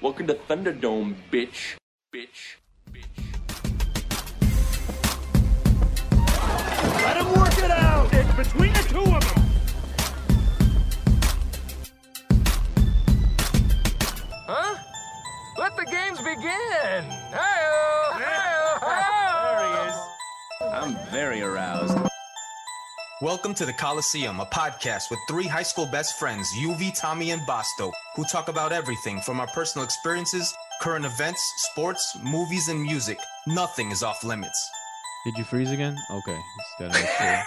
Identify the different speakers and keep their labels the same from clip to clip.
Speaker 1: Welcome to Thunderdome, bitch. Bitch. Bitch.
Speaker 2: Let him work it out. It's between the two of them.
Speaker 3: Huh? Let the games begin! Hey-oh!
Speaker 4: I'm very aroused.
Speaker 5: Welcome to the Coliseum, a podcast with three high school best friends, UV, Tommy, and Bosto, who talk about everything from our personal experiences, current events, sports, movies, and music. Nothing is off limits.
Speaker 6: Did you freeze again? Okay, just gotta make sure.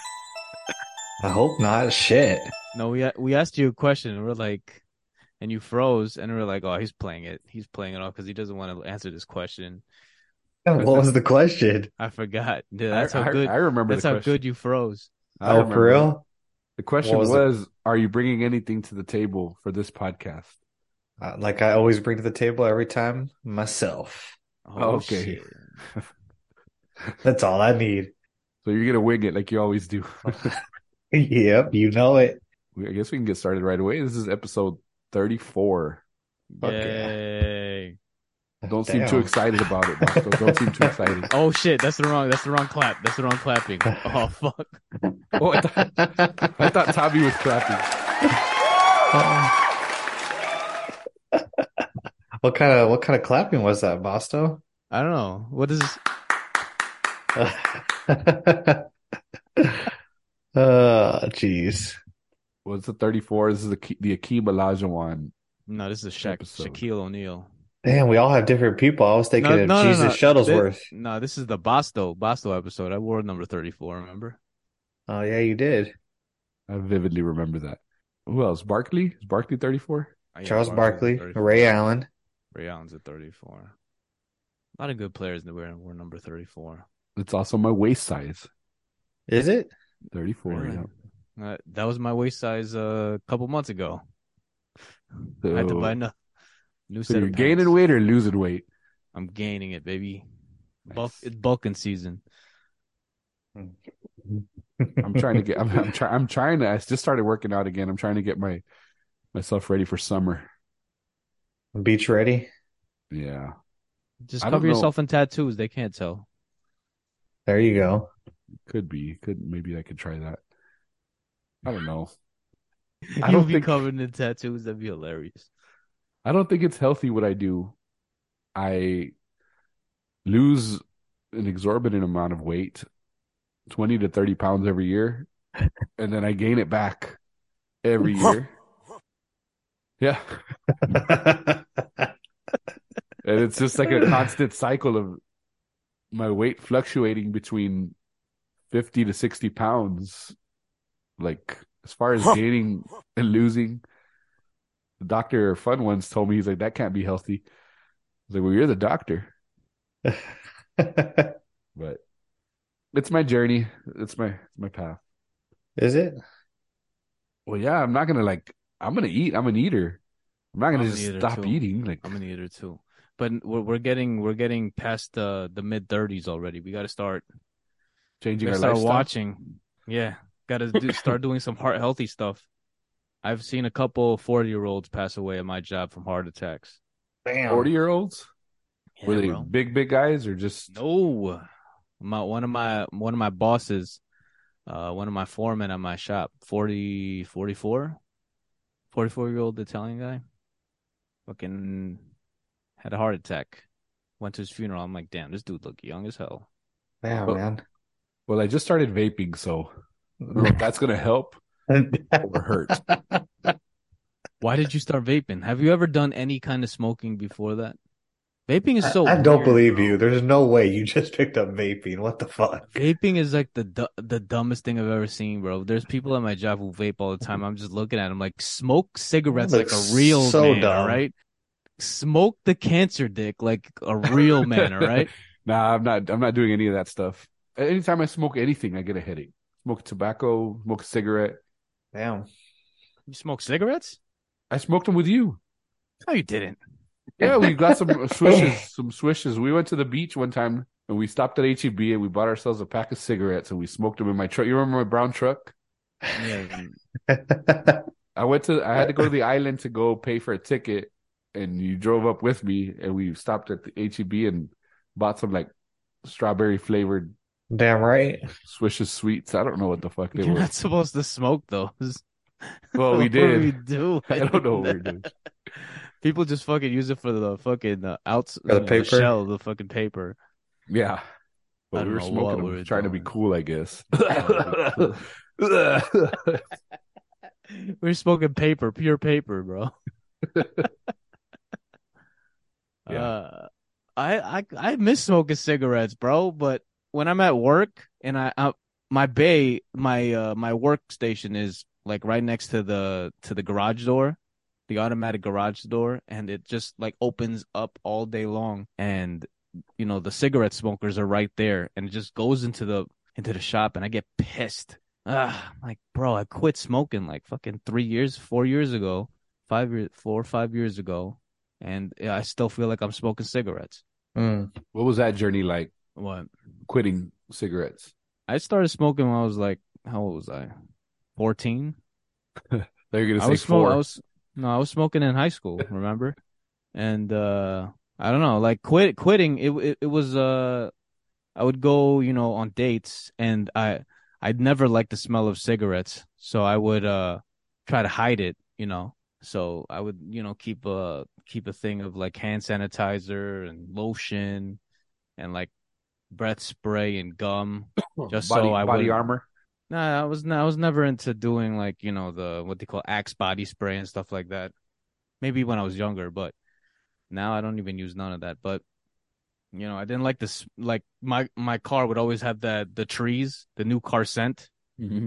Speaker 7: I hope not. Shit.
Speaker 6: no, we a- we asked you a question. And we're like, and you froze, and we're like, oh, he's playing it. He's playing it off because he doesn't want to answer this question.
Speaker 7: What was the question?
Speaker 6: I forgot. Dude, that's
Speaker 8: I,
Speaker 6: how
Speaker 8: I-
Speaker 6: good.
Speaker 8: I remember
Speaker 6: that's
Speaker 8: the
Speaker 6: how
Speaker 8: question.
Speaker 6: good you froze.
Speaker 7: oh,
Speaker 8: I remember.
Speaker 7: for real?
Speaker 8: The question
Speaker 7: What
Speaker 8: was,
Speaker 7: was it?
Speaker 8: are you bringing anything to the table for this podcast?
Speaker 7: Uh, like I always bring to the table every time myself.
Speaker 8: Oh, okay.
Speaker 6: shit.
Speaker 7: That's all I need.
Speaker 8: So you're going to wing it like you always do.
Speaker 7: yep, you know it.
Speaker 8: We- I guess we can get started right away. This is episode 34.
Speaker 7: Fuck
Speaker 6: Yay.
Speaker 8: Don't seem too
Speaker 7: Damn.
Speaker 8: excited about it. Bosco. Don't seem too excited.
Speaker 6: Oh shit, that's the wrong that's the wrong clap. That's the wrong clapping. Oh fuck.
Speaker 8: Oh, I, thought, I thought Tommy was clapping.
Speaker 7: what kind of what kind of clapping was that, Bosto?
Speaker 6: I don't know. What is
Speaker 7: oh, jeez.
Speaker 8: What's the 34? This is the, Ki- the Akeem Olajuwon.
Speaker 6: no, this is a Sha-
Speaker 8: Episode.
Speaker 6: Shaquille O'Neal.
Speaker 7: Damn, we all have different people. I was thinking of Jesus Shuttlesworth.
Speaker 6: This, no, this is the Bosto Bosto episode. I wore number thirty four, remember?
Speaker 7: Oh yeah, you did.
Speaker 8: I vividly remember that. Who else? Barkley? Is Barkley 34?
Speaker 6: Oh, yeah,
Speaker 7: Charles
Speaker 6: Barkley's
Speaker 7: Barkley,
Speaker 6: at 34.
Speaker 7: Ray Allen.
Speaker 6: Ray Allen's at 34. A lot of good players that were, were number 34.
Speaker 8: It's also my waist size.
Speaker 7: Is it?
Speaker 8: 34.
Speaker 6: Really?
Speaker 8: yeah.
Speaker 6: Uh, that was my waist size uh, a couple months ago.
Speaker 8: So,
Speaker 6: I had to buy a new
Speaker 8: so
Speaker 6: set
Speaker 8: you're
Speaker 6: of
Speaker 8: gaining
Speaker 6: pants.
Speaker 8: weight or losing weight?
Speaker 6: I'm gaining it, baby. Bulk,
Speaker 8: Nice.
Speaker 6: it's bulking season.
Speaker 8: I'm trying to get. I'm, I'm trying. I'm trying to. I just started working out again. I'm trying to get my myself ready for summer.
Speaker 7: Beach ready.
Speaker 8: Yeah,
Speaker 6: Just
Speaker 8: I don't
Speaker 6: cover
Speaker 8: know.
Speaker 6: yourself in tattoos. They can't tell.
Speaker 7: There you go.
Speaker 8: could be. Could maybe I could try that. I don't know.
Speaker 6: I
Speaker 8: don't
Speaker 6: be
Speaker 8: think-
Speaker 6: covered in tattoos. That'd be hilarious.
Speaker 8: I don't think it's healthy what I do. I lose an exorbitant amount of weight, twenty to thirty pounds every year, and then I gain it back every year. Yeah. and it's just like a constant cycle of my weight fluctuating between 50 to 60 pounds like as far as gaining and losing the doctor fun once told me he's like that can't be healthy I was like well you're the doctor but it's my journey it's my it's my path
Speaker 7: Is it?
Speaker 8: well yeah i'm not gonna like i'm gonna eat i'm an eater i'm not gonna
Speaker 6: I'm an
Speaker 8: just
Speaker 6: eater,
Speaker 8: stop
Speaker 6: too.
Speaker 8: eating like
Speaker 6: I'm an eater too. But we're, we're getting we're getting past uh, the, the mid 30s already. We got to start
Speaker 8: changing
Speaker 6: You
Speaker 8: our
Speaker 6: gotta start
Speaker 8: lifestyle.
Speaker 6: watching. Yeah, gotta do, start doing some heart healthy stuff. I've seen a couple forty year olds pass away at my job from heart attacks.
Speaker 7: Damn.
Speaker 8: 40 year olds were
Speaker 6: Yeah,
Speaker 8: they
Speaker 6: bro.
Speaker 8: big big guys or just
Speaker 6: No, my one of my one of my bosses, uh, one of my foremen at my shop, 40, 44, 44 year old Italian guy, fucking had a heart attack. Went to his funeral. I'm like, damn, this dude look young as hell.
Speaker 7: Damn,
Speaker 8: Well-
Speaker 7: man.
Speaker 8: Well, I just started vaping, so I
Speaker 7: Oh.
Speaker 8: don't know if that's gonna help or hurt.
Speaker 6: Why did you start vaping? Have you ever done any kind of smoking before that? Vaping is so.
Speaker 7: I don't
Speaker 6: weird,
Speaker 7: believe
Speaker 6: bro.
Speaker 7: you. There's no way you just picked up vaping. What the fuck?
Speaker 6: Vaping is like the du- the dumbest thing I've ever seen, bro. There's people at my job who vape all the time. I'm just looking at them like smoke cigarettes like
Speaker 7: Looks
Speaker 6: a real
Speaker 7: so
Speaker 6: man,
Speaker 7: dumb.
Speaker 6: right? Smoke the cancer dick like a real man, all right?
Speaker 8: Nah, I'm not. I'm not doing any of that stuff. Anytime I smoke anything, I get a headache. Smoke tobacco, smoke a cigarette.
Speaker 7: Damn.
Speaker 6: You smoke cigarettes?
Speaker 8: I smoked them with you.
Speaker 6: No, you didn't.
Speaker 8: Yeah, we got some swishes. Some swishes. We went to the beach one time and we stopped at HEB and we bought ourselves a pack of cigarettes and we smoked them in my truck. You remember my brown truck?
Speaker 6: Yeah,
Speaker 8: I went to. I had to go to the island to go pay for a ticket, and you drove up with me, and we stopped at the HEB and bought some like strawberry flavored
Speaker 7: Damn right.
Speaker 8: Swishes sweets. I don't know what the fuck they
Speaker 6: You're
Speaker 8: were.
Speaker 6: not supposed to smoke those.
Speaker 8: Well, we
Speaker 6: What are we
Speaker 8: did.
Speaker 6: do?
Speaker 8: I don't know what we did.
Speaker 6: People just fucking use it for the fucking uh, outs,
Speaker 7: the
Speaker 6: you know,
Speaker 7: paper?
Speaker 6: shell, the fucking paper.
Speaker 8: Yeah.
Speaker 6: I
Speaker 8: But we
Speaker 6: don't
Speaker 8: were
Speaker 6: know
Speaker 8: smoking
Speaker 6: what
Speaker 8: them,
Speaker 6: we were
Speaker 8: trying to be
Speaker 6: doing.
Speaker 8: cool, I guess.
Speaker 6: Trying to We're smoking paper, pure paper, bro.
Speaker 8: Yeah.
Speaker 6: Uh, I I I miss smoking cigarettes, bro. But when I'm at work and I, I my bay my uh my workstation is like right next to the to the garage door, the automatic garage door, and it just like opens up all day long, and you know the cigarette smokers are right there, and it just goes into the into the shop, and I get pissed. Ah, I'm like bro, I quit smoking like fucking three years, four years ago, five years, four or five years ago, and yeah, I still feel like I'm smoking cigarettes.
Speaker 7: Mm.
Speaker 8: what was that journey like
Speaker 6: What?
Speaker 8: quitting cigarettes?
Speaker 6: I started smoking when I was like, how old was I? Fourteen.
Speaker 8: They're gonna
Speaker 6: I
Speaker 8: say
Speaker 6: was smoking.
Speaker 8: four.
Speaker 6: I was no, I was smoking in high school. Remember? and uh, I don't know, like quit quitting. It, it it was uh, I would go you know on dates, and I I'd never like the smell of cigarettes, so I would uh try to hide it, you know. So I would you know keep a keep a thing of like hand sanitizer and lotion, and like breath spray and gum just
Speaker 8: body,
Speaker 6: so I
Speaker 8: body
Speaker 6: wouldn't-
Speaker 8: armor.
Speaker 6: no, I was I was never into doing like you know the what they call Axe body spray and stuff like that. Maybe when I was younger, but now I don't even use none of that. But you know, I didn't like this. Like my my car would always have that the trees, the new car scent, Mm-hmm.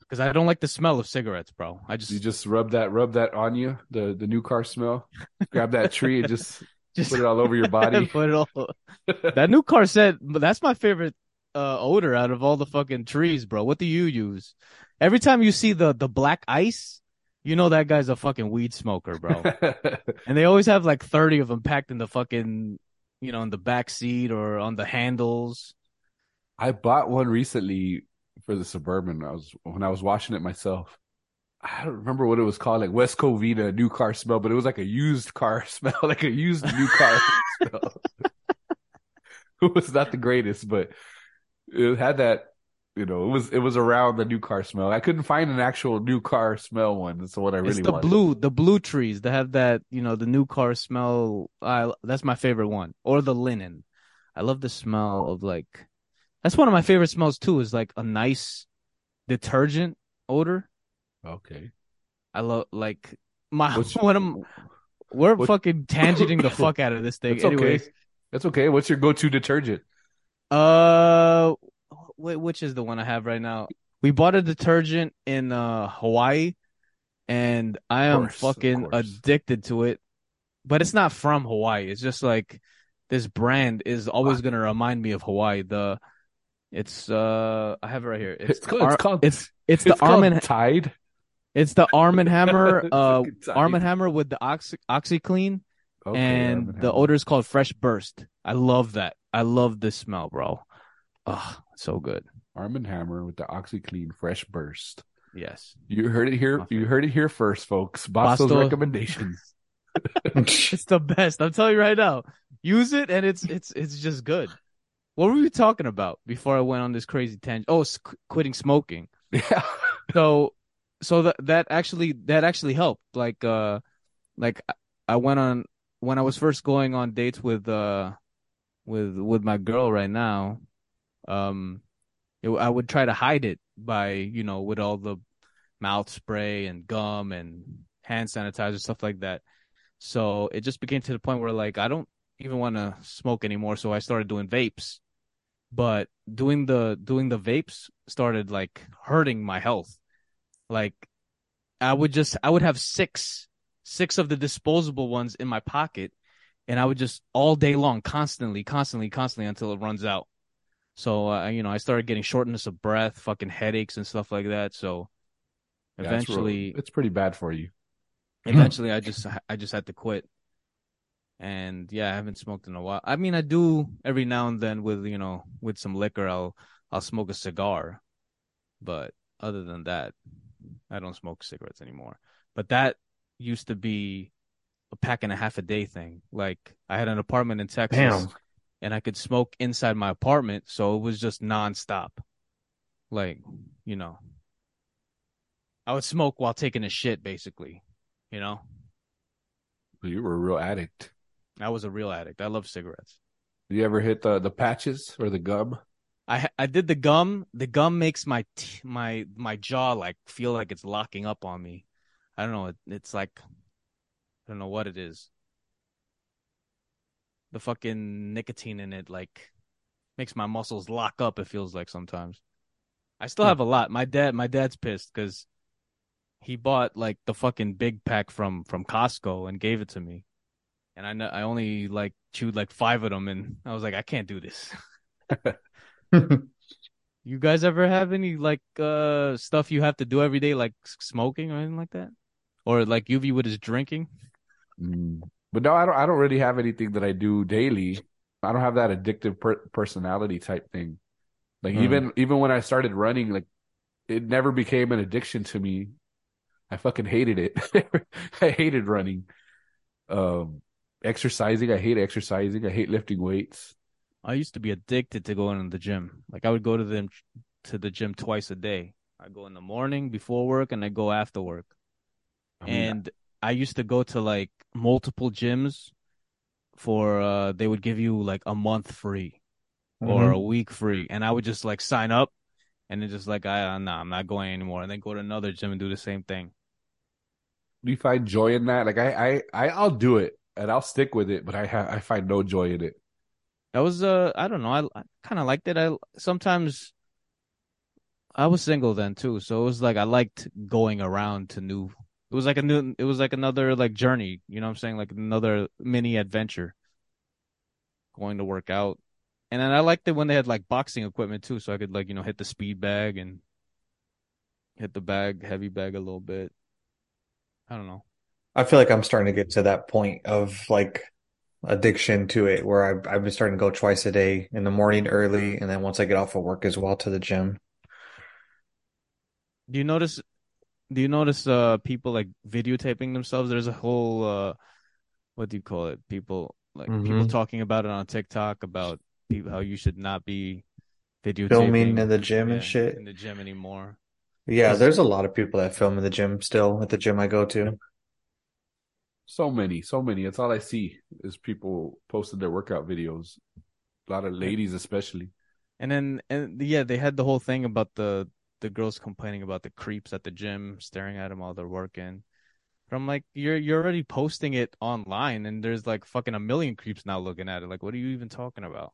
Speaker 6: because I don't like the smell of cigarettes, bro. I just
Speaker 8: You just rub that, rub that on you. The the new car smell. Grab that tree and just
Speaker 6: just
Speaker 8: put it all over your body.
Speaker 6: put it all. that new car scent, but that's my favorite uh, odor out of all the fucking trees, bro. What do you use? Every time you see the the black ice, you know that guy's a fucking weed smoker, bro. and they always have like thirty of them packed in the fucking, you know, in the back seat or on the handles.
Speaker 8: I bought one recently for the suburban. I was when I was washing it myself. I don't remember what it was called, like West Covina new car smell, but it was like a used car smell, like a used new car smell. it was not the greatest, but it had that. You know, it was it was around the new car smell. I couldn't find an actual new car smell one. That's what I really
Speaker 6: it's the
Speaker 8: wanted.
Speaker 6: blue, the blue trees that have that, you know, the new car smell. I that's my favorite one, or the linen. I love the smell of like. That's one of my favorite smells too. Is like a nice detergent odor.
Speaker 8: Okay,
Speaker 6: I love like my
Speaker 8: What's-
Speaker 6: one of m- we're
Speaker 8: what-
Speaker 6: fucking tangenting the fuck out of this thing.
Speaker 8: It's okay.
Speaker 6: Anyways,
Speaker 8: that's okay. What's your go to detergent?
Speaker 6: uh, wait, which is the one I have right now? We bought a detergent in uh Hawaii, and I am
Speaker 8: course, of
Speaker 6: fucking
Speaker 8: course.
Speaker 6: addicted to it. But it's not from Hawaii. It's just like this brand is always gonna remind me of Hawaii. The it's uh I have it right here. It's
Speaker 8: It's called-
Speaker 6: Ar-
Speaker 8: it's called-
Speaker 6: it's it's the
Speaker 8: It's called
Speaker 6: Arm and
Speaker 8: Tide.
Speaker 6: it's the Arm and Hammer uh
Speaker 8: Fucking Tide.
Speaker 6: Arm and Hammer with the oxy OxyClean
Speaker 8: Okay, Arm
Speaker 6: and
Speaker 8: and
Speaker 6: the
Speaker 8: Hammer.
Speaker 6: odor is called Fresh Burst. I love that. I love this smell, bro. Ugh, so good.
Speaker 8: Arm and Hammer with the OxyClean Fresh Burst.
Speaker 6: Yes.
Speaker 8: You heard it
Speaker 6: My
Speaker 8: here. You
Speaker 6: favorite.
Speaker 8: heard it here first, folks. Basto's
Speaker 6: Basto.
Speaker 8: recommendations.
Speaker 7: Mm-hmm.
Speaker 6: It's the best. I'm telling you right now. Use it and it's it's it's just good. What were we talking about before I went on this crazy tangent? Oh, s- quitting smoking.
Speaker 8: yeah,
Speaker 6: so so that that actually that actually helped like uh like I- i went on when i was first going on dates with uh with with my girl right now um it, i would try to hide it by you know with all the mouth spray and gum and hand sanitizer stuff like that so it just became to the point where like i don't even want to smoke anymore so i started doing vapes but doing the doing the vapes started like hurting my health like i would just i would have six six of the disposable ones in my pocket and i would just all day long constantly constantly constantly until it runs out so uh, you know i started getting shortness of breath fucking headaches and stuff like that so
Speaker 8: Yeah, it's real-
Speaker 6: eventually
Speaker 8: it's, pretty bad for you.
Speaker 6: eventually i just i just had to quit and yeah i haven't smoked in a while i mean i do every now and then with you know with some liquor i'll i'll smoke a cigar but other than that i don't smoke cigarettes anymore but that used to be a pack and a half a day thing. Like I had an apartment in Texas
Speaker 7: Damn.
Speaker 6: and I could smoke inside my apartment, so it was just nonstop. Like, you know, I would smoke while taking a shit, basically. You know,
Speaker 8: You were a real addict.
Speaker 6: I was a real addict. I love cigarettes.
Speaker 8: You ever hit the, the patches or the gum?
Speaker 6: I ha- I did the gum. The gum makes my t- my my jaw like feel like it's locking up on me. I don't know. It, it's like I don't know what it is. The fucking nicotine in it like makes my muscles lock up. It feels like sometimes. I still have a lot. My dad my dad's pissed because he bought like the fucking big pack from from Costco and gave it to me, and I know I only like chewed like five of them, and I was like I can't do this. You guys ever have any like uh stuff you have to do every day, like s- smoking or anything like that, or like UV with his drinking?
Speaker 8: Mm. But no, I don't. I don't really have anything that I do daily. I don't have that addictive per- personality type thing. Like
Speaker 6: Hmm.
Speaker 8: even even when I started running, like it never became an addiction to me. I fucking hated it. I hated running. Um, exercising. I hate exercising. I hate lifting weights.
Speaker 6: I used to be addicted to going to the gym. Like I would go to them to the gym twice a day. I go in the morning before work and I go after work.
Speaker 8: I mean,
Speaker 6: and I used to go to like multiple gyms for uh they would give you like a month free or
Speaker 7: Mhm.
Speaker 6: a week free and I would just like sign up and then just like I nah, I'm not going anymore and then go to another gym and do the same thing.
Speaker 8: do you find joy in that? Like I, I, I I'll do it and I'll stick with it, but I ha- I find no joy in it.
Speaker 6: That was uh I don't know, I, I kind of liked it. I sometimes I was single then too, so it was like I liked going around to new it was like a new it was like another like journey, you know what I'm saying? Like another mini adventure. Going to work out. And then I liked it when they had like boxing equipment too, so I could like, you know, hit the speed bag and hit the bag, heavy bag a little bit. I don't know.
Speaker 7: I feel like I'm starting to get to that point of like addiction to it where I, I've been starting to go twice a day in the morning early and then once I get off of work as well to the gym.
Speaker 6: Do you notice? Do you notice uh people like videotaping themselves? There's a whole uh, what do you call it? People like people
Speaker 7: Mhm.
Speaker 6: talking about it on TikTok about people, how you should not be videotaping
Speaker 7: Filming in the gym and
Speaker 6: yeah,
Speaker 7: shit.
Speaker 6: in the gym anymore.
Speaker 7: Yeah,
Speaker 6: Is-
Speaker 7: there's a lot of people that film in the gym still at the gym I go to.
Speaker 8: So many, so many. That's all I see is people posting their workout videos. A lot of ladies, especially.
Speaker 6: And then and yeah, they had the whole thing about the the girls complaining about the creeps at the gym staring at them while they're working. But I'm like, you're you're already posting it online, and there's like fucking a million creeps now looking at it. Like, what are you even talking about?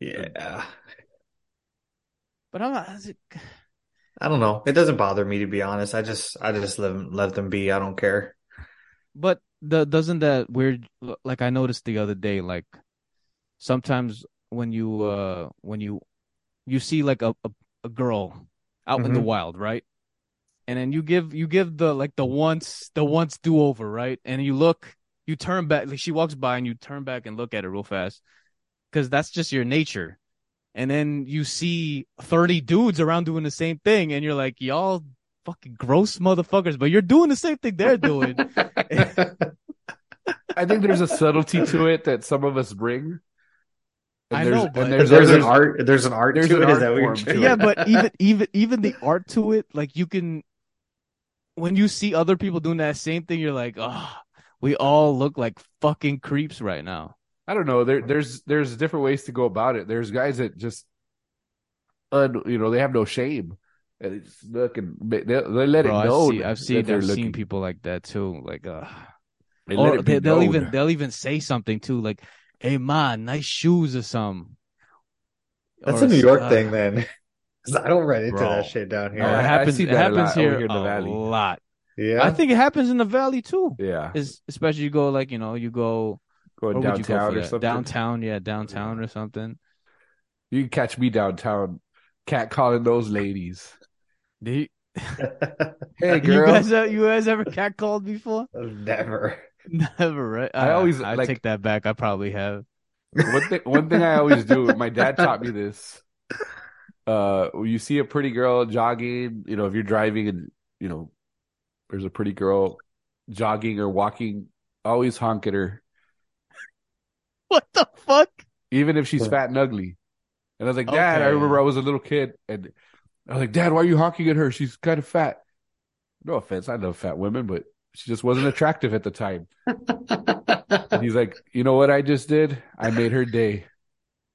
Speaker 7: Yeah.
Speaker 6: But I'm not.
Speaker 7: I don't know. It doesn't bother me to be honest. I just I just let them, let them be. I don't care.
Speaker 6: But the, doesn't that weird like I noticed the other day like sometimes when you uh when you you see like a a, a girl out in the
Speaker 7: Mhm.
Speaker 6: wild, right? And then you give you give the like the once the once do over, right? And you look, you turn back like she walks by and you turn back and look at her real fast cuz that's just your nature. And then you see 30 dudes around doing the same thing and you're like, y'all fucking gross motherfuckers, but you're doing the same thing they're doing.
Speaker 8: I think there's a subtlety to it that some of us bring.
Speaker 6: I
Speaker 8: there's,
Speaker 6: know, but-
Speaker 8: and
Speaker 7: There's,
Speaker 8: there's,
Speaker 7: there's an
Speaker 8: there's-
Speaker 7: art there's an art
Speaker 8: there's
Speaker 7: to
Speaker 8: an
Speaker 7: it
Speaker 8: art
Speaker 7: that we
Speaker 8: form to
Speaker 6: yeah
Speaker 8: it.
Speaker 6: but even even even the art to it like you can when you see other people doing that same thing you're like oh we all look like fucking creeps right now
Speaker 8: I don't know. There, there's there's different ways to go about it. There's guys that just, un, you know, they have no shame. And it's looking, they, they let
Speaker 6: Bro,
Speaker 8: it know.
Speaker 6: I've, seen, I've
Speaker 8: that
Speaker 6: seen
Speaker 8: they're
Speaker 6: I've seen
Speaker 8: looking.
Speaker 6: people like that too like uh
Speaker 8: They let
Speaker 6: or
Speaker 8: it be
Speaker 6: they, they'll
Speaker 8: known.
Speaker 6: even they'll even say something too like hey man nice shoes or something
Speaker 7: That's
Speaker 6: Or
Speaker 7: a New York
Speaker 6: uh,
Speaker 7: thing then. 'Cause I don't run into
Speaker 6: Bro.
Speaker 7: that shit down
Speaker 6: no,
Speaker 8: I- I
Speaker 6: it
Speaker 7: here.
Speaker 6: happens
Speaker 8: see
Speaker 6: it
Speaker 8: that a
Speaker 6: happens
Speaker 8: lot over
Speaker 6: here,
Speaker 8: here in the
Speaker 6: a
Speaker 8: valley.
Speaker 6: lot
Speaker 7: Yeah.
Speaker 6: i think it happens in the valley too
Speaker 8: yeah,
Speaker 6: It's, especially you go like you know you go
Speaker 8: going
Speaker 6: where would you go
Speaker 8: downtown
Speaker 6: for
Speaker 8: or
Speaker 6: that?
Speaker 8: something.
Speaker 6: Downtown, yeah, downtown or something.
Speaker 8: You can catch me downtown, cat calling those ladies.
Speaker 6: Do you,
Speaker 8: Hey,
Speaker 6: you
Speaker 8: girl.
Speaker 6: guys, uh, you guys ever catcalled before?
Speaker 7: Never.
Speaker 6: Never, right?
Speaker 8: I always,
Speaker 6: I
Speaker 8: like-
Speaker 6: take that back. I probably have.
Speaker 8: one thing one thing I always do, my dad taught me this. Uh when you see a pretty girl jogging, you know, if you're driving and you know there's a pretty girl jogging or walking, always honk at her,
Speaker 6: What the fuck?
Speaker 8: even if she's
Speaker 9: Yeah.
Speaker 8: fat and ugly. And I was like, Dad, I
Speaker 6: Okay.
Speaker 8: remember I was a little kid and I was like, Dad, why are you honking at her? She's kind of fat. No offense, I love fat women, but she just wasn't attractive at the time. And he's like, You know what I just did? I made her day.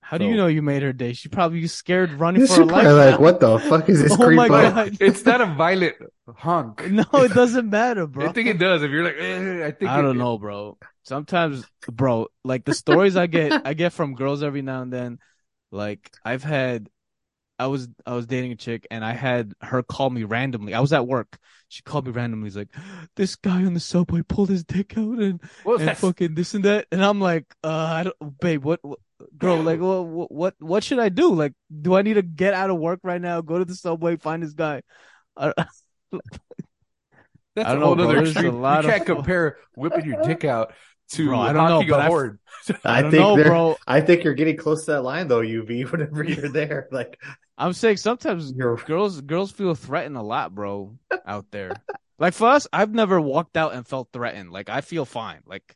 Speaker 6: How do you
Speaker 8: So-
Speaker 6: know you made her day? She probably was scared running
Speaker 7: This
Speaker 6: for her
Speaker 7: is probably
Speaker 6: life.
Speaker 7: like, what the fuck is this
Speaker 6: Oh
Speaker 7: creep
Speaker 6: my
Speaker 7: up?
Speaker 6: God.
Speaker 8: It's not a violent honk.
Speaker 6: No, it doesn't matter, bro.
Speaker 8: I think it does. If you're like, "Eh," I think
Speaker 6: I
Speaker 8: it-
Speaker 6: don't know, bro. Sometimes, bro, like the stories I get, I get from girls every now and then. Like I've had, I was I was dating a chick and I had her call me randomly. I was at work. She called me randomly. He's like, this guy on the subway pulled his dick out and
Speaker 8: Well,
Speaker 6: and
Speaker 8: that's-
Speaker 6: fucking this and that. And I'm like, uh, I don't, babe, what, what girl, like, what, what, what should I do? Like, do I need to get out of work right now? Go to the subway, find this guy. I,
Speaker 8: That's
Speaker 6: I don't
Speaker 8: a
Speaker 6: know,
Speaker 8: whole
Speaker 6: bro.
Speaker 8: other
Speaker 6: There's
Speaker 8: extreme.
Speaker 6: a lot
Speaker 8: you
Speaker 6: of-
Speaker 8: can't compare whipping your dick out to
Speaker 6: Bro, I don't know,
Speaker 8: honking
Speaker 6: but
Speaker 8: a
Speaker 6: I-
Speaker 8: horn.
Speaker 7: I,
Speaker 6: I don't
Speaker 7: think
Speaker 6: know,
Speaker 7: they're-
Speaker 6: bro.
Speaker 7: I think you're getting close to that line though, UV. Whenever you're there, like
Speaker 6: I'm saying sometimes
Speaker 7: you're
Speaker 6: girls girls feel threatened a lot, bro, out there. like for us, I've never walked out and felt threatened. Like I feel fine. Like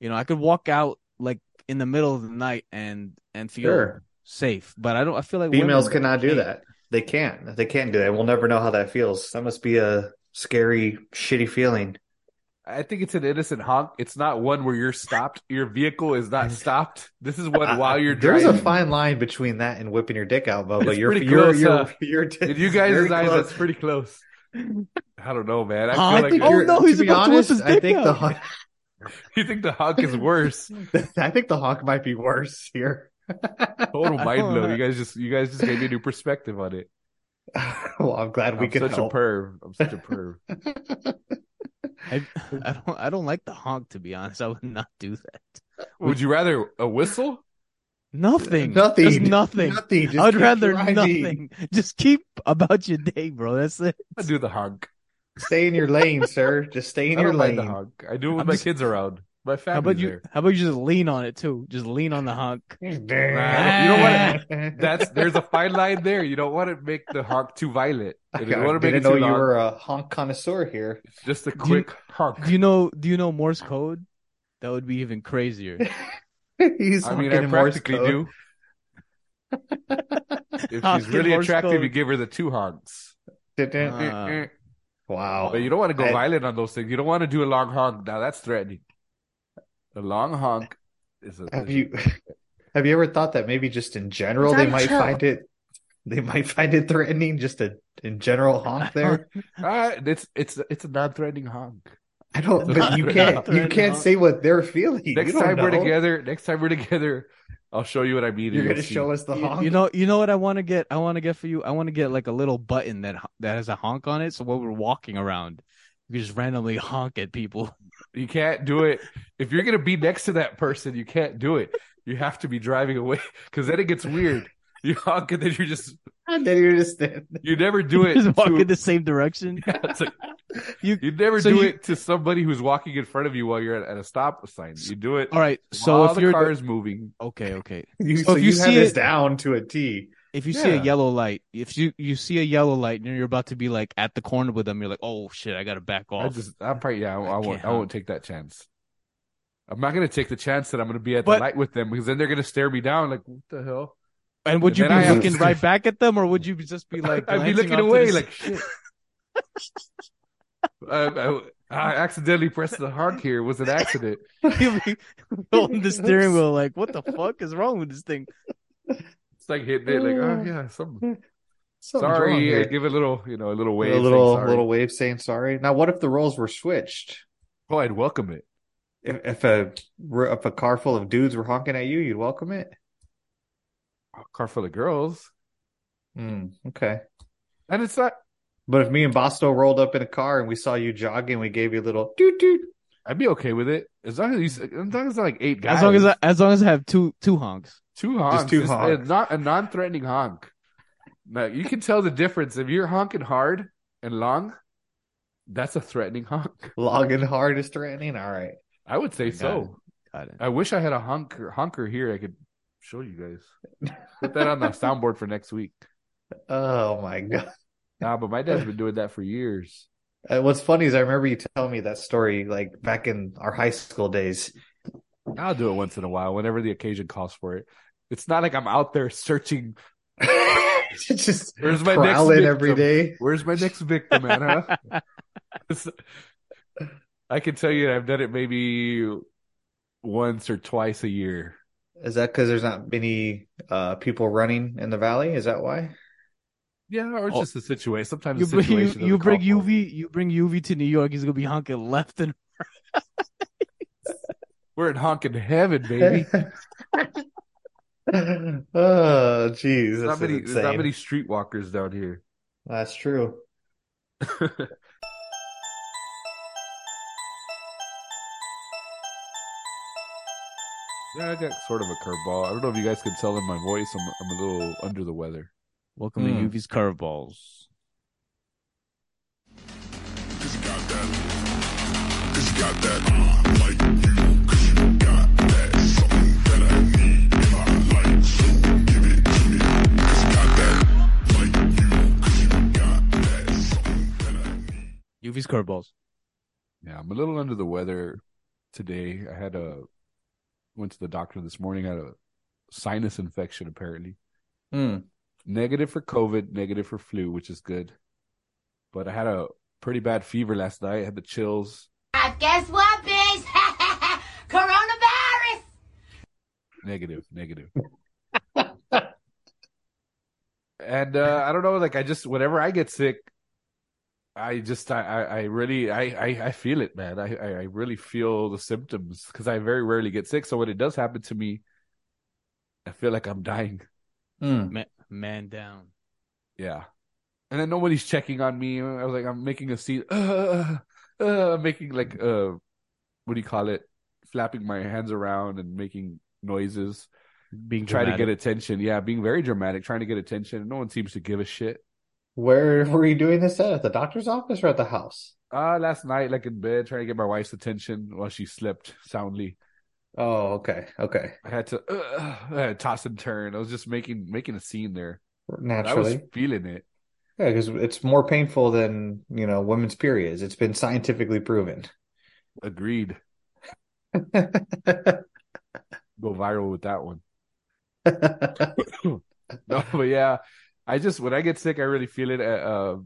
Speaker 6: you know, I could walk out like in the middle of the night and and feel
Speaker 7: sure.
Speaker 6: safe, but I don't. I feel like
Speaker 7: Females
Speaker 6: women
Speaker 7: cannot do
Speaker 6: can't.
Speaker 7: that. They can't. They can't do that. We'll never know how that feels. That must be a scary, shitty feeling.
Speaker 8: I think it's an innocent honk. It's not one where you're stopped. Your vehicle is not stopped. This is one while you're
Speaker 7: There's
Speaker 8: driving.
Speaker 7: a fine line between that and whipping your dick out, Bubba.
Speaker 8: It's
Speaker 7: you're
Speaker 8: pretty
Speaker 7: you're,
Speaker 8: close,
Speaker 7: you're,
Speaker 8: huh?
Speaker 7: you're,
Speaker 8: In you guys'
Speaker 7: very
Speaker 8: eyes,
Speaker 7: close.
Speaker 8: that's pretty close. I don't know, man. I
Speaker 6: Oh,
Speaker 8: feel
Speaker 6: I
Speaker 8: like
Speaker 6: think-
Speaker 8: it-
Speaker 6: oh, no, he's
Speaker 7: to be
Speaker 6: about to whip
Speaker 7: honest,
Speaker 6: his
Speaker 7: I
Speaker 6: dick
Speaker 7: think the
Speaker 6: out.
Speaker 7: honk,
Speaker 8: you think the honk is worse.
Speaker 7: I think the honk might be worse here.
Speaker 8: Total mind
Speaker 6: don't
Speaker 8: blow.
Speaker 6: know.
Speaker 8: You guys just you guys just gave me a new perspective on it.
Speaker 7: well, I'm glad we
Speaker 8: I'm
Speaker 7: could
Speaker 8: such
Speaker 7: help.
Speaker 8: a perv. I'm such a perv.
Speaker 6: I, I don't. I don't like the honk. To be honest, I would not do that.
Speaker 8: Would you rather a whistle?
Speaker 6: Nothing.
Speaker 7: Nothing.
Speaker 6: Just nothing.
Speaker 7: Nothing. Just
Speaker 6: I'd
Speaker 7: keep
Speaker 6: rather
Speaker 7: your ID.
Speaker 6: nothing. Just keep about your day, bro. That's it.
Speaker 8: I do the honk.
Speaker 7: Stay in your lane, sir. Just stay in
Speaker 8: I
Speaker 7: your
Speaker 8: don't mind
Speaker 7: lane.
Speaker 8: the honk. I do it when
Speaker 6: I'm
Speaker 8: my
Speaker 6: just-
Speaker 8: kids around. My
Speaker 6: How
Speaker 8: family's
Speaker 6: about you?
Speaker 8: there.
Speaker 6: How about you just lean on it too? Just lean on the honk.
Speaker 8: Nah,
Speaker 7: you don't want
Speaker 8: That's there's a fine line there. You don't want to make the honk too violent.
Speaker 7: I
Speaker 8: If you want to
Speaker 7: didn't
Speaker 8: make it
Speaker 7: know
Speaker 8: too
Speaker 7: you
Speaker 8: long,
Speaker 7: were a honk connoisseur here.
Speaker 8: it's just a
Speaker 6: Do you-
Speaker 8: quick honk.
Speaker 6: Do you know? Do you know Morse code? That would be even crazier.
Speaker 7: He's
Speaker 8: I mean,
Speaker 7: honking
Speaker 8: I
Speaker 7: in Morse
Speaker 8: practically
Speaker 7: code.
Speaker 8: do. if she's
Speaker 6: Honking
Speaker 8: really
Speaker 6: Morse
Speaker 8: attractive,
Speaker 6: code.
Speaker 8: you give her the two honks.
Speaker 6: Uh,
Speaker 7: wow.
Speaker 8: But you don't want to go
Speaker 7: Oh, I-
Speaker 8: violent on those things. You don't want to do a long honk. Now that's threatening. A long honk is a.
Speaker 7: Have
Speaker 8: is a-
Speaker 7: you have you ever thought that maybe just in general they might find it they might find it threatening just a in general honk there?
Speaker 8: Ah, it's it's it's a non-threatening honk.
Speaker 7: I don't but you
Speaker 8: Not
Speaker 7: can't you
Speaker 6: threatening
Speaker 7: can't
Speaker 6: honk.
Speaker 7: say what they're feeling. You
Speaker 8: Next
Speaker 7: don't
Speaker 8: time we're
Speaker 7: know.
Speaker 8: together, next time we're together, I'll show you what I mean. and
Speaker 7: you're
Speaker 8: you'll
Speaker 7: gonna
Speaker 8: see.
Speaker 7: show us the
Speaker 6: You-
Speaker 7: honk.
Speaker 6: You know, you know what I want to get. I want to get for you. I want to get like a little button that ho- that has a honk on it. So when we're walking around, you just randomly honk at people.
Speaker 8: You can't do it. If you're gonna be next to that person, you can't do it. You have to be driving away because then it gets weird. You honk and then you're just
Speaker 7: and then you just
Speaker 8: you never do it.
Speaker 6: just walk
Speaker 8: to-
Speaker 6: in the same direction.
Speaker 8: it's like,
Speaker 6: You-
Speaker 8: you never
Speaker 6: so
Speaker 8: do
Speaker 6: you-
Speaker 8: it to somebody who's walking in front of you while you're at, at a stop sign. You do it
Speaker 6: All right.
Speaker 8: while
Speaker 6: So if
Speaker 8: the
Speaker 6: you're
Speaker 8: car is moving.
Speaker 6: okay, okay.
Speaker 7: you,
Speaker 6: So
Speaker 7: so
Speaker 6: if
Speaker 7: you,
Speaker 6: you
Speaker 7: have
Speaker 6: see
Speaker 7: this
Speaker 6: it-
Speaker 7: down to a T.
Speaker 6: If you see
Speaker 8: Yeah.
Speaker 6: a yellow light, if you you see a yellow light and you're about to be like at the corner with them, you're like, oh shit, I gotta back
Speaker 8: I
Speaker 6: off.
Speaker 8: just, I'm probably, yeah, I, I won't,
Speaker 6: can't
Speaker 8: I won't take that chance. I'm not gonna take the chance that I'm gonna be at the
Speaker 6: But-
Speaker 8: light with them because then they're gonna stare me down like, what the hell?
Speaker 6: and would you
Speaker 8: then I
Speaker 6: be
Speaker 8: have
Speaker 6: looking
Speaker 8: to-
Speaker 6: right back at them, or would you be- just be like,
Speaker 8: I'd be
Speaker 6: glancing
Speaker 8: looking
Speaker 6: off to
Speaker 8: away
Speaker 6: the
Speaker 8: like shit. I, I, I accidentally pressed the honk here. It was an accident.
Speaker 6: You'll be holding the steering wheel like what the fuck is wrong with this thing
Speaker 8: It's like hitting it, like, oh yeah, something.
Speaker 7: Something's wrong
Speaker 8: Sorry,
Speaker 7: here.
Speaker 8: I give a little, you know, a little wave.
Speaker 7: a
Speaker 8: saying
Speaker 7: little
Speaker 8: sorry.
Speaker 7: little wave saying sorry. Now, what if the roles were switched?
Speaker 8: Oh, I'd welcome it.
Speaker 7: If, if a if a car full of dudes were honking at you, you'd welcome it.
Speaker 8: Oh, Car full of girls,
Speaker 7: Hmm, okay,
Speaker 8: and it's not.
Speaker 7: but if me and Bosto rolled up in a car and we saw you jogging, we gave you a little doot doot.
Speaker 8: I'd be okay with it as long as you, as long as it's not like eight guys.
Speaker 6: as long as I, as long as I have two two honks
Speaker 8: two honks,
Speaker 7: two
Speaker 8: it's A,
Speaker 7: honks.
Speaker 8: not a non-threatening honk. Now you can tell the difference if you're honking hard and long. That's a threatening honk.
Speaker 7: Long and hard is threatening. All right,
Speaker 8: I would say
Speaker 6: Got
Speaker 8: so.
Speaker 6: got it
Speaker 8: I wish I had a honker honker here. I could show you guys. Put that on the soundboard for next week.
Speaker 7: oh my god,
Speaker 8: Nah, but my dad's been doing that for years.
Speaker 7: Uh, what's funny is I remember you telling me that story like back in our high school days.
Speaker 8: I'll do it once in a while, whenever the occasion calls for it. It's not like I'm out there searching.
Speaker 7: It's just
Speaker 8: Where's my next
Speaker 7: prowling every
Speaker 8: victim?
Speaker 7: day.
Speaker 8: Where's my next victim at? Huh? It's- I can tell you, I've done it maybe once or twice a year.
Speaker 7: Is that because there's not many uh, people running in the valley? Is that why?
Speaker 8: Yeah, or it's
Speaker 6: Oh.
Speaker 8: just a situation. Sometimes
Speaker 6: You
Speaker 8: the
Speaker 6: bring, you,
Speaker 8: situation
Speaker 6: you
Speaker 8: doesn't
Speaker 6: bring
Speaker 8: call for it.
Speaker 6: UV you bring UV to New York. He's gonna be honking left and
Speaker 8: We're in honking heaven, baby.
Speaker 7: oh, jeez.
Speaker 8: There's
Speaker 7: That's
Speaker 8: not many, there's not
Speaker 7: insane.
Speaker 8: many streetwalkers down here.
Speaker 7: That's true.
Speaker 8: Yeah, I got sort of a curveball. I don't know if you guys can tell in my voice. I'm I'm a little under the weather.
Speaker 6: welcome to
Speaker 8: Hmm.
Speaker 6: UV's curveballs. UV's curveballs.
Speaker 8: Yeah, I'm a little under the weather today. I had a went to the doctor this morning. Had a sinus infection apparently.
Speaker 7: Hmm.
Speaker 8: negative for COVID, negative for flu, which is good. But I had a pretty bad fever last night. I had the chills,
Speaker 10: Guess what, bitch? Coronavirus!
Speaker 8: negative, negative. and uh, I don't know, like I just whenever I get sick, I just I I, I really I, I I feel it, man. I I I really feel the symptoms because I very rarely get sick. So when it does happen to me, I feel like I'm dying.
Speaker 7: Hmm.
Speaker 6: Man, man down.
Speaker 8: Yeah. And then nobody's checking on me. I was like, I'm making a scene. Uh, uh, I'm making like, uh, what do you call it? Flapping my hands around and making noises,
Speaker 6: Being
Speaker 8: trying to get
Speaker 6: dramatic.
Speaker 8: attention. Yeah, being very dramatic, trying to get attention. No one seems to give a shit.
Speaker 7: Where were you doing this at? At the doctor's office or at the house?
Speaker 8: Uh, last night, like in bed, trying to get my wife's attention while she slept soundly.
Speaker 7: Oh, okay. Okay.
Speaker 8: I had to uh, I had to toss and turn. I was just making making a scene there. And I
Speaker 7: Naturally.
Speaker 8: was feeling it.
Speaker 7: Yeah, because it's more painful than, you know, women's periods. It's been scientifically proven.
Speaker 8: Agreed. Go viral with that one. No, but yeah, I just when I get sick, I really feel it. Uh, uh,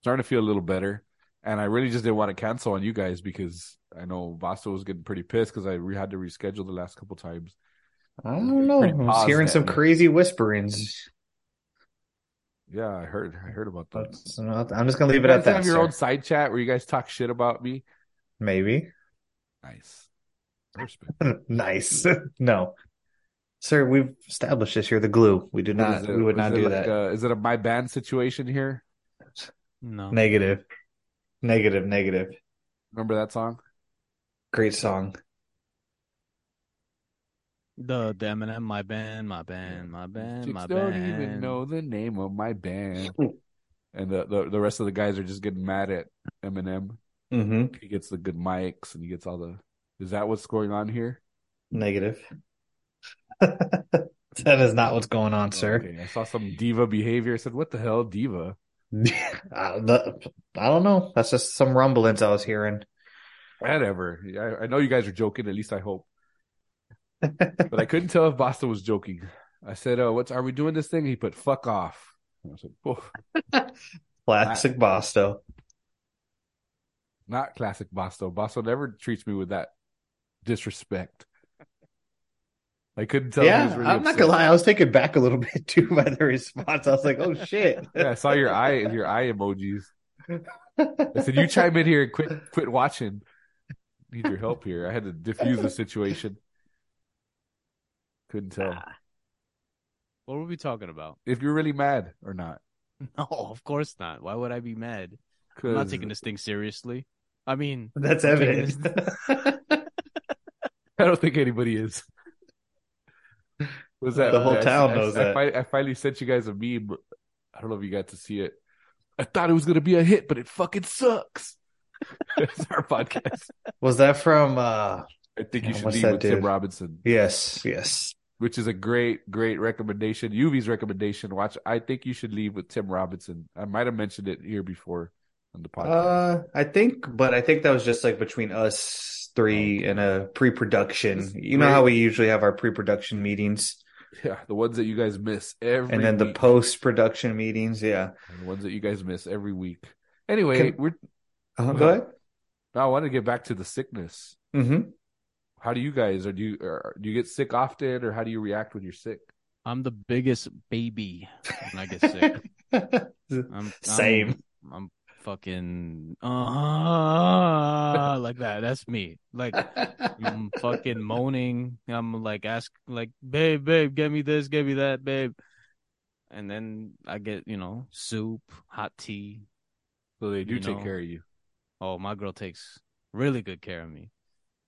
Speaker 8: starting to feel a little better, and I really just didn't want to cancel on you guys because I know Vasto was getting pretty pissed because I re- had to reschedule the last couple times.
Speaker 7: I don't know.
Speaker 8: Pretty
Speaker 7: I was hearing
Speaker 8: positive.
Speaker 7: some crazy whisperings.
Speaker 8: Yeah, I heard, I heard about that.
Speaker 7: That's not- I'm just gonna leave
Speaker 8: You
Speaker 7: it at
Speaker 8: guys
Speaker 7: that,
Speaker 8: have your
Speaker 7: sir.
Speaker 8: own side chat where you guys talk shit about me.
Speaker 7: Maybe.
Speaker 8: Nice. Respect.
Speaker 7: Nice. No. Sir, we've established this. You're the glue. We do
Speaker 8: Is
Speaker 7: not
Speaker 8: it-
Speaker 7: we would
Speaker 8: is
Speaker 7: not
Speaker 8: it
Speaker 7: do
Speaker 8: like
Speaker 7: that.
Speaker 8: A, is it a my band situation here?
Speaker 6: No.
Speaker 7: Negative. Negative, negative.
Speaker 8: Remember that song?
Speaker 7: Great song.
Speaker 6: The the Eminem, my band, my band, my band,
Speaker 8: Chicks
Speaker 6: my
Speaker 8: don't
Speaker 6: band.
Speaker 8: even know the name of my band. And the, the the rest of the guys are just getting mad at Eminem.
Speaker 7: hmm
Speaker 8: he gets the good mics and he gets all the is that what's going on here
Speaker 7: Negative. that is not what's going on, sir.
Speaker 8: Okay, i saw some diva behavior i said what the hell diva
Speaker 7: I, the- I don't know. That's just some rumblings I was hearing.
Speaker 8: whatever I, I know you guys are joking at least i hope but i couldn't tell if boston was joking i said uh what's are we doing this thing he put fuck off and i was like "Whoa,
Speaker 7: Classic Bosto.
Speaker 8: not classic Basto. Basto never treats me with that disrespect. I couldn't tell. he
Speaker 7: yeah,
Speaker 8: was really
Speaker 7: I'm not
Speaker 8: upset.
Speaker 7: gonna lie. I was taken back a little bit too by the response. I was like, "Oh shit!"
Speaker 8: Yeah, I saw your eye and your eye emojis. I said, "You chime in here and quit quit watching. Need your help here. I had to diffuse the situation. Couldn't tell
Speaker 6: What were we talking about?
Speaker 8: if you're really mad or not.
Speaker 6: No, of course not. Why would I be mad? I'm
Speaker 8: 'Cause
Speaker 6: not taking this thing seriously. I mean,
Speaker 7: That's
Speaker 6: I'm taking
Speaker 7: evident.
Speaker 6: this-
Speaker 8: I don't think anybody is. Was that
Speaker 7: The whole
Speaker 8: I-
Speaker 7: town
Speaker 8: I,
Speaker 7: knows
Speaker 8: I,
Speaker 7: that.
Speaker 8: fi- I finally sent you guys a meme. I don't know if you got to see it. I thought it was gonna be a hit, but it fucking sucks. That's our podcast.
Speaker 7: Was that from? uh
Speaker 8: I think
Speaker 7: Yeah,
Speaker 8: you should
Speaker 7: what's
Speaker 8: leave
Speaker 7: that
Speaker 8: with Tim
Speaker 7: dude?
Speaker 8: Robinson.
Speaker 7: Yes, yes.
Speaker 8: which is a great, great recommendation. Yuvi's recommendation. Watch. I think you should leave with Tim Robinson. I might have mentioned it here before. on the podcast?
Speaker 7: Uh, I think, but I think that was just like between us three
Speaker 8: Oh.
Speaker 7: and a pre-production. You know how we usually have our pre-production meetings
Speaker 8: yeah, the ones that you guys miss every
Speaker 7: and then the
Speaker 8: week.
Speaker 7: post-production meetings. Yeah,
Speaker 8: and the ones that you guys miss every week. Anyway,
Speaker 7: Can-
Speaker 8: we're
Speaker 7: uh,
Speaker 8: Well,
Speaker 7: go ahead.
Speaker 8: I want to get back to the sickness.
Speaker 7: hmm
Speaker 8: How do you guys or do you or do you get sick often or how do you react when you're sick?
Speaker 6: I'm the biggest baby when I get sick. I'm,
Speaker 7: Same.
Speaker 6: I'm, I'm fucking uh, like that. That's me. Like I'm fucking moaning. I'm like ask like babe, babe, get me this, get me that, babe. And then I get you know soup, hot tea.
Speaker 8: So they do
Speaker 6: You
Speaker 8: take
Speaker 6: know.
Speaker 8: care of you.
Speaker 6: Oh, my girl takes really good care of me.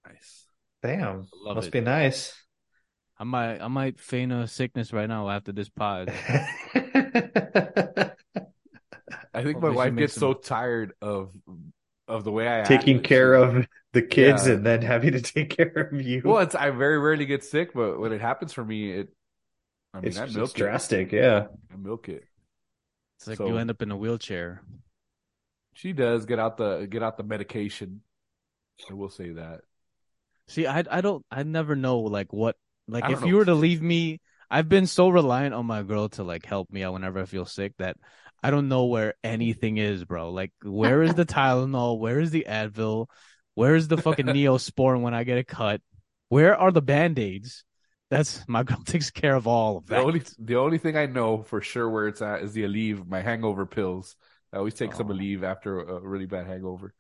Speaker 8: Nice.
Speaker 7: Damn,
Speaker 6: Love
Speaker 7: must
Speaker 6: it.
Speaker 7: be nice.
Speaker 6: I might I might feign a sickness right now after this pod.
Speaker 8: I think
Speaker 6: Hopefully
Speaker 8: my
Speaker 6: she
Speaker 8: wife
Speaker 6: makes
Speaker 8: gets so
Speaker 6: some-
Speaker 8: tired of of the way I
Speaker 7: Taking
Speaker 8: act.
Speaker 7: care of the kids
Speaker 8: Yeah.
Speaker 7: and then having to take care of you.
Speaker 8: Well, it's, I very rarely get sick, but when it happens for me, it. I mean,
Speaker 7: it's
Speaker 8: I
Speaker 7: just
Speaker 8: milk
Speaker 7: drastic. Yeah.
Speaker 8: it. I milk it.
Speaker 6: It's like
Speaker 8: So-
Speaker 6: you end up in a wheelchair.
Speaker 8: She does get out the get out the medication. I will say that.
Speaker 6: See, I I don't I never know like what like
Speaker 8: I don't
Speaker 6: if
Speaker 8: know
Speaker 6: you were
Speaker 8: what
Speaker 6: to
Speaker 8: to do.
Speaker 6: leave me, I've been so reliant on my girl to like help me out whenever I feel sick that I don't know where anything is, bro. Like where is the Tylenol? Where is the Advil? Where is the fucking Neosporin when I get a cut? Where are the band-aids? That's my girl takes care of all of
Speaker 8: The
Speaker 6: that.
Speaker 8: only the only thing I know for sure where it's at is the Aleve, my hangover pills. I always take some
Speaker 6: Oh.
Speaker 8: Aleve after a really bad hangover.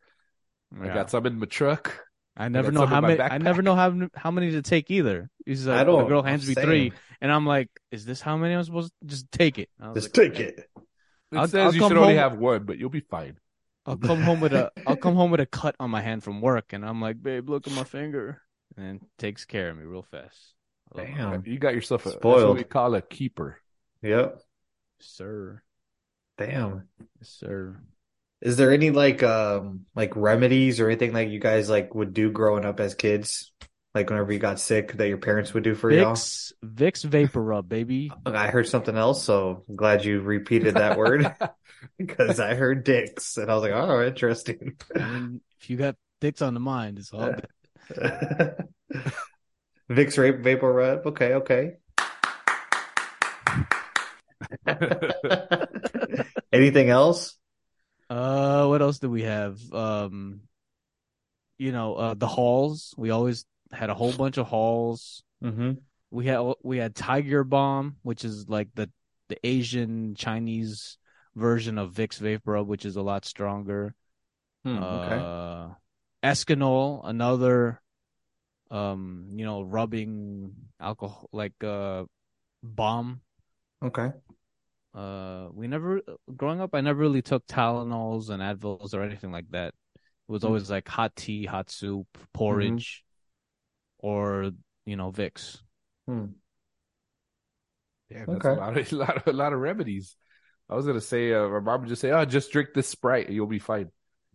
Speaker 8: I
Speaker 6: Yeah.
Speaker 8: got some in my truck.
Speaker 6: I never
Speaker 8: got
Speaker 6: know
Speaker 8: some
Speaker 6: how
Speaker 8: in my
Speaker 6: many. I never
Speaker 8: backpack.
Speaker 6: know how how many to take either. He's like, "Oh,
Speaker 7: I don't-
Speaker 6: the girl hands me
Speaker 7: same.
Speaker 6: three, and I'm like, "Is this how many I'm supposed to just take it?" I was
Speaker 7: Just
Speaker 6: like,
Speaker 7: take
Speaker 6: "Okay."
Speaker 7: it.
Speaker 8: It
Speaker 6: I'll-
Speaker 8: says
Speaker 6: I'll
Speaker 8: you
Speaker 6: come
Speaker 8: should only
Speaker 6: home-
Speaker 8: have one, but you'll be fine.
Speaker 6: I'll come home with a I'll come home with a cut on my hand from work, and I'm like, "Babe, look at my finger," and takes care of me real fast. I love my
Speaker 7: Damn.
Speaker 8: You got yourself a that's what
Speaker 7: Spoiled.
Speaker 8: we call a keeper.
Speaker 7: Yep.
Speaker 6: sir,
Speaker 7: Damn.
Speaker 6: Yes, sir.
Speaker 7: Is there any like um like remedies or anything like you guys like would do growing up as kids? Like whenever you got sick that your parents would do for y'all?
Speaker 6: Vicks Vicks Vapor Rub, baby.
Speaker 7: I heard something else, so I'm glad you repeated that word because I heard dicks and I was like, oh, interesting.
Speaker 6: I mean, if you got dicks on the mind, it's all. good.
Speaker 7: Vicks rape vapor rub. Okay, okay. Anything else?
Speaker 6: Uh, what else do we have? Um, you know, uh, the halls. We always had a whole bunch of halls.
Speaker 7: Mm-hmm.
Speaker 6: we had we had Tiger Bomb, which is like the the Asian Chinese version of Vicks Vapor Rub, which is a lot stronger.
Speaker 7: Mm, okay.
Speaker 6: Uh, Escanol, another, um, you know, rubbing alcohol like uh, bomb.
Speaker 7: Okay.
Speaker 6: Uh, we never growing up, I never really took Tylenols and Advils or anything like that. It
Speaker 7: Mm.
Speaker 6: was always like hot tea, hot soup, porridge,
Speaker 7: Mm-hmm.
Speaker 6: or you know, Vicks.
Speaker 8: Yeah, that's a
Speaker 7: Okay.
Speaker 8: lot of, a lot of a lot of remedies. I was gonna say, uh, my mom would just say, "Oh, just drink this Sprite, and you'll be fine."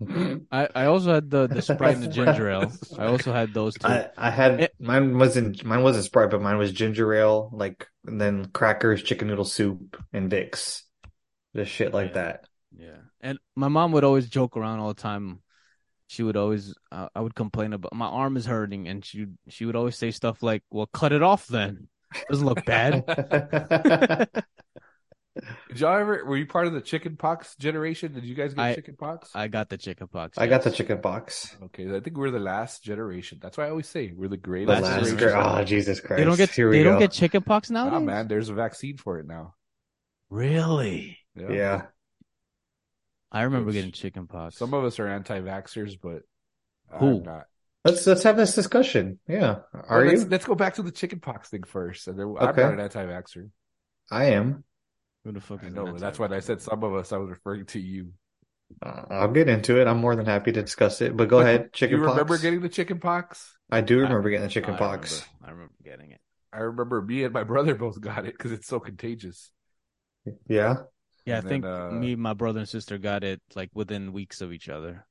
Speaker 7: hmm.
Speaker 6: I, I also had the, the Sprite and the
Speaker 7: Sprite.
Speaker 6: ginger ale. I also had those two.
Speaker 7: I, I had
Speaker 6: It-
Speaker 7: mine wasn't mine wasn't Sprite, but mine was ginger ale, like and then crackers, chicken noodle soup, and Vicks. Just shit like
Speaker 6: Yeah.
Speaker 7: that.
Speaker 6: yeah. And my mom would always joke around all the time. She would always, uh, I would complain about my arm is hurting, and she she would always say stuff like, "Well, cut it off then. Doesn't look bad."
Speaker 8: Did y'all ever? Were you part of the chicken pox generation? Did you guys get
Speaker 6: I-
Speaker 8: chicken pox?
Speaker 6: I got the chicken pox.
Speaker 7: I got the chicken box.
Speaker 8: Okay, I think we're the last generation. That's why I always say we're the
Speaker 7: The
Speaker 8: greatest.
Speaker 7: last,
Speaker 6: generation.
Speaker 7: gra- oh Jesus Christ!
Speaker 6: They don't get
Speaker 7: Here we
Speaker 6: they
Speaker 7: go.
Speaker 6: don't get chicken pox
Speaker 8: Nah,
Speaker 6: nowadays.
Speaker 8: man, there's a vaccine for it now.
Speaker 6: Really?
Speaker 7: yeah.
Speaker 6: I remember
Speaker 8: Which-
Speaker 6: getting chicken pox.
Speaker 8: Some of us are anti-vaxxers, but
Speaker 6: Who?
Speaker 8: I'm not.
Speaker 7: Let's let's have this discussion. Yeah. Are
Speaker 8: Well, let's,
Speaker 7: you?
Speaker 8: Let's go back to the chickenpox thing first, and then I'm
Speaker 7: Okay.
Speaker 8: not an anti-vaxxer.
Speaker 7: I am.
Speaker 6: Who the fuck
Speaker 8: I
Speaker 6: is
Speaker 8: know
Speaker 6: that?
Speaker 8: that's why I said some of us. I was referring to you.
Speaker 7: Uh, I'll get into it. I'm more than happy to discuss it. But go ahead. Chicken
Speaker 8: you remember
Speaker 7: pox.
Speaker 8: getting the chickenpox?
Speaker 7: I do remember getting the chicken
Speaker 6: I
Speaker 7: pox.
Speaker 6: remember- I remember getting it.
Speaker 8: I remember me and my brother both got it because it's so contagious.
Speaker 7: Yeah.
Speaker 6: Yeah, I
Speaker 8: And then,
Speaker 6: think
Speaker 8: uh,
Speaker 6: me, my brother, and sister got it like within weeks of each other.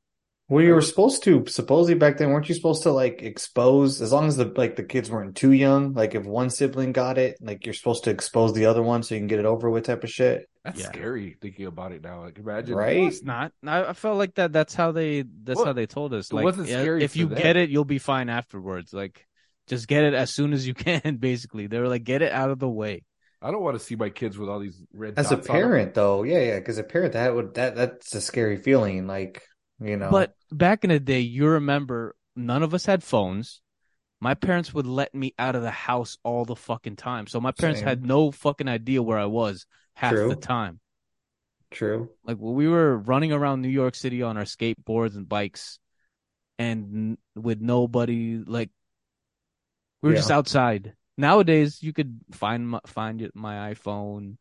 Speaker 11: Well, you were supposed to supposedly back then, weren't you supposed to like expose as long as the like the kids weren't too young? Like if one sibling got it, like you're supposed to expose the other one so you can get it over with type of shit.
Speaker 8: That's
Speaker 6: Yeah.
Speaker 8: scary thinking about it now. Like imagine
Speaker 11: Right?
Speaker 6: No, it's not. I, I felt like that. That's how they. That's
Speaker 8: Well,
Speaker 6: how they told us.
Speaker 8: it
Speaker 6: Like,
Speaker 8: wasn't
Speaker 6: yeah,
Speaker 8: scary
Speaker 6: if
Speaker 8: for
Speaker 6: you
Speaker 8: them.
Speaker 6: get it, you'll be fine afterwards. Like, just get it as soon as you can. Basically, they were like, get it out of the way.
Speaker 8: I don't want to see my kids with all these red.
Speaker 11: As a
Speaker 8: dots on them.
Speaker 11: parent, though, yeah, yeah, because a parent that would that that's a scary feeling. Like you know,
Speaker 6: But back in the day, you remember, none of us had phones. My parents would let me out of the house all the fucking time. So my parents
Speaker 11: Same.
Speaker 6: had no fucking idea where I was half
Speaker 11: True.
Speaker 6: the time.
Speaker 11: true.
Speaker 6: Like when we were running around New York City on our skateboards and bikes, and n- with nobody, like we were
Speaker 11: Yeah.
Speaker 6: just outside. Nowadays, you could find my, find it- my iPhone.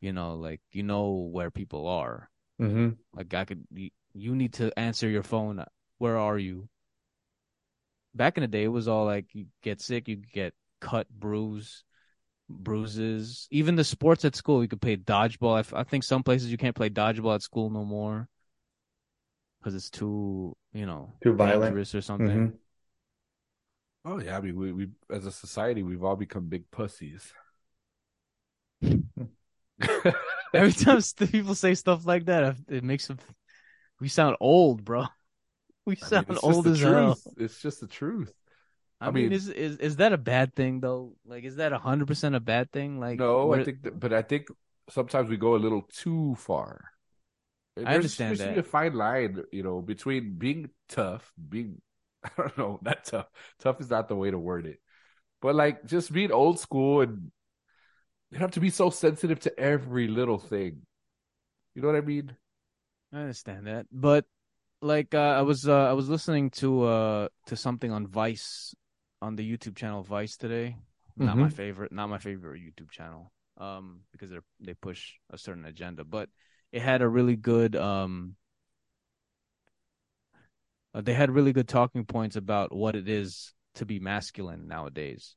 Speaker 6: You know, like you know where people are.
Speaker 7: Mm-hmm.
Speaker 11: hmm
Speaker 6: Like I could, y- you need to answer your phone. uh, Where are you? Back in the day, it was all like you get sick, you get cut, bruise, bruises. Even the sports at school, you could play dodgeball. I, f- I think some places you can't play dodgeball at school no more because it's too, you know,
Speaker 11: Too violent.
Speaker 6: dangerous or something.
Speaker 8: Mm-hmm.
Speaker 11: hmm
Speaker 8: Oh yeah, I mean, we, we as a society, we've all become big pussies.
Speaker 7: Mm-hmm.
Speaker 6: Every time st- people say stuff like that, I- it makes them. We sound old, bro. We
Speaker 8: I mean,
Speaker 6: sound
Speaker 8: it's just
Speaker 6: old
Speaker 8: the
Speaker 6: as
Speaker 8: truth.
Speaker 6: hell.
Speaker 8: It's just the truth.
Speaker 6: I,
Speaker 8: I
Speaker 6: mean,
Speaker 8: mean-
Speaker 6: is, is is that a bad thing though? Like, is that hundred percent a bad thing? Like,
Speaker 8: no, I
Speaker 6: we're-
Speaker 8: think, that, but I think sometimes we go a little too far. There's-
Speaker 6: understand
Speaker 8: there's
Speaker 6: that.
Speaker 8: a fine line, you know, between being tough, being I don't know, not tough. Tough is not the way to word it, but like just being old school and you don't have to be so sensitive to every little thing. You know what I mean?
Speaker 6: I understand that, but like, uh, I was uh, I was listening to uh to something on Vice on the YouTube channel Vice today. Not my favorite, not my favorite YouTube channel, um, because they are they push a certain agenda, but it had a really good um. uh, They had really good talking points about what it is to be masculine nowadays,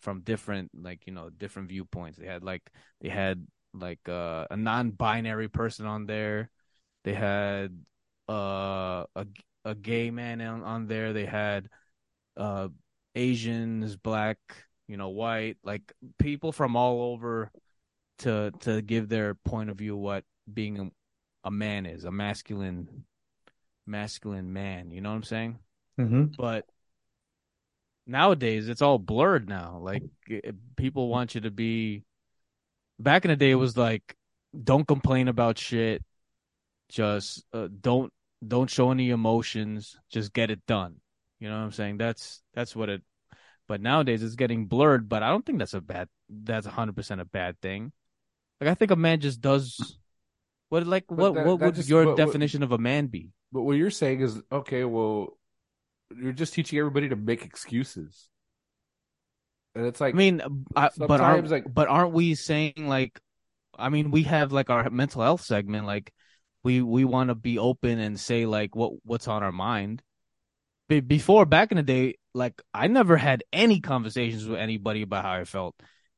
Speaker 6: from different like you know different viewpoints. They had like they had like uh, a non-binary person on there. They had uh, a a gay man on, on there. They had uh, Asians, black, you know, white, like people from all over to to give their point of view what being a, a man is, a masculine masculine man. You know what I'm saying?
Speaker 11: hmm
Speaker 6: but nowadays it's all blurred now like it, people want you to be back in the day it was like don't complain about shit just uh, don't don't show any emotions just get it done you know what i'm saying that's that's what it but nowadays it's getting blurred but i don't think that's a bad that's 100% a bad thing like i think a man just does what like
Speaker 8: But
Speaker 6: what
Speaker 8: that-
Speaker 6: what
Speaker 8: that
Speaker 6: would
Speaker 8: just-
Speaker 6: your
Speaker 8: what- what-
Speaker 6: definition of a man be
Speaker 8: But what you're saying is okay. Well, you're just teaching everybody to make excuses, and it's like
Speaker 6: I mean, I, but aren't
Speaker 8: sometimes, like-
Speaker 6: but aren't we saying like, I mean, we have like our mental health segment, like we we want to be open and say like what what's on our mind. Be- before back in the day, like I never had any conversations with anybody about how I felt.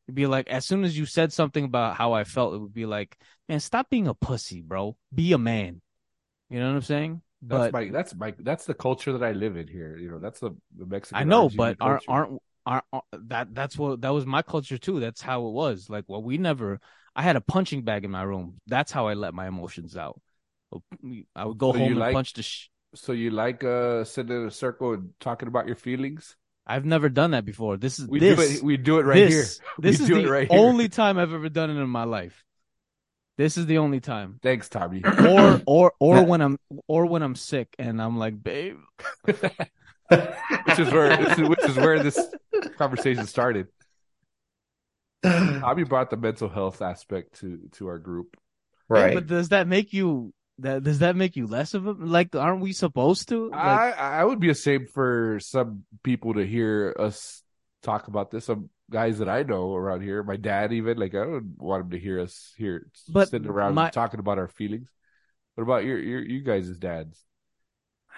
Speaker 6: It'd be like as soon as you said something about how I felt, it would be like, man, stop being a pussy, bro. Be a man. You know what I'm saying? But
Speaker 8: that's my that's my that's the culture that I live in here. You know, that's the, the Mexican.
Speaker 6: I know,
Speaker 8: RGB
Speaker 6: but aren't
Speaker 8: culture.
Speaker 6: aren't are that that's what that was my culture too. That's how it was. Like, well, we never. I had a punching bag in my room. That's how I let my emotions out. I would go
Speaker 8: So you
Speaker 6: home and
Speaker 8: like-
Speaker 6: punch the. Sh-
Speaker 8: so you like uh sitting in a circle and talking about your feelings?
Speaker 6: I've never done that before. This is
Speaker 8: We
Speaker 6: this.
Speaker 8: do it. We do it right
Speaker 6: this,
Speaker 8: here.
Speaker 6: This
Speaker 8: we
Speaker 6: is
Speaker 8: do it
Speaker 6: the
Speaker 8: right here.
Speaker 6: only time I've ever done it in my life. This is the only time.
Speaker 8: Thanks, Tommy.
Speaker 6: Or or or when I'm or when I'm sick and I'm like, babe,
Speaker 8: which is where which is, which is where this conversation started.
Speaker 7: Mm-hmm.
Speaker 8: Tommy brought the mental health aspect to to our group.
Speaker 11: Right.
Speaker 6: But does that make you? That, does that make you less of a like? Aren't we supposed to? Like,
Speaker 8: I I would be ashamed for some people to hear us talk about this. Some guys that I know around here, my dad even like I don't want him to hear us here
Speaker 6: But
Speaker 8: sitting around
Speaker 6: my-
Speaker 8: talking about our feelings. What about your your you guys' dads?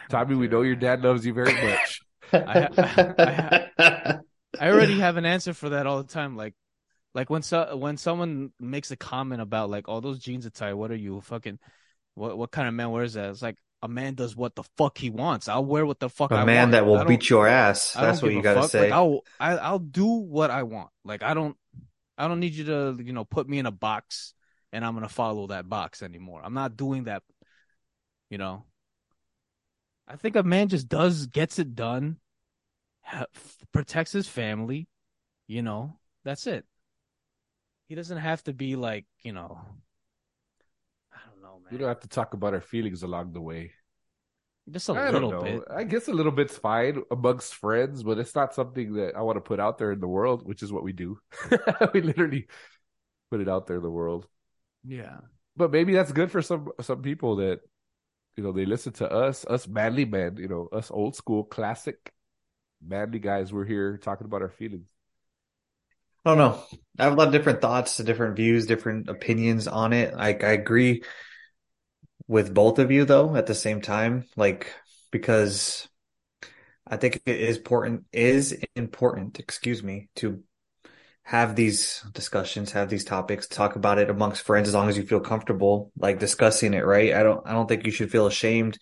Speaker 8: Tommy, we know your dad loves you very much.
Speaker 6: I- I- I already have an answer for that all the time. Like, like when so when someone makes a comment about like, "Oh, those jeans are tight. What are you a fucking? What what kind of man wears that?" It's like a man does what the fuck he wants. I'll wear what the fuck
Speaker 7: A
Speaker 6: I
Speaker 7: man
Speaker 6: want.
Speaker 7: that
Speaker 6: I
Speaker 7: will
Speaker 6: don't-
Speaker 7: beat your ass.
Speaker 6: I don't
Speaker 7: That's what
Speaker 6: give
Speaker 7: you
Speaker 6: a
Speaker 7: gotta
Speaker 6: fuck.
Speaker 7: say.
Speaker 6: Like, I'll I, I'll do what I want. Like I don't I don't need you to you know put me in a box and I'm gonna follow that box anymore. I'm not doing that. You know. I think a man just does gets it done, ha- protects his family. You know that's it. He doesn't have to be like you know. I don't know,
Speaker 8: We
Speaker 6: man.
Speaker 8: don't have to talk about our feelings along the way.
Speaker 6: Just a
Speaker 8: I don't
Speaker 6: little
Speaker 8: know.
Speaker 6: bit.
Speaker 8: I guess a little bit's fine amongst friends, but it's not something that I want to put out there in the world, which is what we do. we literally put it out there in the world.
Speaker 6: Yeah.
Speaker 8: But maybe that's good for some some people that you know they listen to us, us manly men, you know, us old school classic manly guys. We're here talking about our feelings.
Speaker 7: I don't know. I have a lot of different thoughts, different views, different opinions on it. Like I agree with both of you though at the same time, like because I think it is important is important, excuse me, to have these discussions, have these topics, talk about it amongst friends as long as you feel comfortable like discussing it, right? I don't I don't think you should feel ashamed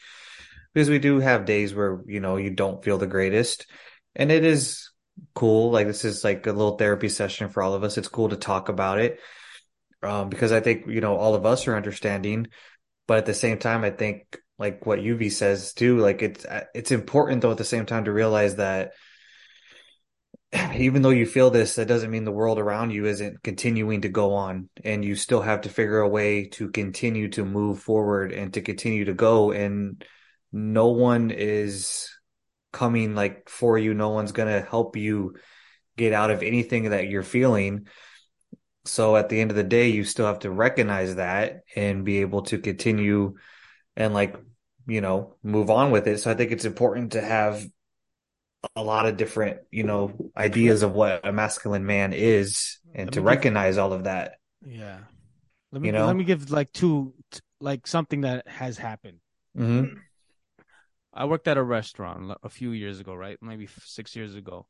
Speaker 7: because we do have days where, you know, you don't feel the greatest. And it is cool. Like this is like a little therapy session for all of us. It's cool to talk about it um, because I think you know all of us are understanding, but at the same time, I think like what UV says too. Like it's uh, it's important though at the same time to realize that even though you feel this, that doesn't mean the world around you isn't continuing to go on, and you still have to figure a way to continue to move forward and to continue to go. And no one is coming like for you. No one's going to help you get out of anything that you're feeling. So at the end of the day, you still have to recognize that and be able to continue and like, you know, move on with it. So I think it's important to have a lot of different, you know, ideas of what a masculine man is and
Speaker 6: Let
Speaker 7: to
Speaker 6: me give-
Speaker 7: recognize all of that.
Speaker 6: Yeah. Let me
Speaker 7: You know?
Speaker 6: let me give like two t- like something that has happened.
Speaker 7: Mm-hmm.
Speaker 6: I worked at a restaurant l- a few years ago, right? Maybe f- six years ago,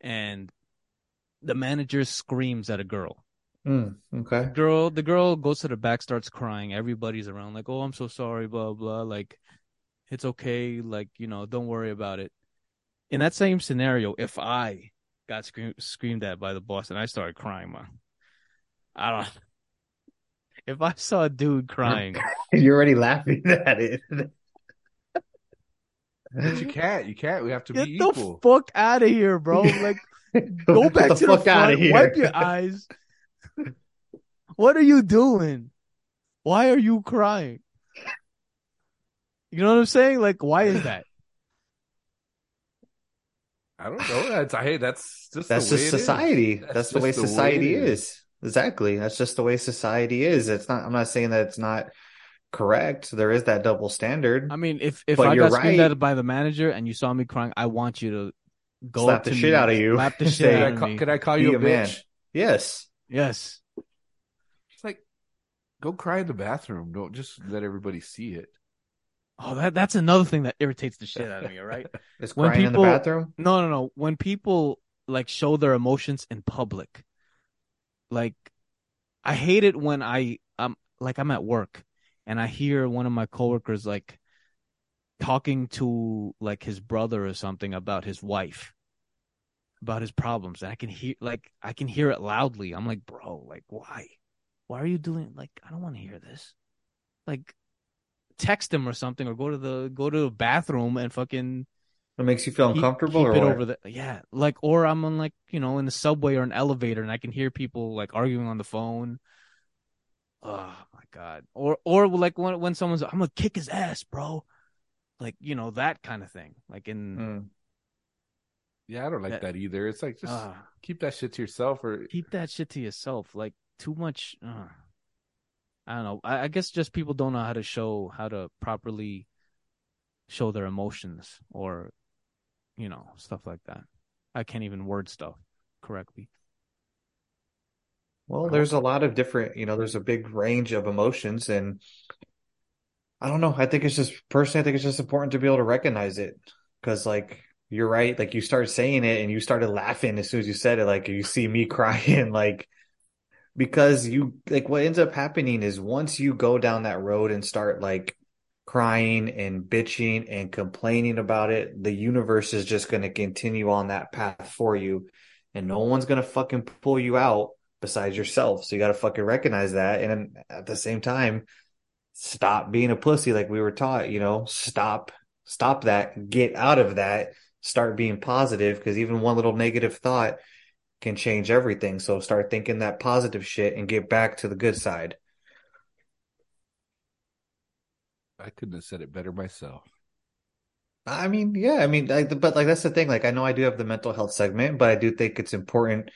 Speaker 6: and the manager screams at a girl.
Speaker 7: Mm, okay.
Speaker 6: Girl, the girl goes to the back, starts crying. Everybody's around, like, "Oh, I'm so sorry," blah blah. Like, it's okay. Like, you know, don't worry about it. In that same scenario, if I got scream- screamed at by the boss and I started crying, man, I don't. If I saw a dude crying,
Speaker 7: You're already laughing at it.
Speaker 8: But you can't. You can't. We have to
Speaker 6: Get
Speaker 8: be
Speaker 6: the
Speaker 8: equal.
Speaker 6: fuck out of here, bro. Like, go
Speaker 7: Get
Speaker 6: back
Speaker 7: the
Speaker 6: to
Speaker 7: fuck
Speaker 6: the
Speaker 7: outta
Speaker 6: front.
Speaker 7: here.
Speaker 6: Wipe your eyes. what are you doing? Why are you crying? You know what I'm saying? Like, why is that?
Speaker 8: I don't know. That's hey, that's just
Speaker 7: That's
Speaker 8: the way
Speaker 7: just
Speaker 8: it is.
Speaker 7: society. That's, the way
Speaker 8: just it
Speaker 7: society is. Exactly. That's just the way society is. It's not. I'm not saying that it's not correct. There is that double standard.
Speaker 6: I mean, if if
Speaker 7: But
Speaker 6: I
Speaker 7: you're
Speaker 6: got screamed
Speaker 7: right.
Speaker 6: at by the manager and you saw me crying, I want you to go
Speaker 7: Slap
Speaker 6: up
Speaker 7: the
Speaker 6: to
Speaker 7: shit
Speaker 6: me,
Speaker 7: out of you.
Speaker 6: slap the
Speaker 7: Say,
Speaker 6: shit out
Speaker 8: Can I
Speaker 6: of
Speaker 8: call,
Speaker 6: me.
Speaker 8: can I call
Speaker 7: Be
Speaker 8: you a,
Speaker 7: a
Speaker 8: bitch?
Speaker 7: man. yes.
Speaker 6: Yes,
Speaker 8: It's like go cry in the bathroom. Don't just let everybody see it.
Speaker 6: oh, that that's another thing that irritates the shit out of me. All right,
Speaker 7: Is
Speaker 6: When
Speaker 7: crying in the
Speaker 6: people-
Speaker 7: bathroom.
Speaker 6: No, no, no. When people like show their emotions in public, like I hate it when I um like I'm at work and I hear one of my coworkers like talking to like his brother or something about his wife, about his problems, and I can hear like I can hear it loudly. I'm like, bro, like why, why are you doing like I don't want to hear this, like text him or something or go to the go to the bathroom and fucking
Speaker 7: It makes you feel
Speaker 6: keep-
Speaker 7: uncomfortable,
Speaker 6: keep
Speaker 7: or
Speaker 6: it
Speaker 7: what?
Speaker 6: over the yeah like or i'm on like you know in the subway or an elevator and i can hear people like arguing on the phone oh my god or or like when when someone's i'm gonna kick his ass bro like you know that kind of thing like in
Speaker 7: Mm.
Speaker 8: Yeah, I don't like
Speaker 6: That-
Speaker 8: that either. It's like just
Speaker 6: ah,
Speaker 8: keep that shit to yourself or
Speaker 6: keep that shit to yourself like too much uh, i don't know I, I guess just people don't know how to show how to properly show their emotions or you know stuff like that i can't even word stuff correctly
Speaker 7: Well, there's a lot of different, you know, there's a big range of emotions, and I don't know. I think it's just personally, I think it's just important to be able to recognize it because, like, you're right. Like, you start saying it, and you started laughing as soon as you said it. Like, you see me crying, like, because you like what ends up happening is once you go down that road and start like crying and bitching and complaining about it, the universe is just going to continue on that path for you. And no one's going to fucking pull you out besides yourself. So you got to fucking recognize that. And then at the same time, stop being a pussy like we were taught, you know, stop, stop that, get out of that, start being positive because even one little negative thought can change everything. So start thinking that positive shit and get back to the good side.
Speaker 8: I couldn't have said it better myself.
Speaker 7: I mean, yeah, I mean, I, but like that's the thing. Like, I know I do have the mental health segment, but I do think it's important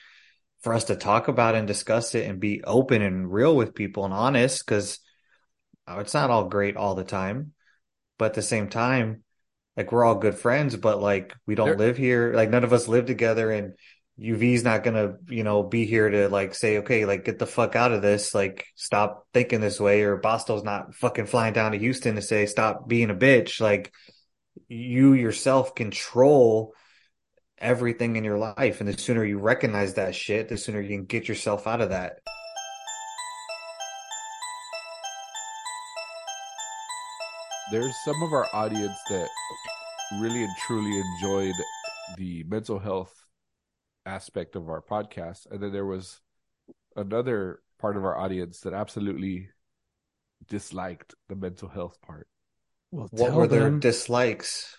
Speaker 7: for us to talk about and discuss it and be open and real with people and honest because it's not all great all the time. But at the same time, like we're all good friends, but like we don't
Speaker 8: There-
Speaker 7: live here. Like none of us live together, and UV's not gonna, you know, be here to like say, okay, like get the fuck out of this, like stop thinking this way, or Bosto's not fucking flying down to Houston to say stop being a bitch. Like you yourself control everything in your life, and the sooner you recognize that shit, the sooner you can get yourself out of that.
Speaker 8: There's some of our audience that really and truly enjoyed the mental health aspect of our podcast. And then there was another part of our audience that absolutely disliked the mental health part.
Speaker 6: Well,
Speaker 7: What
Speaker 6: tell
Speaker 7: were their
Speaker 6: them.
Speaker 7: dislikes?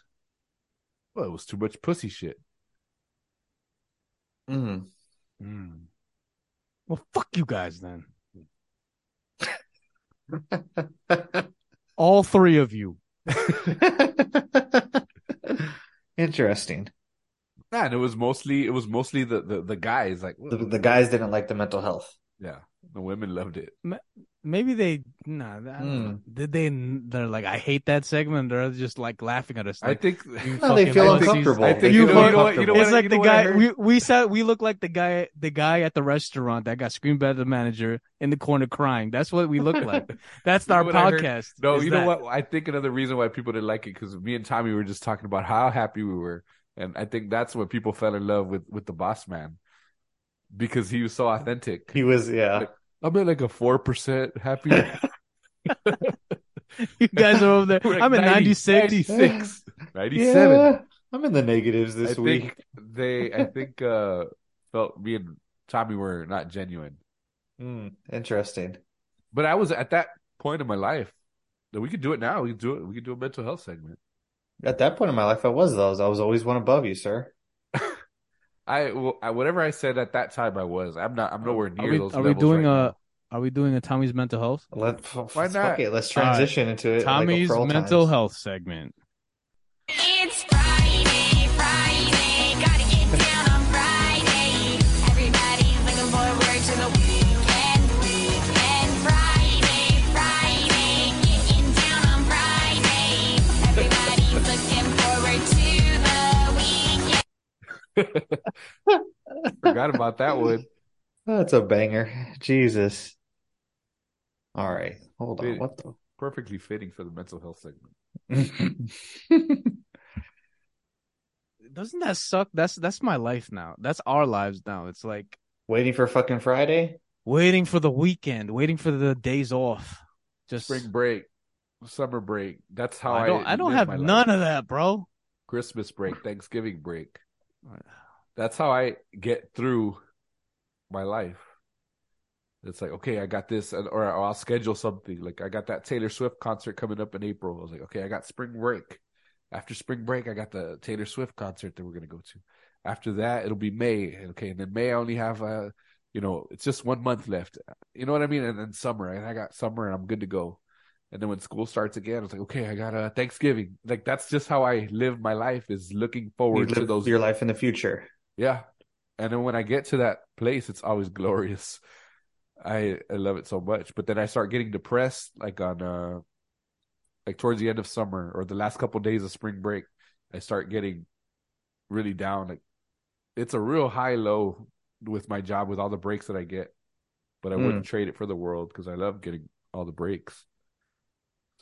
Speaker 8: Well, it was too much pussy shit.
Speaker 7: Mm.
Speaker 6: well, fuck you guys then. All three of you.
Speaker 7: Interesting.
Speaker 8: Nah, and it was mostly it was mostly the the, the guys like
Speaker 7: The, the guys didn't like the mental health.
Speaker 8: yeah the women loved it.
Speaker 6: Maybe they nah. I don't know. Did they? They're like, I hate that segment. They're just like laughing at us.
Speaker 8: I
Speaker 6: Like,
Speaker 8: think
Speaker 7: No, they
Speaker 6: fucking
Speaker 7: feel
Speaker 6: pussies.
Speaker 7: uncomfortable.
Speaker 8: I
Speaker 7: They
Speaker 8: think
Speaker 6: you
Speaker 7: feel
Speaker 6: know what- you
Speaker 8: know what- you know
Speaker 7: uncomfortable.
Speaker 6: it's like
Speaker 8: you know
Speaker 6: the
Speaker 8: what I
Speaker 6: guy
Speaker 8: heard?
Speaker 6: we we saw we look like the guy the guy at the restaurant that got screamed by the manager in the corner crying. That's what we look like. That's
Speaker 8: You know
Speaker 6: our
Speaker 8: what I heard?
Speaker 6: podcast.
Speaker 8: No,
Speaker 6: is
Speaker 8: you know
Speaker 6: that.
Speaker 8: what? I think another reason why people didn't like it because me and Tommy were just talking about how happy we were, and I think that's what people fell in love with with the boss man because he was so authentic.
Speaker 7: He was, yeah.
Speaker 8: I'm at like a four percent happy.
Speaker 6: You guys are over there.
Speaker 8: We're
Speaker 6: I'm at 96.
Speaker 8: 96, 97.
Speaker 7: Yeah, I'm in the negatives
Speaker 8: I
Speaker 7: this week.
Speaker 8: think they, I think, uh, felt me and Tommy were not genuine.
Speaker 7: Hmm, interesting.
Speaker 8: But I was at that point in my life that we could do it now. We could do it. We could do a mental health segment.
Speaker 7: At that point in my life, I was those. I was always one above you, sir.
Speaker 8: I, well, I whatever I said at that time, I was. I'm not. I'm nowhere near
Speaker 6: Are we,
Speaker 8: those.
Speaker 6: are we
Speaker 8: levels
Speaker 6: doing
Speaker 8: right
Speaker 6: a
Speaker 8: now.
Speaker 6: are we doing a Tommy's mental health?
Speaker 7: Let f-
Speaker 8: Why
Speaker 7: f-
Speaker 8: not?
Speaker 7: Fuck it. Let's transition into it. like
Speaker 6: Tommy's
Speaker 7: for all
Speaker 6: mental
Speaker 7: times.
Speaker 6: health segment.
Speaker 10: It's Friday, Friday. Gotta get down on Friday. Everybody looking forward to the weekend, weekend. Friday, Friday. Getting down on Friday. Everybody looking forward to the weekend.
Speaker 8: Forgot about that one.
Speaker 7: Oh, That's a banger. Jesus. All right. Hold on.
Speaker 8: Dude.
Speaker 7: What the?
Speaker 8: Perfectly fitting for the mental health segment.
Speaker 6: Doesn't that suck? That's that's my life now. That's our lives now. It's like
Speaker 7: Waiting for fucking Friday?
Speaker 6: waiting for the weekend, waiting for the days off. Just
Speaker 8: Spring break, summer break. That's how I.
Speaker 6: I don't I don't
Speaker 8: live
Speaker 6: have
Speaker 8: my life.
Speaker 6: none of that, bro.
Speaker 8: Christmas break, Thanksgiving break. That's how I get through my life. It's like, okay, I got this, and- or I'll schedule something. Like, I got that Taylor Swift concert coming up in April. I was like, okay, I got spring break. After spring break, I got the Taylor Swift concert that we're going to go to. After that, it'll be May. Okay. And then May, I only have, uh, you know, it's just one month left. You know what I mean? And then summer, and I got summer, and I'm good to go. And then when school starts again, it's like, okay, I got a Thanksgiving. Like that's just how I live my life is looking
Speaker 7: You
Speaker 8: forward to
Speaker 7: live
Speaker 8: those.
Speaker 7: your life in the future.
Speaker 8: Yeah. And then when I get to that place, it's always glorious. I, I love it so much. But then I start getting depressed like on uh like towards the end of summer or the last couple days of spring break, I start getting really down. Like it's a real high low with my job with all the breaks that I get. But
Speaker 7: Hmm.
Speaker 8: I wouldn't trade it for the world because I love getting all the breaks.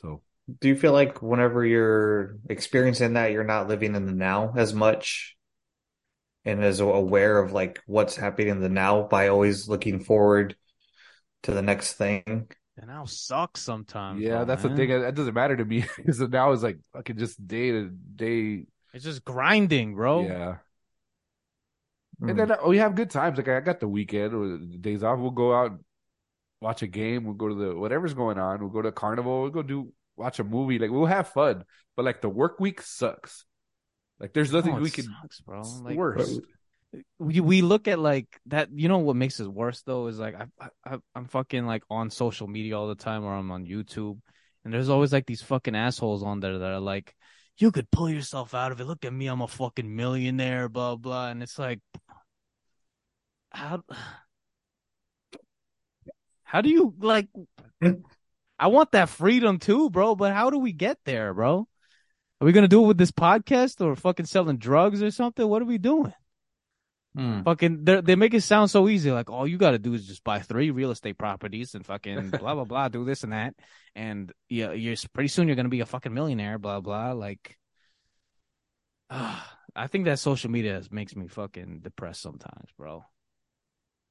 Speaker 8: So
Speaker 7: Do you feel like whenever you're experiencing that, you're not living in the now as much and as aware of like what's happening in the now by always looking forward to the next thing?
Speaker 6: And I'll suck sometimes.
Speaker 8: yeah,
Speaker 6: though,
Speaker 8: that's
Speaker 6: man.
Speaker 8: the thing. That doesn't matter to me because now it's like fucking just day to day.
Speaker 6: It's just grinding, bro.
Speaker 8: Yeah.
Speaker 7: Mm.
Speaker 6: Hmm.
Speaker 8: And then uh, we have good times. Like I got the weekend or the days off. We'll go out, watch a game. We'll go to the whatever's going on. We'll go to a carnival. We'll go do watch a movie. Like we'll have fun. But like the work week sucks. Like there's
Speaker 6: No,
Speaker 8: nothing
Speaker 6: it
Speaker 8: we can.
Speaker 6: sucks, bro.
Speaker 8: it's
Speaker 6: Oh, Like,
Speaker 8: worse.
Speaker 6: we we look at like that. You know what makes it worse though is like I, I- I I'm fucking like on social media all the time or I'm on YouTube, and there's always like these fucking assholes on there that are like, you could pull yourself out of it. Look at me, I'm a fucking millionaire, blah blah. And it's like, how how do you like? I want that freedom too, bro. But how do we get there, bro? Are we gonna do it with this podcast or fucking selling drugs or something? What are we doing?
Speaker 5: Hmm.
Speaker 6: Fucking, they they make it sound so easy. Like all you got to do is just buy three real estate properties and fucking blah blah blah, do this and that, and yeah, you're pretty soon you're gonna be a fucking millionaire. Blah blah. Like, I think that social media is- makes me fucking depressed sometimes, bro.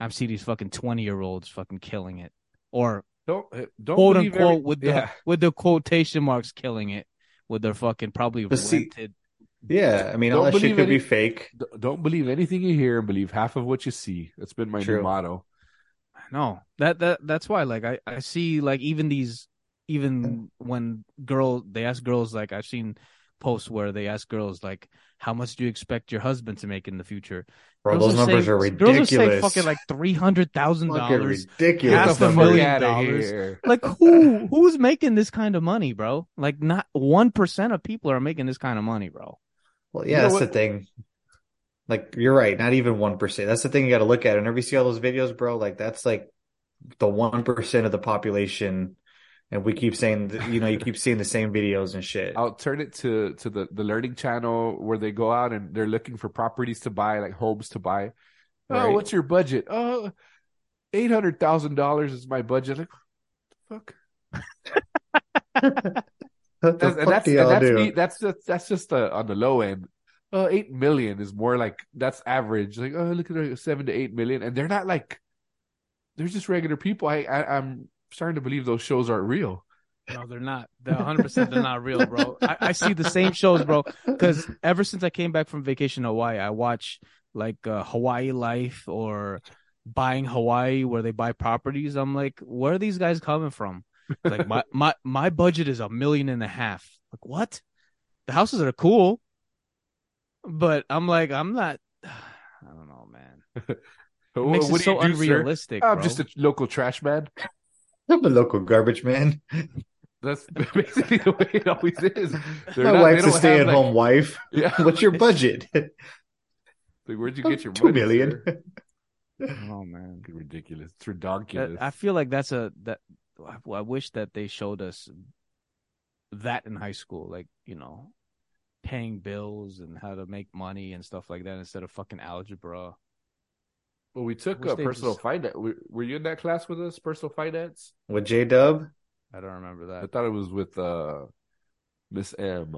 Speaker 6: I see these fucking twenty year olds fucking killing it, or
Speaker 8: Don't eh, don't
Speaker 6: quote
Speaker 8: believe
Speaker 6: unquote
Speaker 8: every-
Speaker 6: with the
Speaker 8: yeah.
Speaker 6: with the quotation marks killing it with their fucking probably
Speaker 7: But see-
Speaker 6: rented.
Speaker 7: Yeah, I mean, all
Speaker 8: Don't
Speaker 7: that shit
Speaker 8: believe
Speaker 7: could be
Speaker 8: any-
Speaker 7: fake.
Speaker 8: D- Don't believe anything you hear and believe half of what you see. That's been my
Speaker 7: True.
Speaker 8: new motto.
Speaker 6: No, that that that's why. Like I I see like even these even when girls they ask girls like I've seen posts where they ask girls like how much do you expect your husband to make in the future?
Speaker 7: Bro,
Speaker 6: Girls
Speaker 7: those numbers
Speaker 6: saying-
Speaker 7: are
Speaker 6: Girls are saying
Speaker 7: ridiculous.
Speaker 6: fucking like three hundred thousand
Speaker 7: Fucking
Speaker 6: dollars.
Speaker 7: ridiculous.
Speaker 6: Half a
Speaker 8: fuck
Speaker 6: million
Speaker 8: outta
Speaker 6: dollars.
Speaker 8: here.
Speaker 6: Like who who's making this kind of money, bro? Like not one percent of people are making this kind of money, bro.
Speaker 7: Well,
Speaker 8: You
Speaker 7: yeah,
Speaker 8: know
Speaker 7: that's
Speaker 8: what-
Speaker 7: the thing. Like you're right, not even one percent. That's the thing you got to look at. Whenever you see all those videos, bro, like that's like the one percent of the population, and we keep saying, that, you know, you keep seeing the same videos and shit.
Speaker 8: I'll turn it to to the the learning channel where they go out and they're looking for properties to buy, like homes to buy. Oh,
Speaker 7: Right.
Speaker 8: what's your budget? Oh, eight hundred thousand dollars is my budget. Like, fuck.
Speaker 7: What the
Speaker 8: That's, and
Speaker 7: fuck
Speaker 8: that's
Speaker 7: do
Speaker 8: and
Speaker 7: y'all
Speaker 8: that's
Speaker 7: do?
Speaker 8: me- that's just that's just uh, on the low end. Uh, eight million is more like that's average. Like, oh, look at her, seven to eight million, and they're not like they're just regular people. I, I I'm starting to believe those shows aren't real.
Speaker 6: No, they're not. They're 100% they're not real, bro. I, I see the same shows, bro. Because ever since I came back from vacation to Hawaii, I watch like uh, Hawaii Life or Buying Hawaii, where they buy properties. I'm like, where are these guys coming from? It's like my my my budget is a million and a half. Like what? The houses are cool, but I'm like, I'm not. I don't know, man. It makes it so
Speaker 8: do, sir?
Speaker 6: unrealistic.
Speaker 8: I'm
Speaker 6: bro.
Speaker 8: just a local trash man.
Speaker 7: I'm a local garbage man.
Speaker 8: That's basically the way it always is. They're
Speaker 7: My
Speaker 8: not- they
Speaker 7: wife's a
Speaker 8: don't have,
Speaker 7: stay-at-home wife.
Speaker 8: Like, yeah.
Speaker 7: What's your budget?
Speaker 8: Like, where'd you get your
Speaker 7: Oh, Two
Speaker 8: money,
Speaker 7: million.
Speaker 8: sir?
Speaker 6: oh man.
Speaker 8: Ridiculous. It's
Speaker 6: That-
Speaker 8: ridiculous.
Speaker 6: Uh, I feel like that's a that I, I wish that they showed us that in high school, like you know, paying bills and how to make money and stuff like that instead of fucking algebra.
Speaker 8: well, we took
Speaker 6: wish
Speaker 8: uh,
Speaker 6: they
Speaker 8: personal
Speaker 6: just-
Speaker 8: finance. Were, were you in that class with us, personal finance?
Speaker 7: With J Dub,
Speaker 6: I don't remember
Speaker 8: I
Speaker 6: that.
Speaker 8: thought it was with uh, Miss M.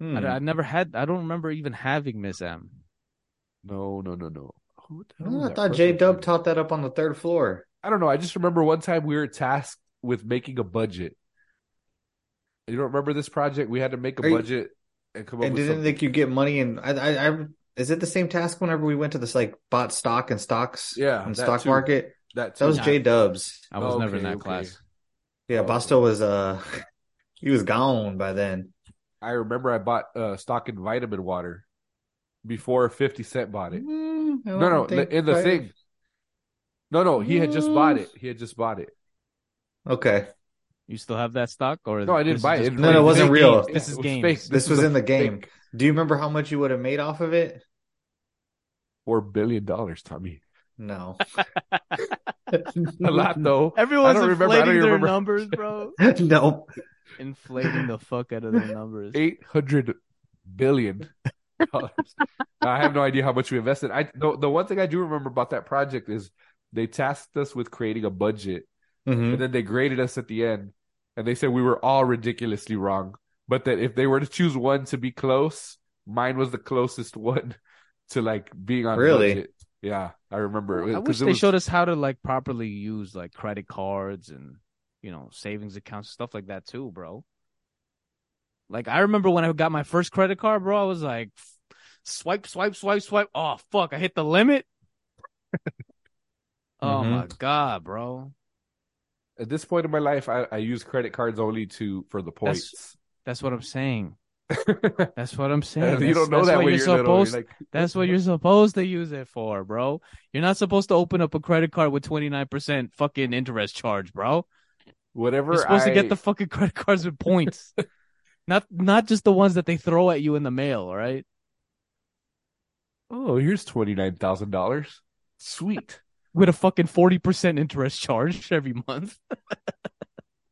Speaker 6: I,
Speaker 8: hmm.
Speaker 6: I never had. I don't remember even having Miss M.
Speaker 8: No, no, no, no. Who the hell was
Speaker 7: I
Speaker 8: that
Speaker 7: thought
Speaker 8: personal
Speaker 7: J Dub
Speaker 8: finance?
Speaker 7: taught that up on the third floor.
Speaker 8: I don't know. I just remember one time we were tasked with making a budget. You don't remember this project? We had to make a
Speaker 7: Are you-
Speaker 8: budget and come up
Speaker 7: and
Speaker 8: with
Speaker 7: didn't
Speaker 8: something.
Speaker 7: think you get money and I, I I is it the same task whenever we went to this like bought stock and stocks
Speaker 8: Yeah,
Speaker 7: and
Speaker 8: that
Speaker 7: stock
Speaker 8: too.
Speaker 7: market?
Speaker 8: that
Speaker 7: That was
Speaker 8: too. Oh,
Speaker 7: J Dubs.
Speaker 6: I was never in
Speaker 8: Okay,
Speaker 6: that
Speaker 8: okay.
Speaker 6: class.
Speaker 7: Yeah,
Speaker 8: Oh,
Speaker 7: Basto was uh he was gone by then.
Speaker 8: I remember I bought uh, stock in vitamin water before 50 Cent bought it. Mm, No, no, in the thing. No, no, he had just bought it. He had just bought it.
Speaker 7: Okay.
Speaker 6: You still have that stock, or
Speaker 8: No, I didn't
Speaker 6: this
Speaker 8: buy
Speaker 6: is
Speaker 8: it.
Speaker 6: just
Speaker 7: No, no, it
Speaker 6: fake
Speaker 7: wasn't
Speaker 6: games?
Speaker 7: real.
Speaker 6: This
Speaker 8: It
Speaker 6: is
Speaker 8: was
Speaker 6: games.
Speaker 8: fake.
Speaker 7: This was
Speaker 8: a
Speaker 7: in the game.
Speaker 8: fake.
Speaker 7: Do you remember how much you would have made off of it?
Speaker 8: Four billion dollars, Tommy.
Speaker 7: No.
Speaker 8: A lot though. I
Speaker 6: Everyone's
Speaker 8: don't remember- I don't
Speaker 6: inflating their
Speaker 8: remember.
Speaker 6: numbers, bro.
Speaker 7: no.
Speaker 6: inflating the fuck out of their numbers.
Speaker 8: Eight hundred billion dollars. I have no idea how much we invested. I the, the one thing I do remember about that project is they tasked us with creating a budget
Speaker 7: Mhm.
Speaker 8: and then they graded us at the end and they said we were all ridiculously wrong but that if they were to choose one to be close mine was the closest one to like being on
Speaker 7: Really?
Speaker 8: budget Yeah, I remember. Uh,
Speaker 6: I
Speaker 8: 'cause
Speaker 6: wish
Speaker 8: it
Speaker 6: they
Speaker 8: was-
Speaker 6: showed us how to like properly use like credit cards and you know savings accounts stuff like that too, bro. Like I remember when I got my first credit card, bro, I was like swipe, swipe, swipe, swipe. Oh fuck, I hit the limit. oh
Speaker 7: Mhm.
Speaker 8: Mm-hmm.
Speaker 6: my god, bro.
Speaker 8: at this point in my life, I, I use credit cards only to for the
Speaker 6: That's-
Speaker 8: points.
Speaker 6: That's what I'm saying.
Speaker 8: you
Speaker 6: That's what I'm saying. That's-
Speaker 8: don't know
Speaker 6: that's
Speaker 8: that
Speaker 6: what
Speaker 8: when
Speaker 6: you're
Speaker 8: you're little. You're
Speaker 6: supposed
Speaker 8: like,
Speaker 6: That's what you're supposed to use it for, bro. You're not supposed to open up a credit card with 29% fucking interest charge, bro.
Speaker 8: whatever.
Speaker 6: You're supposed to
Speaker 8: I-
Speaker 6: get the fucking credit cards with points. not not just the ones that they throw at you in the mail, all right?
Speaker 8: oh, here's twenty nine thousand dollars. Sweet.
Speaker 6: With a fucking 40% interest charge every month.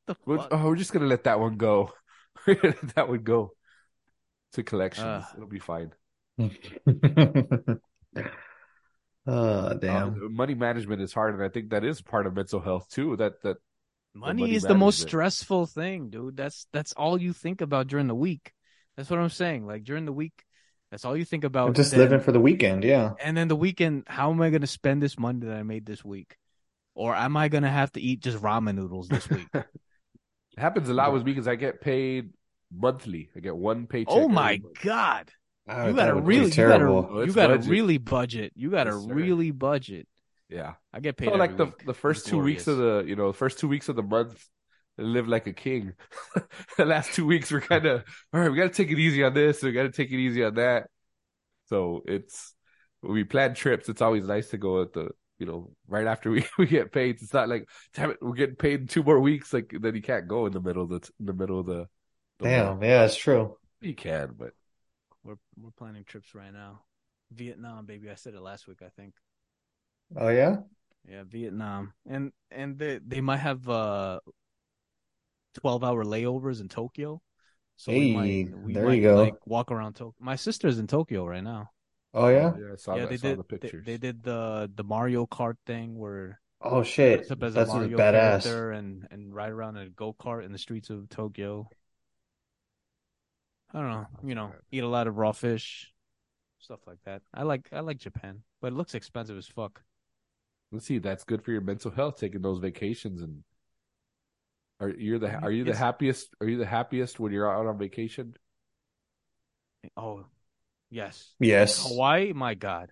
Speaker 6: the
Speaker 8: We're-
Speaker 6: fuck?
Speaker 8: oh, we're just gonna let that one go. We're gonna let that one go to collections.
Speaker 6: Ugh.
Speaker 8: It'll be fine.
Speaker 7: oh damn.
Speaker 8: Uh, money management is hard, and I think that is part of mental health too. That that
Speaker 6: money,
Speaker 8: money
Speaker 6: is the most
Speaker 8: management.
Speaker 6: stressful thing, dude. That's that's all you think about during the week. That's what I'm saying. Like during the week, that's all you think about.
Speaker 7: I'm just
Speaker 6: Then-
Speaker 7: living for the weekend, yeah.
Speaker 6: and then the weekend, how am I going to spend this money that I made this week? Or am I going to have to eat just ramen noodles this week?
Speaker 8: happens a lot with me because I get paid monthly. I get one paycheck.
Speaker 6: oh
Speaker 8: every
Speaker 6: my
Speaker 8: month.
Speaker 6: god.
Speaker 7: Oh,
Speaker 6: you got
Speaker 7: that
Speaker 6: to
Speaker 7: would be
Speaker 6: really you got
Speaker 7: terrible.
Speaker 8: Oh,
Speaker 6: to you
Speaker 8: it's
Speaker 6: got to
Speaker 8: budget.
Speaker 6: really budget. You got to
Speaker 8: Yes, sir.
Speaker 6: really budget.
Speaker 8: Yeah.
Speaker 6: I get paid
Speaker 8: So like
Speaker 6: every
Speaker 8: the
Speaker 6: week.
Speaker 8: the first
Speaker 6: It's
Speaker 8: two weeks of
Speaker 6: glorious.
Speaker 8: the you know the first two weeks of the month, I live like a king. the last two weeks we're kind of all right. We got to take it easy on this. We got to take it easy on that. So it's when we plan trips. It's always nice to go at the you know right after we we get paid. It's not like damn it, we're getting paid in two more weeks. Like then you can't go in the middle of the t- in the middle of the, the
Speaker 7: Damn,
Speaker 8: month.
Speaker 7: yeah, it's true.
Speaker 8: You can, but
Speaker 6: we're we're planning trips right now. Vietnam, baby. I said it last week, I think.
Speaker 7: Oh yeah?
Speaker 6: Yeah, Vietnam. And and they they might have uh 12-hour layovers in Tokyo. So we
Speaker 7: Hey,
Speaker 6: might we
Speaker 7: there
Speaker 6: might
Speaker 7: you go.
Speaker 6: like walk around Tokyo. My sister's in Tokyo right now.
Speaker 7: Oh yeah?
Speaker 8: yeah, I saw,
Speaker 6: yeah,
Speaker 8: that,
Speaker 6: they
Speaker 8: saw
Speaker 6: did.
Speaker 8: the
Speaker 6: they-
Speaker 8: pictures.
Speaker 6: They, did the the Mario Kart thing where
Speaker 7: Oh shit.
Speaker 6: dress up as
Speaker 7: That's
Speaker 6: a
Speaker 7: what's
Speaker 6: Mario
Speaker 7: badass.
Speaker 6: character and and ride around in a go kart in the streets of Tokyo. I don't know. You know, eat a lot of raw fish, stuff like that. I like I like Japan, but it looks expensive as fuck.
Speaker 8: Let's see. That's good for your mental health. Taking those vacations and are you the are you the
Speaker 6: It's-
Speaker 8: happiest? Are you the happiest when you're out on vacation?
Speaker 6: Oh, yes,
Speaker 7: Yes.
Speaker 8: Oh,
Speaker 6: Hawaii. My God,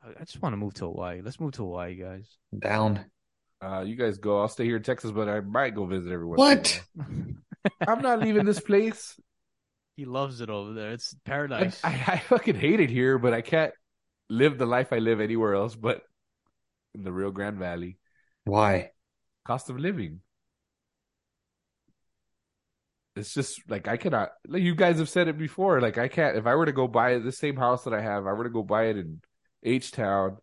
Speaker 6: I I just want to move to Hawaii. Let's move to Hawaii, guys.
Speaker 7: Down.
Speaker 8: Uh, you guys go. I'll stay here in Texas, but I might go visit everyone.
Speaker 7: What?
Speaker 8: I'm not leaving this place.
Speaker 6: he loves it over there. It's
Speaker 8: I,
Speaker 6: paradise.
Speaker 8: I, I fucking hate it here, but I can't live the life I live anywhere else but in the Rio Grande Valley.
Speaker 7: Why?
Speaker 8: Cost of living. It's just like I cannot. Like you guys have said it before. Like I can't. If I were to go buy the same house that I have, I were to go buy it in H Town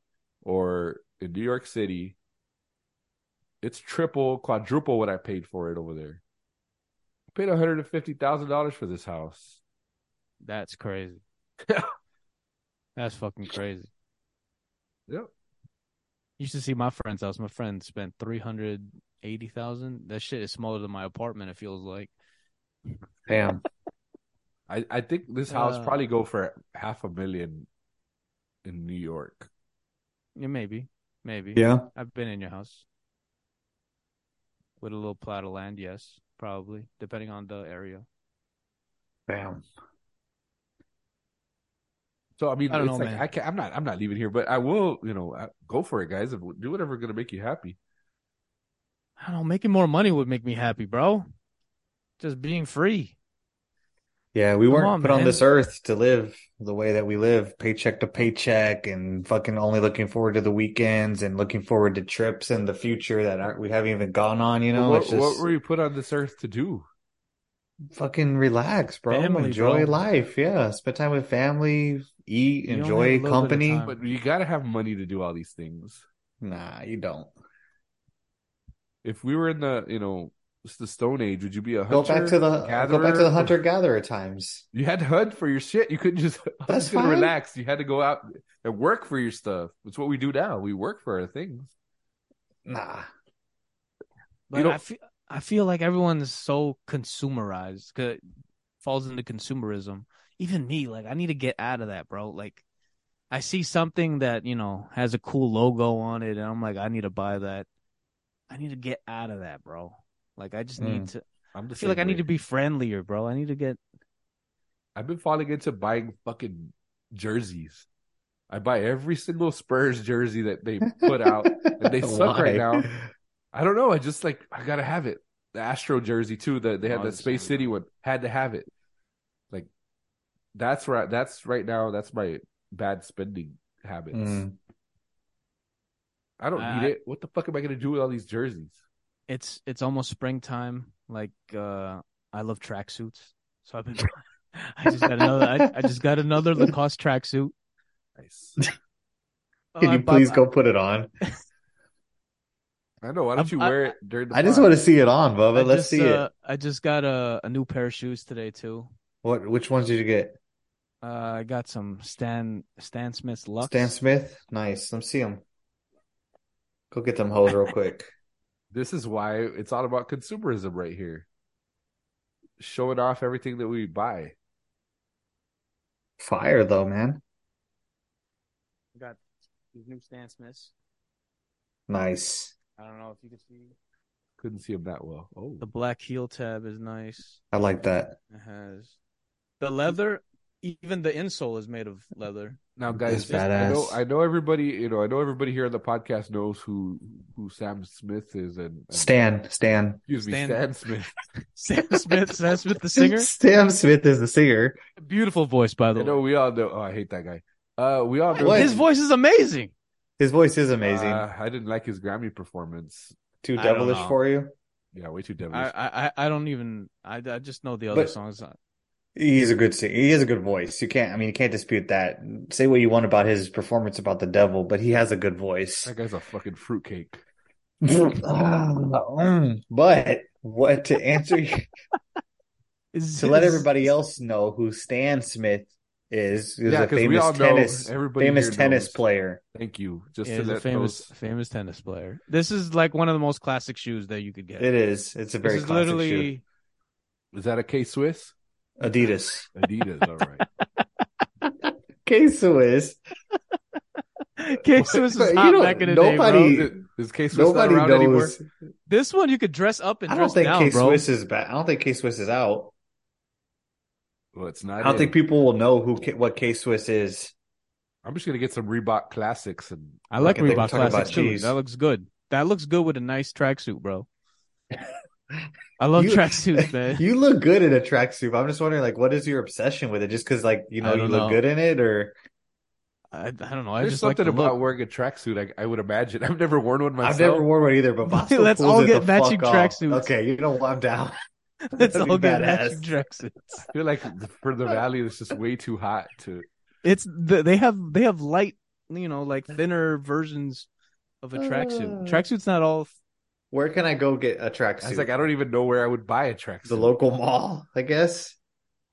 Speaker 8: or in New York City. It's triple, quadruple what I paid for it over there. I paid one hundred and fifty thousand dollars for this house.
Speaker 6: That's crazy. That's fucking crazy.
Speaker 8: Yep.
Speaker 6: You should see my friend's house. My friend spent three hundred eighty thousand. That shit is smaller than my apartment. It feels like.
Speaker 7: Damn.
Speaker 8: I, I think this house
Speaker 6: Uh.
Speaker 8: probably go for half a million in New York.
Speaker 6: Yeah, maybe, maybe.
Speaker 7: yeah.
Speaker 6: I've been in your house with a little plot of land. Yes, probably depending on the area.
Speaker 7: Damn.
Speaker 8: So I mean,
Speaker 6: I don't
Speaker 8: it's
Speaker 6: know,
Speaker 8: like
Speaker 6: man.
Speaker 8: I can I'm not. I'm not leaving here, but I will. You know, I- go for it, guys. Do whatever gonna make you happy.
Speaker 6: I don't know. Making more money would make me happy, bro. Just being free.
Speaker 7: Yeah, we
Speaker 6: Come
Speaker 7: weren't
Speaker 6: on,
Speaker 7: put
Speaker 6: man.
Speaker 7: on this earth to live the way that we live, paycheck to paycheck, and fucking only looking forward to the weekends and looking forward to trips in the future that aren't we haven't even gone on. You know,
Speaker 8: what,
Speaker 7: it's just
Speaker 8: what were you put on this earth to do?
Speaker 7: fucking relax, bro.
Speaker 6: Family,
Speaker 7: enjoy
Speaker 6: bro.
Speaker 7: life. Yeah, spend time with family,
Speaker 6: You only
Speaker 7: eat,
Speaker 6: have a
Speaker 7: enjoy
Speaker 6: little bit of
Speaker 7: company.
Speaker 6: time.
Speaker 8: But you gotta have money to do all these things.
Speaker 7: Nah, you don't.
Speaker 8: If we were in the, you know, it's the Stone Age, would you be a hunter?
Speaker 7: Go back to the go back to
Speaker 8: gatherer?
Speaker 7: the hunter gatherer times.
Speaker 8: You had to hunt for your shit. You couldn't just
Speaker 7: That's
Speaker 8: you couldn't
Speaker 7: fine.
Speaker 8: relax. You had to go out and work for your stuff. It's what we do now. We work for our things.
Speaker 7: Nah.
Speaker 6: But I
Speaker 8: don't-
Speaker 6: feel I feel like everyone's so consumerized, 'cause it falls into consumerism. Even me, like I need to get out of that, bro. Like I I see something that you know has a cool logo on it, and I'm like, I need to buy that. I need to get out of that, bro. Like, I just
Speaker 7: Mm,
Speaker 6: need to.
Speaker 8: I'm
Speaker 6: I
Speaker 8: the
Speaker 6: feel like I need to be friendlier, bro. I need to get.
Speaker 8: I've been falling into buying fucking jerseys. I buy every single Spurs jersey that they put out, and they suck right
Speaker 7: Why?
Speaker 8: now. I don't know. I just like I gotta have it. The Astro jersey too. That they had
Speaker 4: Oh,
Speaker 8: that
Speaker 4: that's
Speaker 8: Space
Speaker 4: really
Speaker 8: City
Speaker 4: good.
Speaker 8: one. Had to have it. Like that's right. That's right now. That's my bad spending habits.
Speaker 7: Mm.
Speaker 8: I don't
Speaker 6: I-
Speaker 8: need it. What the fuck am I gonna do with all these jerseys?
Speaker 6: It's it's almost springtime. Like, uh I love tracksuits, so I've been. I just got another. I, I just got another Lacoste tracksuit.
Speaker 8: Nice.
Speaker 7: Can
Speaker 6: Oh, I
Speaker 7: you
Speaker 6: bought-
Speaker 7: please go put it on?
Speaker 8: I know. Why don't
Speaker 6: I'm-
Speaker 8: you
Speaker 6: I-
Speaker 8: wear it during the?
Speaker 7: I just
Speaker 8: pod?
Speaker 7: want to see it on, Bubba.
Speaker 6: I
Speaker 7: Let's
Speaker 6: just,
Speaker 7: see
Speaker 6: uh,
Speaker 7: it.
Speaker 6: I just got a, a new pair of shoes today too.
Speaker 7: What? Which ones did you get?
Speaker 6: Uh, I got some Stan Stan Smith's Lux.
Speaker 7: Stan Smith. Nice. Let me see them. Go get them hoes real quick.
Speaker 8: This is why it's all about consumerism right here. Showing off everything that we buy.
Speaker 7: Fire though, man.
Speaker 6: got these new Stan Smiths.
Speaker 7: Nice.
Speaker 6: I don't know if you can see.
Speaker 8: Couldn't see them that well. Oh,
Speaker 6: The black heel tab is nice.
Speaker 7: I like that.
Speaker 6: It has the leather. Even the insole is made of leather.
Speaker 8: now guys,
Speaker 7: That's
Speaker 8: I know
Speaker 7: badass.
Speaker 8: I know everybody. You know, I know everybody here on the podcast knows who who Sam Smith is, and, and-
Speaker 7: Stan. Stan.
Speaker 8: excuse me,
Speaker 6: Stan-
Speaker 8: Stan Smith.
Speaker 6: Stan Smith, Stan Smith, the singer.
Speaker 7: Stan Smith is the singer.
Speaker 6: Beautiful voice, by
Speaker 8: I
Speaker 6: the
Speaker 8: know
Speaker 6: way.
Speaker 8: we all know. Oh, I hate that guy. Uh, we all know
Speaker 7: What?
Speaker 6: His voice is amazing.
Speaker 7: His voice is amazing.
Speaker 8: Uh, I didn't like his Grammy performance.
Speaker 7: Too
Speaker 6: I don't
Speaker 7: devilish
Speaker 6: know.
Speaker 7: for you.
Speaker 8: Yeah, way too devilish.
Speaker 6: I, I, I- I don't even. I, I just know the other
Speaker 7: But-
Speaker 6: songs.
Speaker 7: He's a good singer. He has a good voice. You can't. I mean, you can't dispute that. Say what you want about his performance about the devil, but he has a good voice.
Speaker 8: that guy's a fucking fruitcake.
Speaker 7: Mm, but what to answer you-
Speaker 6: Is-
Speaker 7: to let
Speaker 6: is-
Speaker 7: everybody else know who Stan Smith is, is
Speaker 8: Yeah,
Speaker 7: a
Speaker 8: 'cause we
Speaker 7: famous
Speaker 8: all know,
Speaker 7: tennis
Speaker 8: everybody
Speaker 7: famous
Speaker 8: here
Speaker 7: tennis
Speaker 8: knows.
Speaker 7: player.
Speaker 8: Thank you. Just
Speaker 6: Yeah,
Speaker 8: to
Speaker 6: he's a
Speaker 8: let
Speaker 6: famous
Speaker 8: those.
Speaker 6: famous tennis player. This is like one of the most classic shoes that you could get.
Speaker 7: It is. It's a
Speaker 6: this
Speaker 7: very
Speaker 6: is
Speaker 7: classic
Speaker 6: literally
Speaker 8: Is that a K Swiss?
Speaker 7: shoe. Adidas.
Speaker 8: Adidas. all right.
Speaker 7: K Swiss.
Speaker 6: Kick Swiss was hot back in the day,
Speaker 7: nobody
Speaker 6: bro.
Speaker 8: Oh, Is K Swiss not
Speaker 7: nobody
Speaker 8: around anymore?
Speaker 7: knows.
Speaker 6: This one you could dress up and
Speaker 7: I don't
Speaker 6: dress
Speaker 7: think
Speaker 6: down,
Speaker 7: K
Speaker 6: bro.
Speaker 7: Swiss is back. I don't think K Swiss is out.
Speaker 8: Well, it's
Speaker 7: I
Speaker 8: not.
Speaker 7: don't
Speaker 8: in.
Speaker 7: think people will know who K- what K Swiss is.
Speaker 8: I'm just gonna get some Reebok classics and
Speaker 6: I like
Speaker 7: I think we're
Speaker 6: Reebok
Speaker 7: talking
Speaker 6: classics
Speaker 7: about
Speaker 6: too.
Speaker 7: cheese.
Speaker 6: That looks good. That looks good with a nice tracksuit, bro. I love
Speaker 7: You-
Speaker 6: tracksuits, man.
Speaker 7: You look good in a tracksuit. but I'm just wondering, like, what is your obsession with it? Just because, like, you
Speaker 6: I
Speaker 7: know, you
Speaker 6: don't
Speaker 7: look
Speaker 6: know.
Speaker 7: good in it, or
Speaker 6: I, I don't know. I
Speaker 8: There's
Speaker 6: just like
Speaker 8: something
Speaker 6: the
Speaker 8: about
Speaker 6: look.
Speaker 8: wearing a tracksuit. I, I would imagine. I've never worn one myself.
Speaker 7: I've never worn one either. But Bosco
Speaker 6: Let's
Speaker 7: pulls
Speaker 6: all
Speaker 7: it
Speaker 6: get
Speaker 7: the
Speaker 6: matching
Speaker 7: fuck off.
Speaker 6: tracksuits.
Speaker 7: Okay, you know what? I'm down.
Speaker 6: It's
Speaker 7: That'd be
Speaker 6: all good matching
Speaker 7: badass.
Speaker 6: tracksuits.
Speaker 8: I feel like for the valley, it's just way too hot to.
Speaker 6: It's the, they have they have light, you know, like thinner versions of a tracksuit.
Speaker 7: Uh.
Speaker 6: Tracksuit's not all
Speaker 7: Where can I go get a
Speaker 8: I was
Speaker 7: tracksuit?
Speaker 8: like, I don't even know where I would buy a tracksuit.
Speaker 7: the local mall, I guess.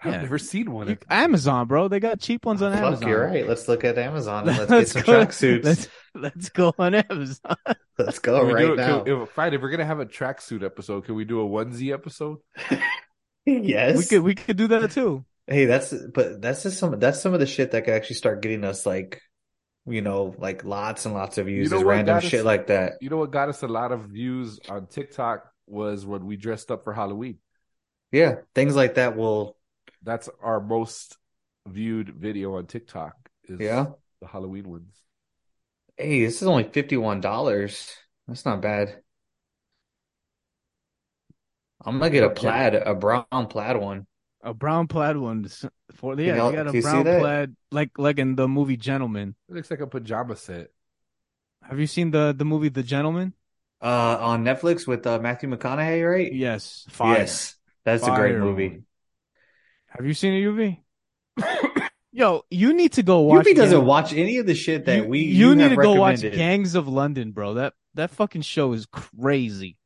Speaker 8: I've
Speaker 6: Yeah.
Speaker 8: never seen one.
Speaker 6: You- Amazon, bro. They got cheap ones on
Speaker 7: Fuck,
Speaker 6: Amazon.
Speaker 7: you're right. Let's look at Amazon and let's, get some
Speaker 6: go-
Speaker 7: tracksuits. Let's,
Speaker 6: Let's, let's go on Amazon.
Speaker 7: go
Speaker 8: Can we do
Speaker 7: right
Speaker 8: it-
Speaker 7: now.
Speaker 8: can- if, fine, if we're gonna have a tracksuit episode, can we do a onesie episode?
Speaker 7: yes.
Speaker 6: We could we could do that too.
Speaker 7: Hey, that's but that's just some that's some of the shit that could actually start getting us like, you know, like lots and lots of views.
Speaker 8: know
Speaker 7: is
Speaker 8: what
Speaker 7: random
Speaker 8: got us-
Speaker 7: shit like that.
Speaker 8: You know what got us a lot of views on TikTok was when we dressed up for Halloween.
Speaker 7: Yeah, things like that will.
Speaker 8: That's our most viewed video on TikTok. Is
Speaker 7: Yeah.
Speaker 8: the Halloween ones.
Speaker 7: Hey, this is only fifty-one dollars. That's not bad. I'm gonna get a plaid, a brown plaid one.
Speaker 6: A brown plaid one. s- For yeah,
Speaker 7: You
Speaker 6: you,
Speaker 7: know,
Speaker 6: got
Speaker 7: do
Speaker 6: a
Speaker 7: you see
Speaker 6: brown
Speaker 7: that?
Speaker 6: plaid like like in the movie Gentleman.
Speaker 8: It looks like a pajama set.
Speaker 6: Have you seen the the movie The Gentleman?
Speaker 7: Uh, on Netflix with uh, Matthew McConaughey, right?
Speaker 6: Yes. Fire.
Speaker 7: Yes, that's a great
Speaker 6: Fire
Speaker 7: movie.
Speaker 6: movie. Have you seen it, UV? Yo, you need to go watch.
Speaker 7: Yuppie doesn't
Speaker 6: Gang-
Speaker 7: watch any of the shit that
Speaker 6: you,
Speaker 7: we
Speaker 6: you need
Speaker 7: have
Speaker 6: to go watch
Speaker 7: recommended.
Speaker 6: Gangs of London, bro. That that fucking show is crazy.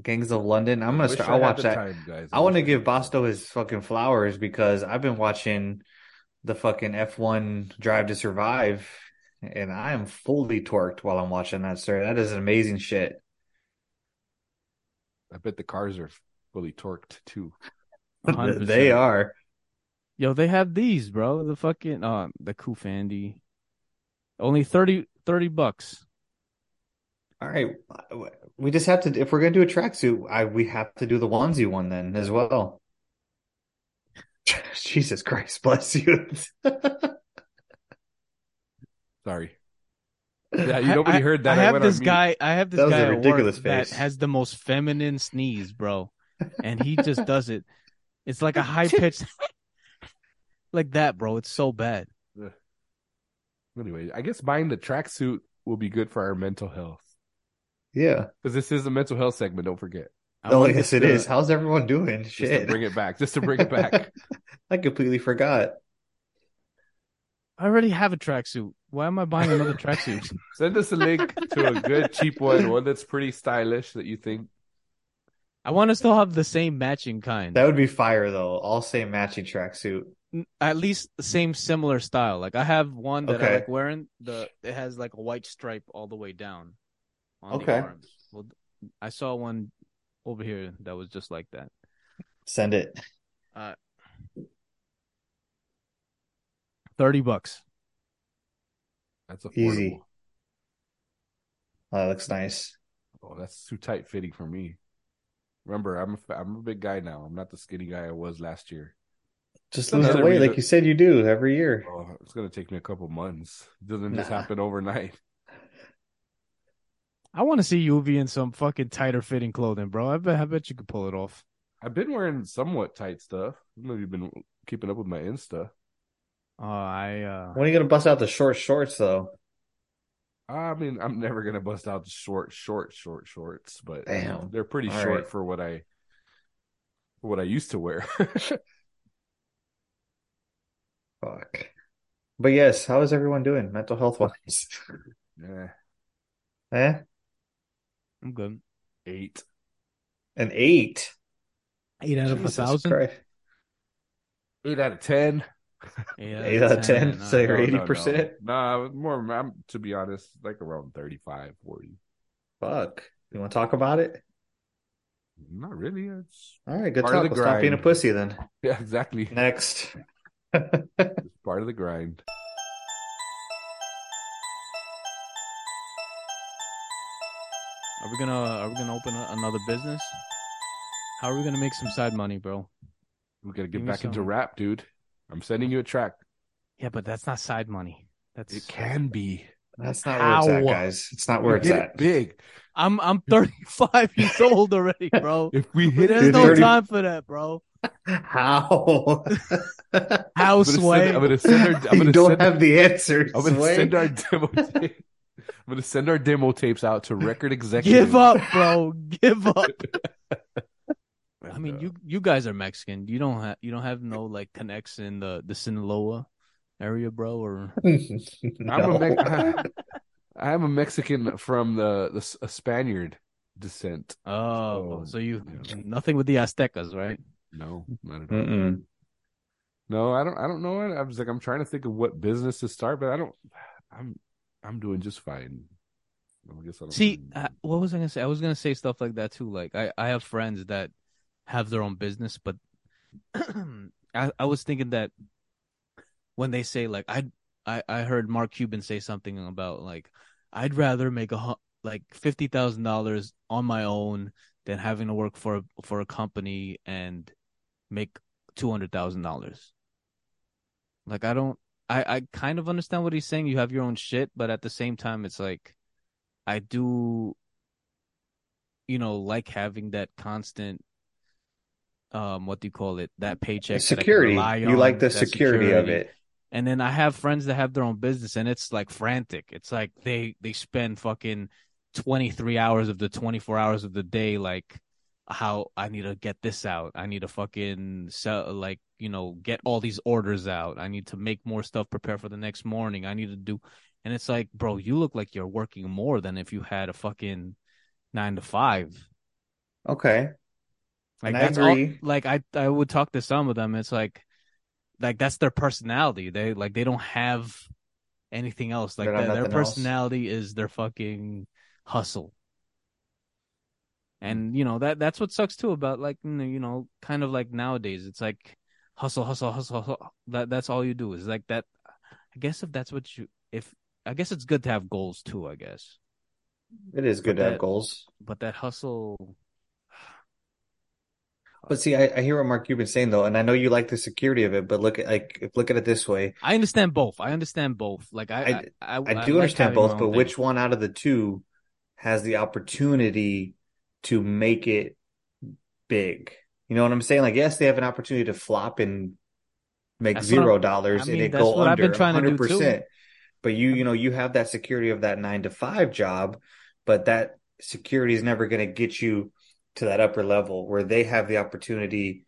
Speaker 7: Gangs of London. I'm
Speaker 8: I
Speaker 7: gonna
Speaker 8: wish
Speaker 7: start.
Speaker 8: I
Speaker 7: I'll
Speaker 8: had
Speaker 7: watch
Speaker 8: the
Speaker 7: that.
Speaker 8: time, guys.
Speaker 7: I want to
Speaker 8: wish
Speaker 7: give
Speaker 8: had the time.
Speaker 7: Bosto his fucking flowers because I've been watching the fucking F1 Drive to Survive, and I am fully torqued while I'm watching that, sir. That is amazing shit.
Speaker 8: I bet the cars are fully torqued too.
Speaker 6: 100%.
Speaker 7: They are.
Speaker 6: Yo, they have these, bro. The fucking uh the Kufandi. Only 30, 30 bucks.
Speaker 7: All right, we just have to. If we're gonna do a tracksuit, I we have to do the onesie one then as well. Jesus Christ, bless you.
Speaker 8: Sorry. Yeah, you nobody
Speaker 6: I,
Speaker 8: heard that.
Speaker 6: I,
Speaker 8: I
Speaker 6: have
Speaker 8: went on
Speaker 6: this
Speaker 8: mute.
Speaker 6: guy. I have this
Speaker 7: That was
Speaker 6: guy
Speaker 7: a
Speaker 6: at work
Speaker 7: ridiculous
Speaker 6: that
Speaker 7: face.
Speaker 6: has the most feminine sneeze, bro, and he just does it. It's like a high pitched, like that, bro. It's so bad.
Speaker 8: Anyway, I guess buying the tracksuit will be good for our mental health
Speaker 7: yeah.
Speaker 8: because this is a mental health segment. Don't forget.
Speaker 6: I
Speaker 7: Oh
Speaker 6: want
Speaker 7: yes,
Speaker 6: to-
Speaker 7: it is. How's everyone doing?
Speaker 8: Just to
Speaker 7: Shit,
Speaker 8: bring it back. Just to bring it back.
Speaker 7: I completely forgot.
Speaker 6: I already have a tracksuit. Why am I buying another tracksuit?
Speaker 8: Send us a link to a good cheap one, one that's pretty stylish that you think.
Speaker 6: I want to still have the same matching kind.
Speaker 7: That would be fire though. All same matching tracksuit.
Speaker 6: N- At least the same similar style. Like I have one that I
Speaker 7: Okay.
Speaker 6: like wearing. The it has like a white stripe all the way down on
Speaker 7: Okay.
Speaker 6: the arms. Well, th- I saw one over here that was just like that. Uh,
Speaker 7: Send it.
Speaker 6: Thirty bucks.
Speaker 8: That's affordable.
Speaker 7: Easy. Oh, that looks nice.
Speaker 8: Oh, that's too tight fitting for me. Remember, I'm a, fa- I'm a big guy now. I'm not the skinny guy I was last year.
Speaker 7: Just
Speaker 8: Another
Speaker 7: lose the weight
Speaker 8: reason-
Speaker 7: like you said you do every year.
Speaker 8: Oh, it's gonna take me a couple months. doesn't just
Speaker 7: Nah.
Speaker 8: happen overnight.
Speaker 6: I want to see Yuvi in some fucking tighter fitting clothing, bro. I bet I bet you could pull it off.
Speaker 8: I've been wearing somewhat tight stuff. I don't know if you've been keeping up with my Insta.
Speaker 6: Oh, I uh
Speaker 7: When are you gonna bust out the short shorts though?
Speaker 8: I mean, I'm never gonna bust out the short, short, short shorts, but
Speaker 7: Damn.
Speaker 8: they're pretty
Speaker 7: All
Speaker 8: short
Speaker 7: right.
Speaker 8: for what I for what I used to wear.
Speaker 7: Fuck. But yes, how is everyone doing mental health wise?
Speaker 8: Eh,
Speaker 7: eh?
Speaker 6: I'm good.
Speaker 8: eight.
Speaker 7: An eight.
Speaker 6: Eight out of a
Speaker 7: Jesus
Speaker 6: thousand.
Speaker 7: Christ.
Speaker 8: Eight out of ten.
Speaker 7: Eight out of ten.
Speaker 6: nah.
Speaker 7: So you're
Speaker 8: No,
Speaker 7: eighty
Speaker 8: no,
Speaker 7: percent.
Speaker 8: No, Nah, more. I'm to be honest, like around 35, 40.
Speaker 7: Fuck. You want to talk about it?
Speaker 8: Not really. It's
Speaker 7: All right, good
Speaker 8: Part of
Speaker 7: talk.
Speaker 8: the
Speaker 7: Well, stop being a
Speaker 8: grind.
Speaker 7: pussy then.
Speaker 8: yeah, exactly.
Speaker 7: Next.
Speaker 8: It's part of the grind.
Speaker 6: Are we gonna Are we gonna open a, another business? How are we gonna make some side money, bro?
Speaker 8: We gotta
Speaker 6: Give
Speaker 8: get
Speaker 6: me
Speaker 8: back into
Speaker 6: some.
Speaker 8: rap, dude. I'm sending you a track.
Speaker 6: Yeah, but that's not side money. That's
Speaker 8: It can be.
Speaker 7: That's not where it's at,
Speaker 6: How?
Speaker 7: guys. It's not where it's
Speaker 8: Get it
Speaker 7: at.
Speaker 8: big.
Speaker 6: I'm I'm 35 years old already, bro.
Speaker 8: If we hit
Speaker 6: There's
Speaker 8: it,
Speaker 7: Dude,
Speaker 6: no
Speaker 7: 30
Speaker 6: time for that, bro. How
Speaker 7: How?
Speaker 8: I'm gonna send, I'm
Speaker 6: sway?
Speaker 8: gonna send our. I'm
Speaker 7: you
Speaker 8: gonna
Speaker 7: don't
Speaker 8: send,
Speaker 7: have the answers.
Speaker 8: I'm gonna
Speaker 7: Wait.
Speaker 8: send our demo. tape. I'm gonna send our demo tapes out to record executives.
Speaker 6: Give up, bro. Give up. I
Speaker 8: And,
Speaker 6: mean,
Speaker 8: uh,
Speaker 6: you you guys are Mexican. You don't have you don't have no like connects in the the Sinaloa area, bro. Or
Speaker 8: I'm
Speaker 7: No.
Speaker 8: a Mex- I'm a Mexican from the, the S- a Spaniard descent.
Speaker 6: oh,
Speaker 8: Oh,
Speaker 6: so you
Speaker 8: yeah.
Speaker 6: nothing with the Aztecas, right?
Speaker 8: No, not at all.
Speaker 7: Mm-mm.
Speaker 8: No, I don't. I don't know. I was like, I'm trying to think of what business to start, but I don't. I'm I'm doing just fine. I guess I don't
Speaker 6: See,
Speaker 8: really-
Speaker 6: uh, what was I gonna say? I was gonna say stuff like that too. Like I, I have friends that have their own business, but I, I was thinking that when they say like I, I, I heard Mark Cuban say something about like I'd rather make a hu- like fifty thousand dollars on my own than having to work for for a company and make two hundred thousand dollars. Like I don't, I, I kind of understand what he's saying. You have your own shit, but at the same time, it's like. I do, you know, like having that constant, um, what do you call it? That paycheck that I can
Speaker 7: security.
Speaker 6: rely
Speaker 7: you like
Speaker 6: on,
Speaker 7: the
Speaker 6: that
Speaker 7: security, of it.
Speaker 6: And then I have friends that have their own business, and it's like frantic. It's like they they spend fucking twenty three hours of the twenty four hours of the day, like how I need to get this out. I need to fucking sell, like you know, get all these orders out. I need to make more stuff, prepare for the next morning. I need to do and it's like, bro, you look like you're working more than if you had a fucking nine to five.
Speaker 7: Okay.
Speaker 6: Like
Speaker 7: And I
Speaker 6: that's all-
Speaker 7: agree.
Speaker 6: like I I would talk to some of them. It's like, like that's their personality. They like they don't have anything else. Like
Speaker 7: They don't
Speaker 6: their-
Speaker 7: have
Speaker 6: their
Speaker 7: nothing else.
Speaker 6: personality is their fucking hustle. And you know that that's what sucks too about like you know kind of like nowadays. It's like hustle, hustle, hustle, hustle. That that's all you do is like that. I guess if that's what you if I guess it's good to have goals too. I guess,
Speaker 7: It is good to have
Speaker 6: that-
Speaker 7: goals.
Speaker 6: but that hustle.
Speaker 7: But see, I, I hear what Mark you've been saying though, and I know you like the security of it. But look at like if look at it this way,
Speaker 6: I understand both. I understand both. Like I, I, I,
Speaker 7: I
Speaker 6: like
Speaker 7: do understand
Speaker 6: having my
Speaker 7: both,
Speaker 6: own
Speaker 7: but
Speaker 6: thing.
Speaker 7: which one out of the two has the opportunity to make it big? You know what I'm saying? Like, yes, they have an opportunity to flop and make
Speaker 6: That's what
Speaker 7: zero
Speaker 6: I'm-
Speaker 7: dollars
Speaker 6: I
Speaker 7: and
Speaker 6: mean,
Speaker 7: it
Speaker 6: that's
Speaker 7: go
Speaker 6: what I've
Speaker 7: under
Speaker 6: been trying to do,
Speaker 7: 100%. But you, you know, you have that security of that nine to five job, but that security is never going to get you to that upper level where they have the opportunity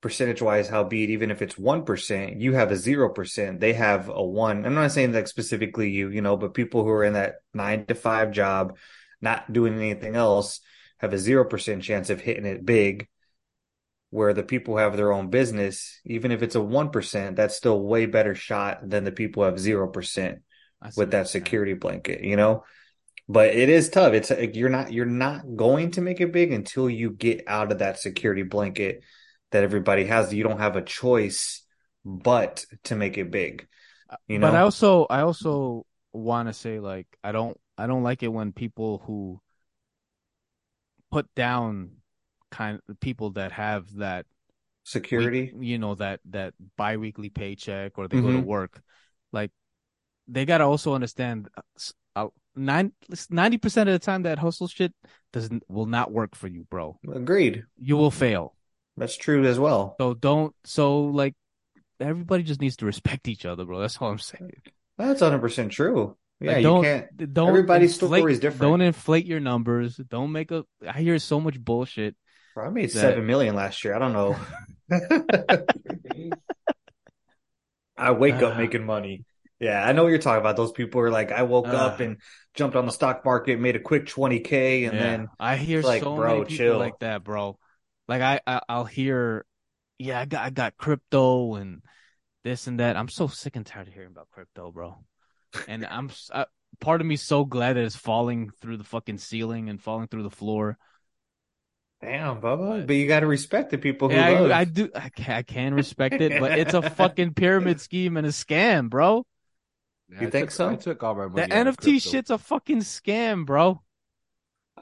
Speaker 7: percentage wise how be it even if it's 1% you have a 0% they have a 1 i'm not saying like specifically you you know but people who are in that 9 to 5 job not doing anything else have a 0% chance of hitting it big where the people who have their own business even if it's a 1% that's still way better shot than the people who have 0%
Speaker 6: I see
Speaker 7: with
Speaker 6: what you're
Speaker 7: that
Speaker 6: saying.
Speaker 7: security blanket, you know. But it is tough. It's like you're not you're not going to make it big until you get out of that security blanket that everybody has. You don't have a choice but to make it big. You know,
Speaker 6: Uh, but I also I also want to say like I don't I don't like it when people who put down kind people that have that week-
Speaker 7: security.
Speaker 6: you know that that biweekly paycheck or they go to
Speaker 7: Mhm.
Speaker 6: work like they got to also understand uh, s- uh, nine 90% of the time that hustle shit doesn't will not work for you bro
Speaker 7: Agreed.
Speaker 6: you will fail
Speaker 7: That's true as well.
Speaker 6: so don't so like everybody just needs to respect each other bro that's all I'm saying
Speaker 7: That's hundred percent true. Yeah,
Speaker 6: Like,
Speaker 7: you
Speaker 6: don't,
Speaker 7: can't.
Speaker 6: th- Don't
Speaker 7: everybody's
Speaker 6: inflate,
Speaker 7: story is different.
Speaker 6: Don't inflate your numbers. Don't make a. I hear so much bullshit.
Speaker 7: Bro, I made
Speaker 6: that-
Speaker 7: seven million last year. I don't know. I wake up
Speaker 6: Ah.
Speaker 7: making money. Yeah, I know what you're talking about. Those people are like, I woke up
Speaker 6: Ah.
Speaker 7: and jumped on the stock market, made a quick 20K, and
Speaker 6: Yeah.
Speaker 7: then
Speaker 6: I hear
Speaker 7: it's like,
Speaker 6: so
Speaker 7: bro,
Speaker 6: many people
Speaker 7: chill.
Speaker 6: like that, bro. Like I, I, I'll hear, yeah, I got, I got crypto and this and that. I'm so sick and tired of hearing about crypto, bro. And I'm, s- I, part of me so glad that it's falling through the fucking ceiling and falling through the floor.
Speaker 7: damn, Bubba. But you got to respect the people who
Speaker 6: Yeah,
Speaker 7: love.
Speaker 6: I, I do. I can, I can respect it, but it's a fucking pyramid scheme and a scam, bro.
Speaker 8: I
Speaker 7: think
Speaker 8: took-
Speaker 7: so?
Speaker 8: I took all my money.
Speaker 6: The
Speaker 8: out of
Speaker 6: NFT
Speaker 8: crypto.
Speaker 6: shit's a fucking scam, bro.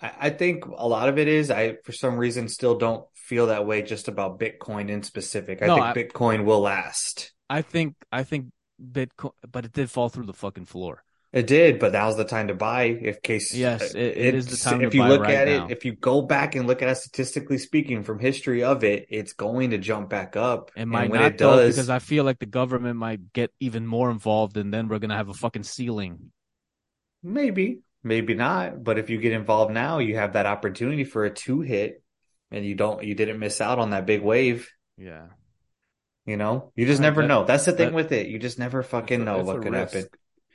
Speaker 7: I I think a lot of it is I, for some reason, still don't feel that way just about Bitcoin in specific. I
Speaker 6: No,
Speaker 7: think
Speaker 6: I-
Speaker 7: Bitcoin will last.
Speaker 6: I think I think Bitcoin, but it did fall through the fucking floor.
Speaker 7: It did, but now's the time to buy. If case,
Speaker 6: Yes, it- it is the
Speaker 7: it's-
Speaker 6: time
Speaker 7: If
Speaker 6: to
Speaker 7: you
Speaker 6: buy
Speaker 7: look
Speaker 6: right
Speaker 7: at
Speaker 6: now.
Speaker 7: it, if you go back and look at it statistically speaking from history of it, it's going to jump back up.
Speaker 6: It
Speaker 7: And
Speaker 6: might
Speaker 7: when
Speaker 6: not
Speaker 7: it
Speaker 6: though,
Speaker 7: does,
Speaker 6: because I feel like the government might get even more involved, and then we're gonna have a fucking ceiling.
Speaker 7: maybe, maybe not. But if you get involved now, you have that opportunity for a two hit, and you don't, you didn't miss out on that big wave.
Speaker 6: Yeah,
Speaker 7: You know, you just
Speaker 6: Right,
Speaker 7: never
Speaker 6: that-
Speaker 7: know. That's the thing
Speaker 6: that-
Speaker 7: with it. You just never fucking
Speaker 8: It's a-
Speaker 7: know
Speaker 8: it's a
Speaker 7: what could
Speaker 8: risk.
Speaker 7: happen.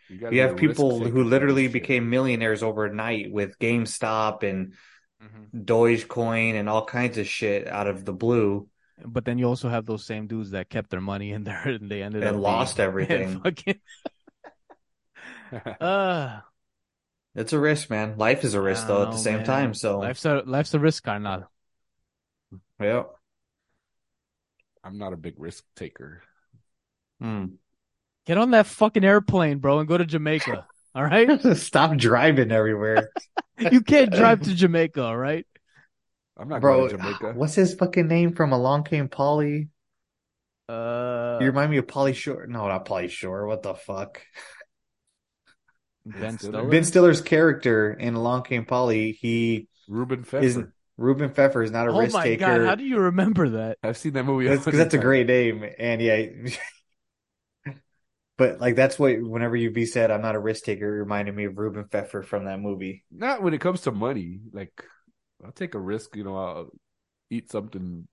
Speaker 8: You, gotta
Speaker 7: You
Speaker 8: be
Speaker 7: have
Speaker 8: a risk
Speaker 7: people
Speaker 8: taker
Speaker 7: who
Speaker 8: for
Speaker 7: literally
Speaker 8: this shit.
Speaker 7: became millionaires overnight with GameStop and
Speaker 8: Mm-hmm.
Speaker 7: Dogecoin and all kinds of shit out of the blue.
Speaker 6: but then you also have those same dudes that kept their money in there and they ended
Speaker 7: And
Speaker 6: up being-
Speaker 7: lost
Speaker 6: and
Speaker 7: everything.
Speaker 6: fucking, uh,
Speaker 7: It's a risk, man. Life is a risk,
Speaker 6: I
Speaker 7: though,
Speaker 6: don't
Speaker 7: at the
Speaker 6: know,
Speaker 7: same
Speaker 6: man.
Speaker 7: time. So,
Speaker 6: life's a life's a risk, Carnal.
Speaker 7: yeah.
Speaker 8: I'm not a big risk taker.
Speaker 7: Mm.
Speaker 6: Get on that fucking airplane, bro, and go to Jamaica. all right,
Speaker 7: Stop driving everywhere,
Speaker 6: you can't drive to Jamaica. All right,
Speaker 8: I'm not
Speaker 7: bro. ah,
Speaker 8: going to Jamaica.
Speaker 7: What's his fucking name from Along Came Polly?
Speaker 6: uh,
Speaker 7: You remind me of Polly Shore. No, not Polly Shore. What the fuck?
Speaker 6: Ben
Speaker 8: Stiller?
Speaker 6: Stiller.
Speaker 7: Ben Stiller's character in Along Came Polly, he
Speaker 8: Ruben Pfeffer.
Speaker 7: isn't. Ruben Pfeffer is not a
Speaker 6: Oh
Speaker 7: risk
Speaker 6: my
Speaker 7: taker.
Speaker 6: god, how do you remember that?
Speaker 8: I've seen that movie.
Speaker 7: That's because
Speaker 8: hundred
Speaker 7: that's a
Speaker 8: times.
Speaker 7: great name, and yeah. but like that's what whenever you be said, I'm not a risk taker. It reminded me of Ruben Pfeffer from that movie.
Speaker 8: Not when it comes to money. Like, I'll take a risk. You know, I'll eat something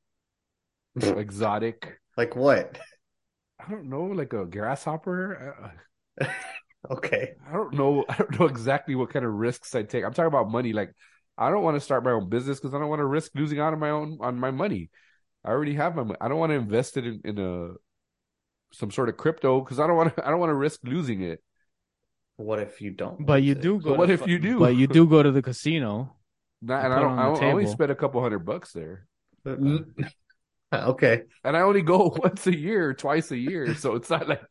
Speaker 8: exotic.
Speaker 7: Like what?
Speaker 8: I don't know, like a grasshopper. I-
Speaker 7: okay.
Speaker 8: I don't know. I don't know exactly what kind of risks I take. I'm talking about money. Like, I don't want to start my own business because I don't want to risk losing out on my own on my money. I already have my money. I don't want to invest it in, in a some sort of crypto because I don't want to. I don't want to risk losing it.
Speaker 7: What if you don't?
Speaker 6: But
Speaker 7: use
Speaker 6: you
Speaker 7: it?
Speaker 6: do go.
Speaker 8: But what
Speaker 6: to
Speaker 8: if
Speaker 6: fu-
Speaker 8: you do?
Speaker 6: But you do go to the casino. You
Speaker 8: Not,
Speaker 6: put
Speaker 8: and I
Speaker 6: it
Speaker 8: don't.
Speaker 6: on
Speaker 8: I
Speaker 6: the
Speaker 8: only
Speaker 6: table. Uh-uh.
Speaker 8: spent a couple hundred bucks there.
Speaker 7: But- okay.
Speaker 8: and I only go once a year, twice a year. So it's not like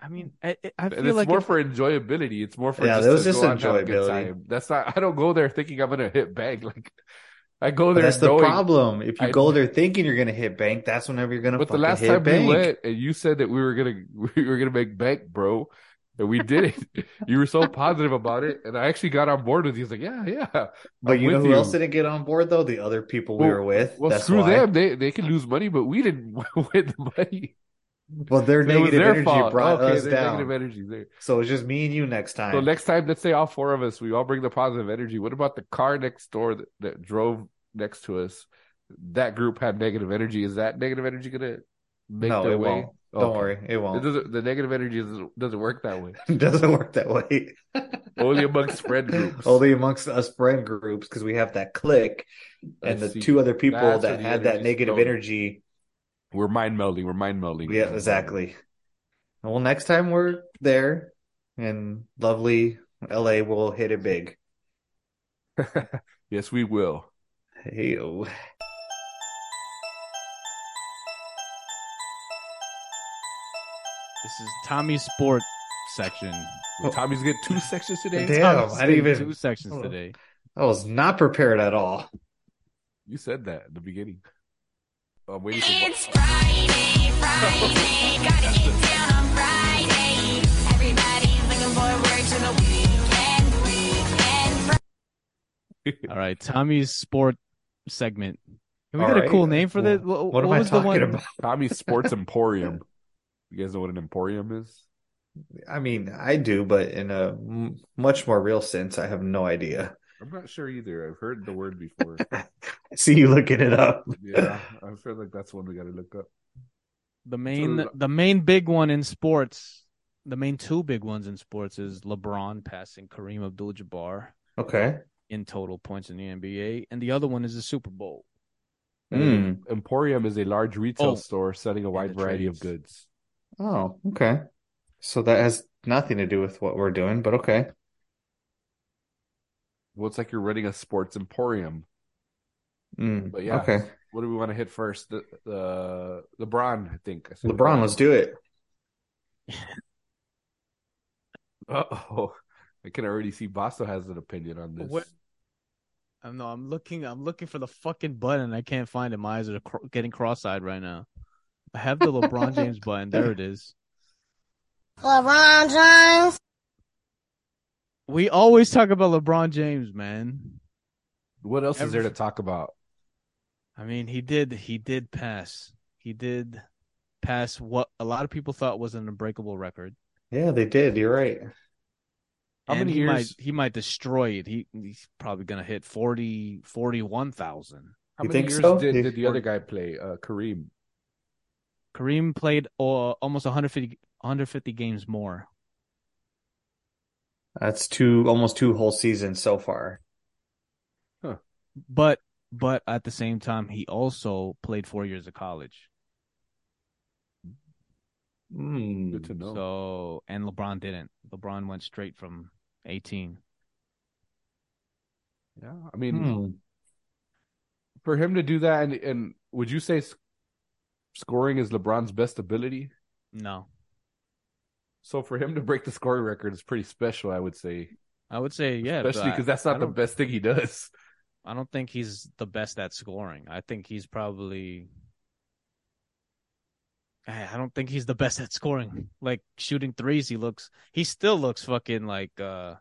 Speaker 6: I mean, I, I- I
Speaker 8: and
Speaker 6: feel
Speaker 8: it's
Speaker 6: like
Speaker 8: more
Speaker 6: if-
Speaker 8: for enjoyability. It's more for
Speaker 7: Yeah,
Speaker 8: just
Speaker 7: that was
Speaker 8: to
Speaker 7: just
Speaker 8: go out and have a good
Speaker 7: enjoyability.
Speaker 8: time. That's not. I don't go there thinking I'm gonna hit bank. Like I go
Speaker 7: But
Speaker 8: there.
Speaker 7: that's the
Speaker 8: knowing-
Speaker 7: problem. If you
Speaker 8: I-
Speaker 7: go there thinking you're gonna hit bank, that's whenever you're gonna
Speaker 8: But the
Speaker 7: fucking
Speaker 8: last
Speaker 7: hit
Speaker 8: time
Speaker 7: bank.
Speaker 8: we went, and you said that we were gonna we were gonna make bank, bro, and we did it. you were so positive about it, and I actually got on board with you. He's like, yeah, yeah.
Speaker 7: but
Speaker 8: I'm
Speaker 7: you know
Speaker 8: with
Speaker 7: who
Speaker 8: you.
Speaker 7: else didn't get on board though? The other people we
Speaker 8: Well-
Speaker 7: were with.
Speaker 8: Well,
Speaker 7: that's
Speaker 8: screw
Speaker 7: why.
Speaker 8: them. They they can lose money, but we didn't win the money.
Speaker 7: Well, their
Speaker 8: It was
Speaker 7: negative
Speaker 8: their
Speaker 7: energy
Speaker 8: fault.
Speaker 7: brought
Speaker 8: okay,
Speaker 7: us
Speaker 8: their
Speaker 7: down.
Speaker 8: negative energy there.
Speaker 7: So it's just me and you next time.
Speaker 8: So next time, let's say all four of us, we all bring the positive energy. What about the car next door that, that drove next to us? That group had negative energy. Is that negative energy gonna make
Speaker 7: no,
Speaker 8: their
Speaker 7: it
Speaker 8: way?
Speaker 7: won't. Don't
Speaker 8: Okay.
Speaker 7: worry, it
Speaker 8: It
Speaker 7: won't. It
Speaker 8: doesn't, the negative energy doesn't, doesn't work that way.
Speaker 7: doesn't, work that way.
Speaker 8: Only amongst friend groups.
Speaker 7: Only amongst us friend groups because we have that click,
Speaker 8: I
Speaker 7: and the
Speaker 8: see.
Speaker 7: two other people
Speaker 8: That's where
Speaker 7: that
Speaker 8: the
Speaker 7: had that
Speaker 8: energy's
Speaker 7: negative
Speaker 8: going.
Speaker 7: energy.
Speaker 8: We're mind melding. We're mind melding.
Speaker 7: Yeah, exactly. Well, next time we're there, and lovely LA will hit it big.
Speaker 8: yes, we will.
Speaker 7: Hey-o.
Speaker 6: this is Tommy's sport section.
Speaker 7: Oh.
Speaker 8: Tommy's get two sections today.
Speaker 7: Damn,
Speaker 6: Tommy's
Speaker 7: I didn't
Speaker 6: getting
Speaker 7: even.
Speaker 6: two sections
Speaker 7: Hold on.
Speaker 6: today.
Speaker 7: I was not prepared at all.
Speaker 8: You said that at the beginning. I'm waiting for.
Speaker 10: It's Friday, Friday, gotta get down on Friday. Everybody looking forward to the weekend, weekend.
Speaker 6: All right, Tommy's sport segment. Can we
Speaker 7: All
Speaker 6: get a
Speaker 7: right.
Speaker 6: cool name for this?
Speaker 7: Well,
Speaker 6: Wh-
Speaker 7: what am I
Speaker 6: was the
Speaker 7: talking
Speaker 6: one-
Speaker 7: about?
Speaker 8: Tommy's Sports Emporium. You guys know what an emporium is?
Speaker 7: I mean, I do, but in a m- much more real sense, I have no idea.
Speaker 8: I'm not sure either. I've heard the word before.
Speaker 7: I see you looking it up.
Speaker 8: yeah, I feel like that's one we got to look up.
Speaker 6: The main,
Speaker 8: So-
Speaker 6: the main big one in sports, the main two big ones in sports is LeBron passing Kareem Abdul-Jabbar
Speaker 7: Okay.
Speaker 6: in total points in the NBA, and the other one is the Super Bowl.
Speaker 7: Hmm.
Speaker 8: Emporium is a large retail
Speaker 6: Oh.
Speaker 8: store selling a wide
Speaker 6: the
Speaker 8: variety of
Speaker 6: trades.
Speaker 8: goods.
Speaker 7: Oh, okay. So that has nothing to do with what we're doing, but okay.
Speaker 8: Well, it's like you're running a sports emporium.
Speaker 7: Mm,
Speaker 8: But yeah.
Speaker 7: Okay.
Speaker 8: What do we want to hit first? The, the LeBron, I think. I said
Speaker 7: LeBron, let's do it.
Speaker 8: Uh-oh. I can already see Basso has an opinion on this.
Speaker 6: What- I'm no, I'm looking, I'm looking for the fucking button. I can't find it. My eyes are cr- getting cross-eyed right now. I have the LeBron James button. There it is.
Speaker 10: LeBron James.
Speaker 6: We always talk about LeBron James, man.
Speaker 8: What else is there to
Speaker 6: Everything-
Speaker 8: talk about?
Speaker 6: I mean, he did, he did pass. He did pass what a lot of people thought was an unbreakable record.
Speaker 7: Yeah, they did. You're right.
Speaker 8: How
Speaker 6: and
Speaker 8: many
Speaker 6: he
Speaker 8: years?
Speaker 6: might he might destroy it. He he's probably gonna hit 40 41,000.
Speaker 8: How
Speaker 7: You
Speaker 8: many
Speaker 7: think
Speaker 8: years
Speaker 7: so?
Speaker 8: did,
Speaker 7: If-
Speaker 8: did the other guy play? Uh, Kareem.
Speaker 6: Kareem played uh, almost 150 150 games more.
Speaker 7: That's two almost two whole seasons so far.
Speaker 6: But but at the same time he also played 4 years of college.
Speaker 7: Mm.
Speaker 8: Good to know.
Speaker 6: So and LeBron didn't. LeBron went straight from 18.
Speaker 8: yeah, I mean,
Speaker 7: Hmm.
Speaker 8: for him to do that, and, and would you say sc- scoring is LeBron's best ability?
Speaker 6: No.
Speaker 8: So for him to break the scoring record is pretty special, I would say,
Speaker 6: I would say yeah, but
Speaker 8: especially
Speaker 6: I-
Speaker 8: because that's
Speaker 6: I
Speaker 8: not the
Speaker 6: don't-
Speaker 8: best thing he does.
Speaker 6: I don't think he's the best at scoring. I think he's probably. I I don't think he's the best at scoring. Like shooting threes, he looks. He still looks fucking like uh,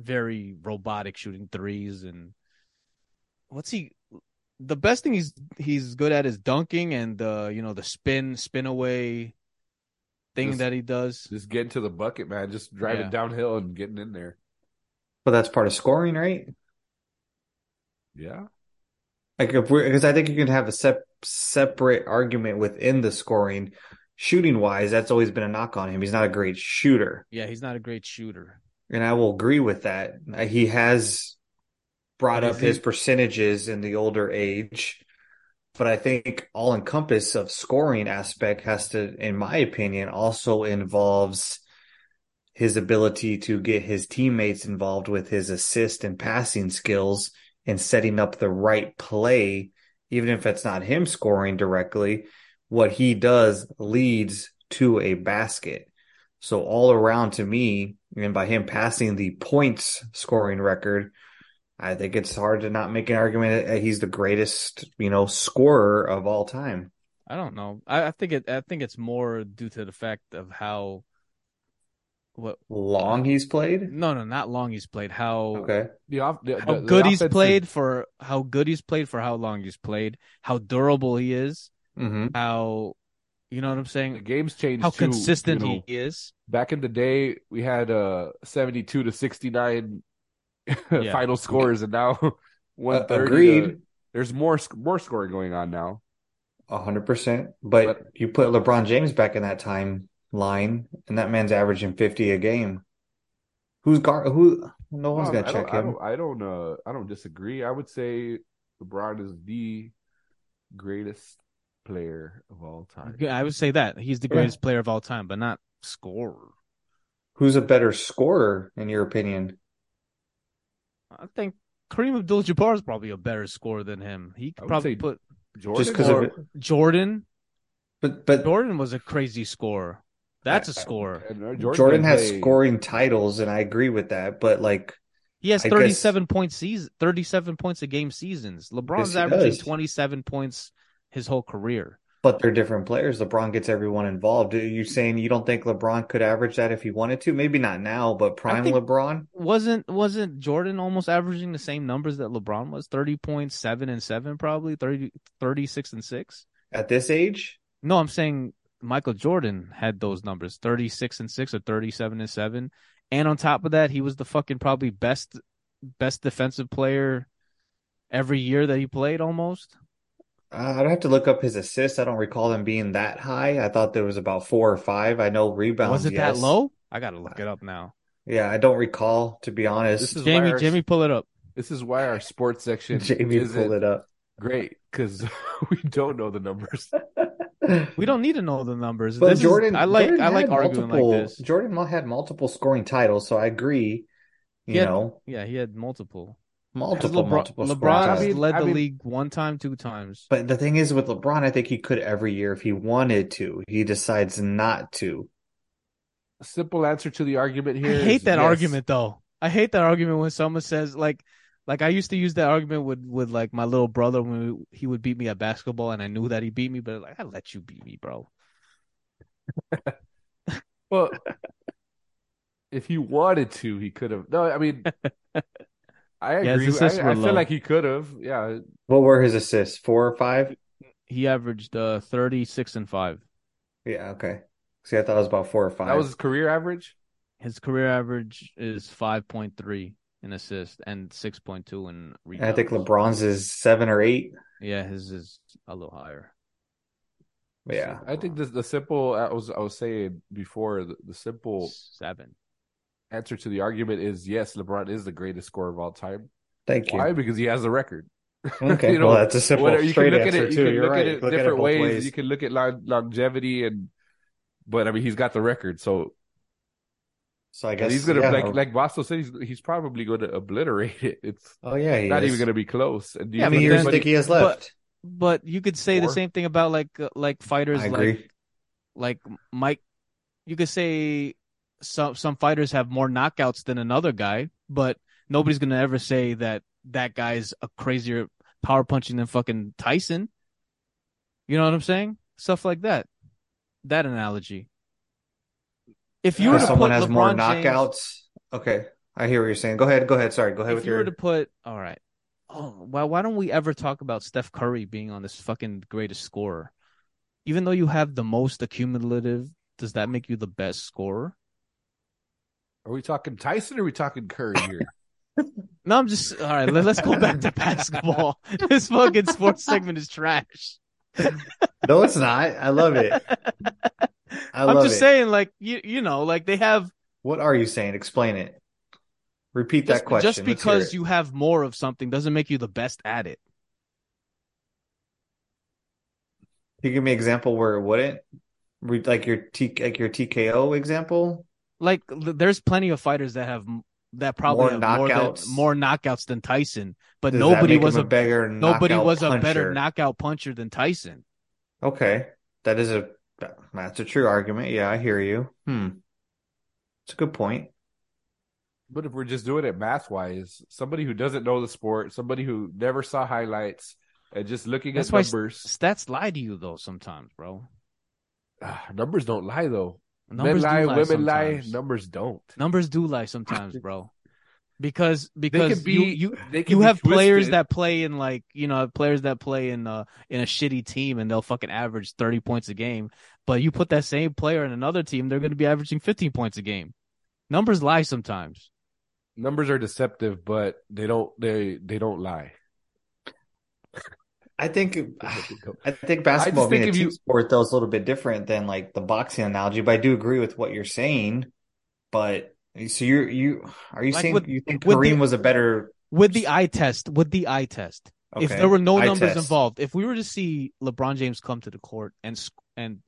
Speaker 6: very robotic shooting threes. And what's he? The best thing he's he's good at is dunking and uh, you know the spin spin away thing
Speaker 8: Just-
Speaker 6: that he does.
Speaker 8: Just getting to the bucket, man. Just driving
Speaker 6: Yeah.
Speaker 8: downhill and getting in there.
Speaker 7: But that's part of scoring, right?
Speaker 8: Yeah,
Speaker 7: Like if we're because I think you can have a sep- separate argument within the scoring. Shooting wise, that's always been a knock on him. He's not a great shooter.
Speaker 6: Yeah, he's not a great shooter.
Speaker 7: And I will agree with that. Uh, He has brought
Speaker 8: But
Speaker 7: up
Speaker 8: is he-
Speaker 7: his percentages in the older age. But I think all encompass of scoring aspect has to, in my opinion, also involves his ability to get his teammates involved with his assist and passing skills and setting up the right play even if it's not him scoring directly, what he does leads to a basket. So all around to me, and by him passing the points scoring record, I think it's hard to not make an argument that he's the greatest, you know, scorer of all time.
Speaker 6: I don't know. I, I think it. I think it's more due to the fact of how. What?
Speaker 7: Long he's played.
Speaker 6: No, no, not long he's played. How
Speaker 7: Okay.
Speaker 8: The off, the,
Speaker 6: how
Speaker 8: Oh, the- the
Speaker 6: good he's
Speaker 8: offensive-
Speaker 6: played for how good he's played for how long he's played. How durable he is.
Speaker 7: Mm-hmm.
Speaker 6: How, you know what I'm
Speaker 8: The
Speaker 6: saying?
Speaker 8: game's changed.
Speaker 6: How
Speaker 8: too, you
Speaker 6: consistent
Speaker 8: know.
Speaker 6: he is.
Speaker 8: Back in the day, we had uh, seventy-two to sixty-nine
Speaker 6: Yeah.
Speaker 8: final scores, and now one thirty.
Speaker 7: agreed.
Speaker 8: there's more sc- more scoring going on now.
Speaker 7: hundred percent. But you put LeBron James back in that time line, and that man's averaging fifty a game. Who's guard? Who? No one's
Speaker 8: Um,
Speaker 7: gonna
Speaker 8: I
Speaker 7: check
Speaker 8: don't,
Speaker 7: him.
Speaker 8: I don't, I don't, uh, I don't disagree. I would say LeBron is the greatest player of all time.
Speaker 6: Yeah, I would say that he's the
Speaker 7: Yeah.
Speaker 6: greatest player of all time, but not scorer.
Speaker 7: Who's a better scorer in your opinion?
Speaker 6: I think Kareem Abdul-Jabbar is probably a better scorer than him. He could
Speaker 8: I would
Speaker 6: probably
Speaker 8: say
Speaker 6: put
Speaker 8: Jordan
Speaker 7: Just because of
Speaker 8: or-
Speaker 7: it,
Speaker 6: Jordan.
Speaker 7: but but
Speaker 6: Jordan was a crazy scorer. That's a
Speaker 7: Yeah.
Speaker 6: scorer.
Speaker 8: and, uh,
Speaker 7: Jordan,
Speaker 8: can
Speaker 7: has
Speaker 8: play-
Speaker 7: scoring titles, and I agree with that. But like,
Speaker 6: He has
Speaker 7: I guess-
Speaker 6: 37 points season, 37 points a game seasons. LeBron's
Speaker 7: he
Speaker 6: averaging
Speaker 7: does.
Speaker 6: 27 points his whole career.
Speaker 7: but they're different players. LeBron gets everyone involved. Are you saying you don't think LeBron could average that if he wanted to? Maybe not now, but prime
Speaker 6: think-
Speaker 7: LeBron.
Speaker 6: Wasn't wasn't Jordan almost averaging the same numbers that LeBron was? 30 points, 7 and 7 probably, 30 36 and 6.
Speaker 7: At this age,
Speaker 6: No, I'm saying Michael Jordan had those numbers, 36 and 6 or 37 and 7. And on top of that, he was the fucking probably best best defensive player every year that he played almost.
Speaker 7: Uh, I'd have to look up his assists. I don't recall them being that high. I thought there was about four or five. I know rebounds.
Speaker 6: was it
Speaker 7: yes.
Speaker 6: that low? I got to look it up now.
Speaker 7: Yeah, I don't recall to be honest.
Speaker 8: This is
Speaker 6: Jamie,
Speaker 8: why our-
Speaker 6: Jamie, pull it up.
Speaker 8: This is why our sports section
Speaker 7: Jamie
Speaker 8: isn't
Speaker 7: pulled it up.
Speaker 8: great because we don't know the numbers.
Speaker 6: We don't need to know the numbers.
Speaker 7: But
Speaker 6: This is-
Speaker 7: Jordan,
Speaker 6: I like
Speaker 7: Jordan
Speaker 6: I like
Speaker 7: had
Speaker 6: arguing
Speaker 7: multiple-
Speaker 6: like this.
Speaker 7: Jordan Mo- had multiple scoring titles, so I agree. You
Speaker 6: Yeah.
Speaker 7: know,
Speaker 6: Yeah, he had multiple. 'Cause
Speaker 7: multiple,
Speaker 6: LeBron,
Speaker 7: multiple scoring
Speaker 6: LeBron
Speaker 7: titles.
Speaker 8: I mean-
Speaker 6: led the
Speaker 8: mean-
Speaker 6: league one time, two times.
Speaker 7: But the thing is, with LeBron, I think he could every year if he wanted to. He decides not to.
Speaker 8: Simple answer to the argument
Speaker 6: I
Speaker 8: here. is
Speaker 6: hate that
Speaker 8: yes.
Speaker 6: argument though. I hate that argument when someone says like like I used to use that argument with with like my little brother when we, he would beat me at basketball and I knew that he beat me, but like I let you beat me, bro.
Speaker 8: Well, if he wanted to, he could have. No, I mean, I
Speaker 6: Yeah, his
Speaker 8: agree.
Speaker 6: assists
Speaker 8: I,
Speaker 6: were
Speaker 8: I
Speaker 6: low.
Speaker 8: feel like he could have. Yeah,
Speaker 7: What were his assists? Four or five?
Speaker 6: He averaged uh thirty six and five.
Speaker 7: Yeah, okay. See, I thought it was about four or five.
Speaker 8: that was his career average.
Speaker 6: His career average is five point three in assists and six point two in
Speaker 7: And I think
Speaker 6: rebounds.
Speaker 7: LeBron's is seven or eight.
Speaker 6: Yeah, his is a little higher.
Speaker 7: Yeah.
Speaker 8: I think the the simple I was I was saying before the, the simple
Speaker 6: Seven.
Speaker 8: answer to the argument is yes, LeBron is the greatest scorer of all time.
Speaker 7: Thank you.
Speaker 8: Why? Because he has the record.
Speaker 7: Okay.
Speaker 8: you know,
Speaker 7: well, that's a simple,
Speaker 8: Whatever-
Speaker 7: straight
Speaker 8: you can look
Speaker 7: answer,
Speaker 8: at it,
Speaker 7: too.
Speaker 8: You can
Speaker 7: You're
Speaker 8: look
Speaker 7: right.
Speaker 8: at
Speaker 7: You
Speaker 8: it
Speaker 7: can look at it
Speaker 8: different
Speaker 7: both
Speaker 8: ways.
Speaker 7: ways.
Speaker 8: You can look at long, longevity and, but I mean, he's got the record, so
Speaker 7: So I
Speaker 8: and
Speaker 7: guess
Speaker 8: he's gonna
Speaker 7: yeah,
Speaker 8: like
Speaker 7: no-
Speaker 8: like Boston said, he's, he's probably gonna obliterate it. It's
Speaker 7: oh, yeah. He
Speaker 8: not
Speaker 7: is.
Speaker 8: even gonna be close. And do you
Speaker 7: How
Speaker 6: Yeah,
Speaker 7: many
Speaker 8: think
Speaker 6: but
Speaker 7: years do
Speaker 6: then-
Speaker 7: you
Speaker 8: anybody-
Speaker 7: think he has left?
Speaker 6: But you could say the
Speaker 8: Four.
Speaker 6: same thing about like uh, like fighters
Speaker 7: I
Speaker 6: like
Speaker 7: agree.
Speaker 6: like Mike. You could say some some fighters have more knockouts than another guy, but nobody's gonna ever say that that guy's a crazier power punching than fucking Tyson. You know what I'm saying? Stuff like that. That analogy. If you were
Speaker 7: If
Speaker 6: to
Speaker 7: someone
Speaker 6: put
Speaker 7: has more
Speaker 6: LeBron James-
Speaker 7: knockouts. Okay. I hear what you're saying. Go ahead. Go ahead. Sorry. Go ahead
Speaker 6: if
Speaker 7: with
Speaker 6: you
Speaker 7: your.
Speaker 6: were to put all right oh why, why don't we ever talk about steph curry being on this fucking greatest scorer even though you have the most accumulative does that make you the best scorer
Speaker 8: Are we talking Tyson or are we talking Curry here?
Speaker 6: no i'm just all right let, let's go back to basketball this fucking sports segment is trash
Speaker 7: No, it's not. I love it. I
Speaker 6: am
Speaker 7: love
Speaker 6: just
Speaker 7: it.
Speaker 6: saying like you you know like they have
Speaker 7: What are you saying? Explain it. Repeat
Speaker 6: just,
Speaker 7: that question.
Speaker 6: just
Speaker 7: Let's hear
Speaker 6: because
Speaker 7: it.
Speaker 6: you have more of something doesn't make you the best at it
Speaker 7: you give me an example where it wouldn't, Re- like your T, like your TKO example.
Speaker 6: like l- there's plenty of fighters that have m- that probably
Speaker 7: More
Speaker 6: have more,
Speaker 7: knockouts?
Speaker 6: than, more knockouts than Tyson, but
Speaker 7: Does that
Speaker 6: nobody
Speaker 7: make him
Speaker 6: was a,
Speaker 7: bigger
Speaker 6: nobody
Speaker 7: knockout
Speaker 6: was a better
Speaker 7: puncher?
Speaker 6: knockout puncher than Tyson.
Speaker 7: Okay, that is a that's a true argument. Yeah, I hear you. Hmm, it's a good point.
Speaker 8: But if we're just doing it math wise, somebody who doesn't know the sport, somebody who never saw highlights, and just looking
Speaker 6: That's
Speaker 8: at
Speaker 6: why s-
Speaker 8: numbers,
Speaker 6: stats lie to you though sometimes, bro.
Speaker 8: ah, numbers don't lie though.
Speaker 6: Numbers do
Speaker 8: Men lie,
Speaker 6: lie
Speaker 8: women
Speaker 6: sometimes.
Speaker 8: lie, numbers don't.
Speaker 6: Numbers do lie sometimes, bro. Because
Speaker 8: They
Speaker 6: because
Speaker 8: could be
Speaker 6: you you,
Speaker 8: they could
Speaker 6: you
Speaker 8: be
Speaker 6: have players
Speaker 8: twisted.
Speaker 6: that play in like you know players that play in uh in a shitty team and they'll fucking average thirty points a game, but you put that same player in another team, they're going to be averaging fifteen points a game. Numbers lie sometimes.
Speaker 8: numbers are deceptive, but they don't they they don't lie.
Speaker 7: I think I think
Speaker 8: I
Speaker 7: basketball
Speaker 8: just
Speaker 7: being
Speaker 8: think
Speaker 7: a
Speaker 8: if
Speaker 7: team
Speaker 8: you-
Speaker 7: sport though is a little bit different than like the boxing analogy. But I do agree with what you're saying. But so you you are you
Speaker 6: Like
Speaker 7: saying
Speaker 6: with-
Speaker 7: you think
Speaker 6: with the-
Speaker 7: Kareem was a better?
Speaker 6: With the eye test, with the eye test, if
Speaker 7: okay,
Speaker 6: there were no
Speaker 7: eye
Speaker 6: numbers
Speaker 7: test.
Speaker 6: involved, if we were to see LeBron James come to the court and sc- and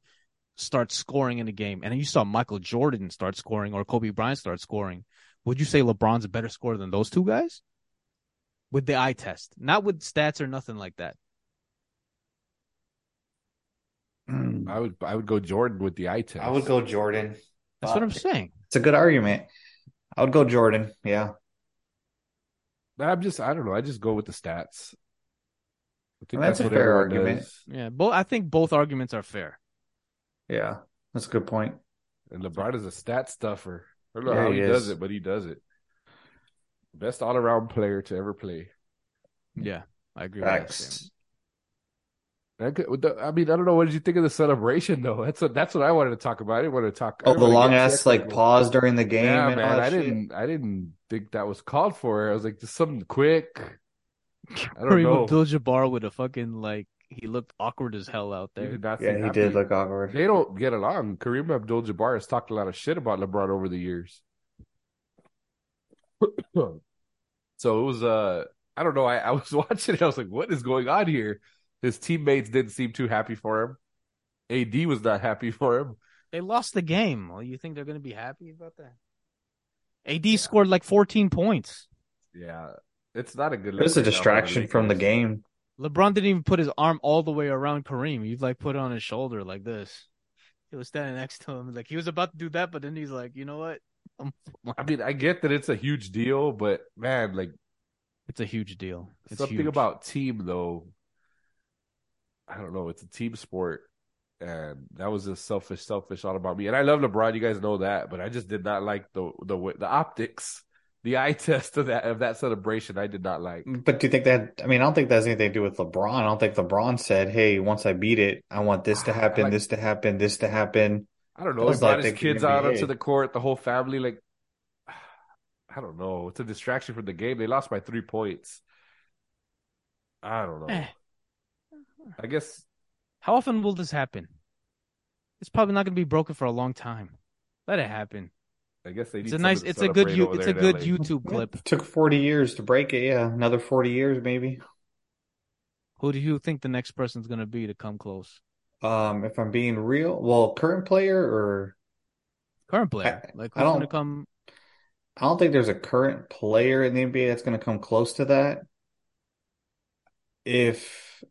Speaker 6: start scoring in a game, and you saw Michael Jordan start scoring or Kobe Bryant start scoring, would you say LeBron's a better scorer than those two guys? With the eye test, not with stats or nothing like that.
Speaker 8: I would I would go Jordan with the eye test.
Speaker 7: I would go Jordan.
Speaker 6: That's what I'm saying.
Speaker 7: It's a good argument. I would go Jordan. Yeah.
Speaker 8: I'm just I don't know. I just go with the stats. I think
Speaker 7: That's a
Speaker 8: what
Speaker 7: fair
Speaker 8: everyone
Speaker 7: argument.
Speaker 8: does.
Speaker 6: Yeah, both. I think both arguments are fair.
Speaker 7: Yeah. That's a good point.
Speaker 8: And LeBron is a stat stuffer. I don't know
Speaker 7: Yeah,
Speaker 8: how
Speaker 7: he
Speaker 8: he, does
Speaker 7: is.
Speaker 8: it, but he does it. Best all around player to ever play.
Speaker 6: Yeah, I agree. with that statement.
Speaker 7: Hmm. Facts.
Speaker 8: I, could, with the- I mean, I don't know. What did you think of the celebration, though? That's what that's what I wanted to talk about. I didn't want to talk. I
Speaker 7: Oh,
Speaker 8: didn't
Speaker 7: the
Speaker 8: wanna
Speaker 7: long
Speaker 8: get
Speaker 7: ass like
Speaker 8: technical.
Speaker 7: pause during the game
Speaker 8: Yeah,
Speaker 7: and all
Speaker 8: man.
Speaker 7: that
Speaker 8: I
Speaker 7: shit.
Speaker 8: didn't. I didn't think that was called for. I was like, just something quick. I don't
Speaker 6: Kareem
Speaker 8: know.
Speaker 6: Abdul-Jabbar with a fucking like he looked awkward as hell out
Speaker 8: He
Speaker 6: there.
Speaker 8: did not
Speaker 7: Yeah,
Speaker 8: seem
Speaker 7: he
Speaker 8: happy.
Speaker 7: did look awkward.
Speaker 8: They don't get along. Kareem Abdul-Jabbar has talked a lot of shit about LeBron over the years. so it was uh I don't know. I, I was watching it. I was like, what is going on here? His teammates didn't seem too happy for him. AD was not happy for him.
Speaker 6: They lost the game. Well, you think they're going to be happy about that? AD scored like 14 points.
Speaker 8: Yeah. It's not a good
Speaker 7: It was a
Speaker 8: look right now for the
Speaker 7: distraction from the
Speaker 8: Lakers.
Speaker 7: game.
Speaker 6: LeBron didn't even put his arm all the way around Kareem. He like put it on his shoulder like this. He was standing next to him. Like he was about to do that, but then he's like, you know what? I'm-
Speaker 8: I mean, I get that it's a huge deal, but man, like
Speaker 6: It's a huge deal. It's
Speaker 8: something
Speaker 6: huge.
Speaker 8: about team though i don't know it's a team sport and that was just selfish selfish all about me and i love lebron you guys know that but i just did not like the the way- the optics the eye test of that of that celebration i did not like
Speaker 6: Mm.
Speaker 7: But do you think that? I mean, I don't think that has anything to do with LeBron. I don't think LeBron said, "Hey, once I beat it, I want this to happen,
Speaker 8: Like-
Speaker 7: this to happen, this to happen."
Speaker 8: i don't
Speaker 7: It
Speaker 8: know he
Speaker 7: was
Speaker 8: brought
Speaker 7: like
Speaker 8: his
Speaker 7: the
Speaker 8: kids out
Speaker 7: NBA.
Speaker 8: onto the court the whole family like i don't know it's a distraction from the game they lost by three points i don't know
Speaker 6: Eh.
Speaker 8: i guess
Speaker 6: How often will this happen? It's probably not going to be broken for a long time. Let it happen.
Speaker 8: i guess they need
Speaker 6: It's a nice.
Speaker 8: something to
Speaker 6: It's a good.
Speaker 8: celebrate
Speaker 6: You,
Speaker 8: over
Speaker 6: it's a
Speaker 8: there in
Speaker 6: good
Speaker 8: LA.
Speaker 6: YouTube clip.
Speaker 7: It took forty years to break it. Yeah, another forty years, maybe.
Speaker 6: Who do you think the next person's going to be to come close?
Speaker 7: Um, if I'm being real, well, current player or
Speaker 6: Current player. like
Speaker 7: I
Speaker 6: who's going to
Speaker 7: don't-
Speaker 6: come?
Speaker 7: I don't think there's a current player in the NBA that's going to come close to that. If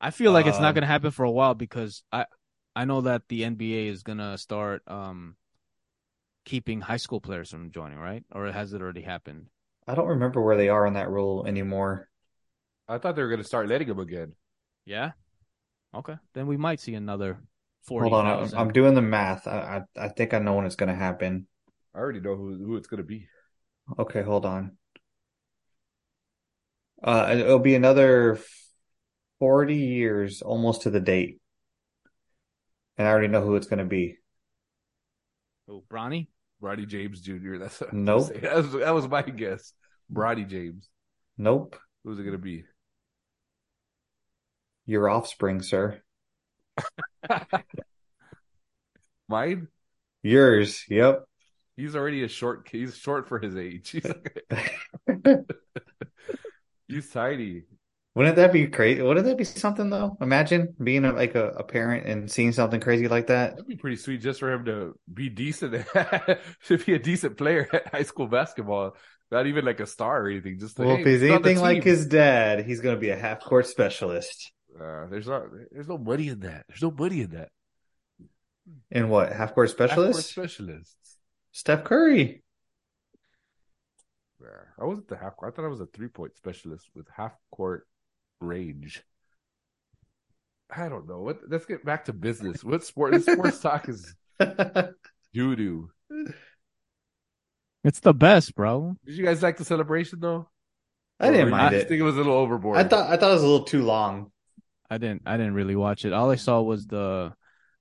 Speaker 6: I feel like it's not
Speaker 7: Um,
Speaker 6: going to happen for a while because I I know that the NBA is going to start um keeping high school players from joining, right? Or has it already happened?
Speaker 7: I don't remember where they are on that rule anymore.
Speaker 8: I thought they were going to start letting him again.
Speaker 6: Yeah. Okay. Then we might see another forty
Speaker 7: Hold on, I'm,
Speaker 6: thousand.
Speaker 7: I'm doing the math. I, I I think I know when it's going to happen.
Speaker 8: I already know who, who it's going to be.
Speaker 7: Okay, hold on. Uh, and it'll be another 40 years almost to the date. And I already know who it's going to be.
Speaker 6: Oh, Bronny.
Speaker 8: Roddy James Jr. That's what I was
Speaker 7: Nope.
Speaker 8: saying. That was, that was my guess. Roddy James.
Speaker 7: Nope,
Speaker 8: Who's it going to be?
Speaker 7: your offspring, sir.
Speaker 8: Mine.
Speaker 7: Yours. Yep.
Speaker 8: He's already a short. kid. He's short for his age. He's, he's tiny.
Speaker 7: Wouldn't that be crazy? Wouldn't that be something though? Imagine being a, like a, a parent and seeing something crazy like that.
Speaker 8: That'd be pretty sweet just for him to be decent. at- Should be a decent player at high school basketball. Not even like a star or anything. Just
Speaker 7: Well,
Speaker 8: hey,
Speaker 7: if he's
Speaker 8: it's on the
Speaker 7: anything like
Speaker 8: team.
Speaker 7: his dad, he's going to be a half court specialist.
Speaker 8: Uh, there's not. There's no money in that. There's no money in that.
Speaker 7: In what? Half court
Speaker 8: Half-court
Speaker 7: specialist?
Speaker 8: specialists.
Speaker 7: Steph Curry.
Speaker 8: Yeah. I wasn't the half court. I thought I was a three point specialist with half court range. I don't know. What? Let's get back to business. What sport? This sports talk is doo doo.
Speaker 6: It's the best, bro.
Speaker 8: Did you guys like the celebration though?
Speaker 7: I didn't
Speaker 8: Or
Speaker 7: mind
Speaker 8: you
Speaker 7: it.
Speaker 8: Think it was a little overboard.
Speaker 7: I thought I thought it was a little too long.
Speaker 6: I didn't I didn't really watch it. All I saw was the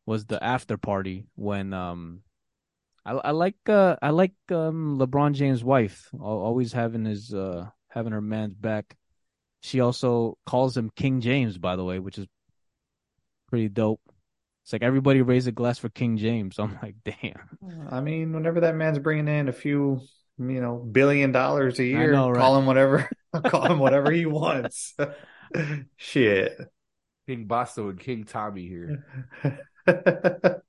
Speaker 6: was the after party when um I I like uh I like um LeBron James' wife al- always having his uh having her man's back. She also calls him King James by the way, which is pretty dope. It's like everybody raise a glass for King James. I'm like, damn.
Speaker 7: I mean, whenever that man's bringing in a few, you know, billion dollars a year,
Speaker 6: know, right?
Speaker 7: call him whatever, call him whatever he wants. Shit.
Speaker 8: King Basso and King Tommy here.
Speaker 7: I,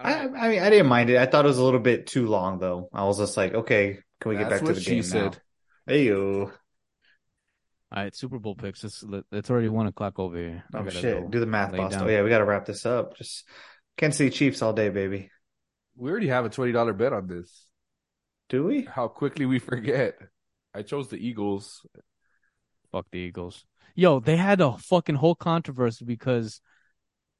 Speaker 7: I mean, I didn't mind it. I thought it was a little bit too long, though. I was just like, okay, can we get
Speaker 8: That's
Speaker 7: back to
Speaker 8: what
Speaker 7: the
Speaker 8: she
Speaker 7: game now?
Speaker 8: said.
Speaker 7: Ayo.
Speaker 6: All right, Super Bowl picks. It's it's already one o'clock over here. I
Speaker 7: Oh
Speaker 6: gotta
Speaker 7: shit!
Speaker 6: go
Speaker 7: Do the math,
Speaker 6: lay
Speaker 7: boss.
Speaker 6: down.
Speaker 7: Oh yeah, we got to wrap this up. Just Kansas City Chiefs all day, baby.
Speaker 8: We already have a twenty dollar bet on this.
Speaker 7: Do we?
Speaker 8: How quickly we forget. I chose the Eagles.
Speaker 6: Fuck the Eagles. Yo, they had a fucking whole controversy because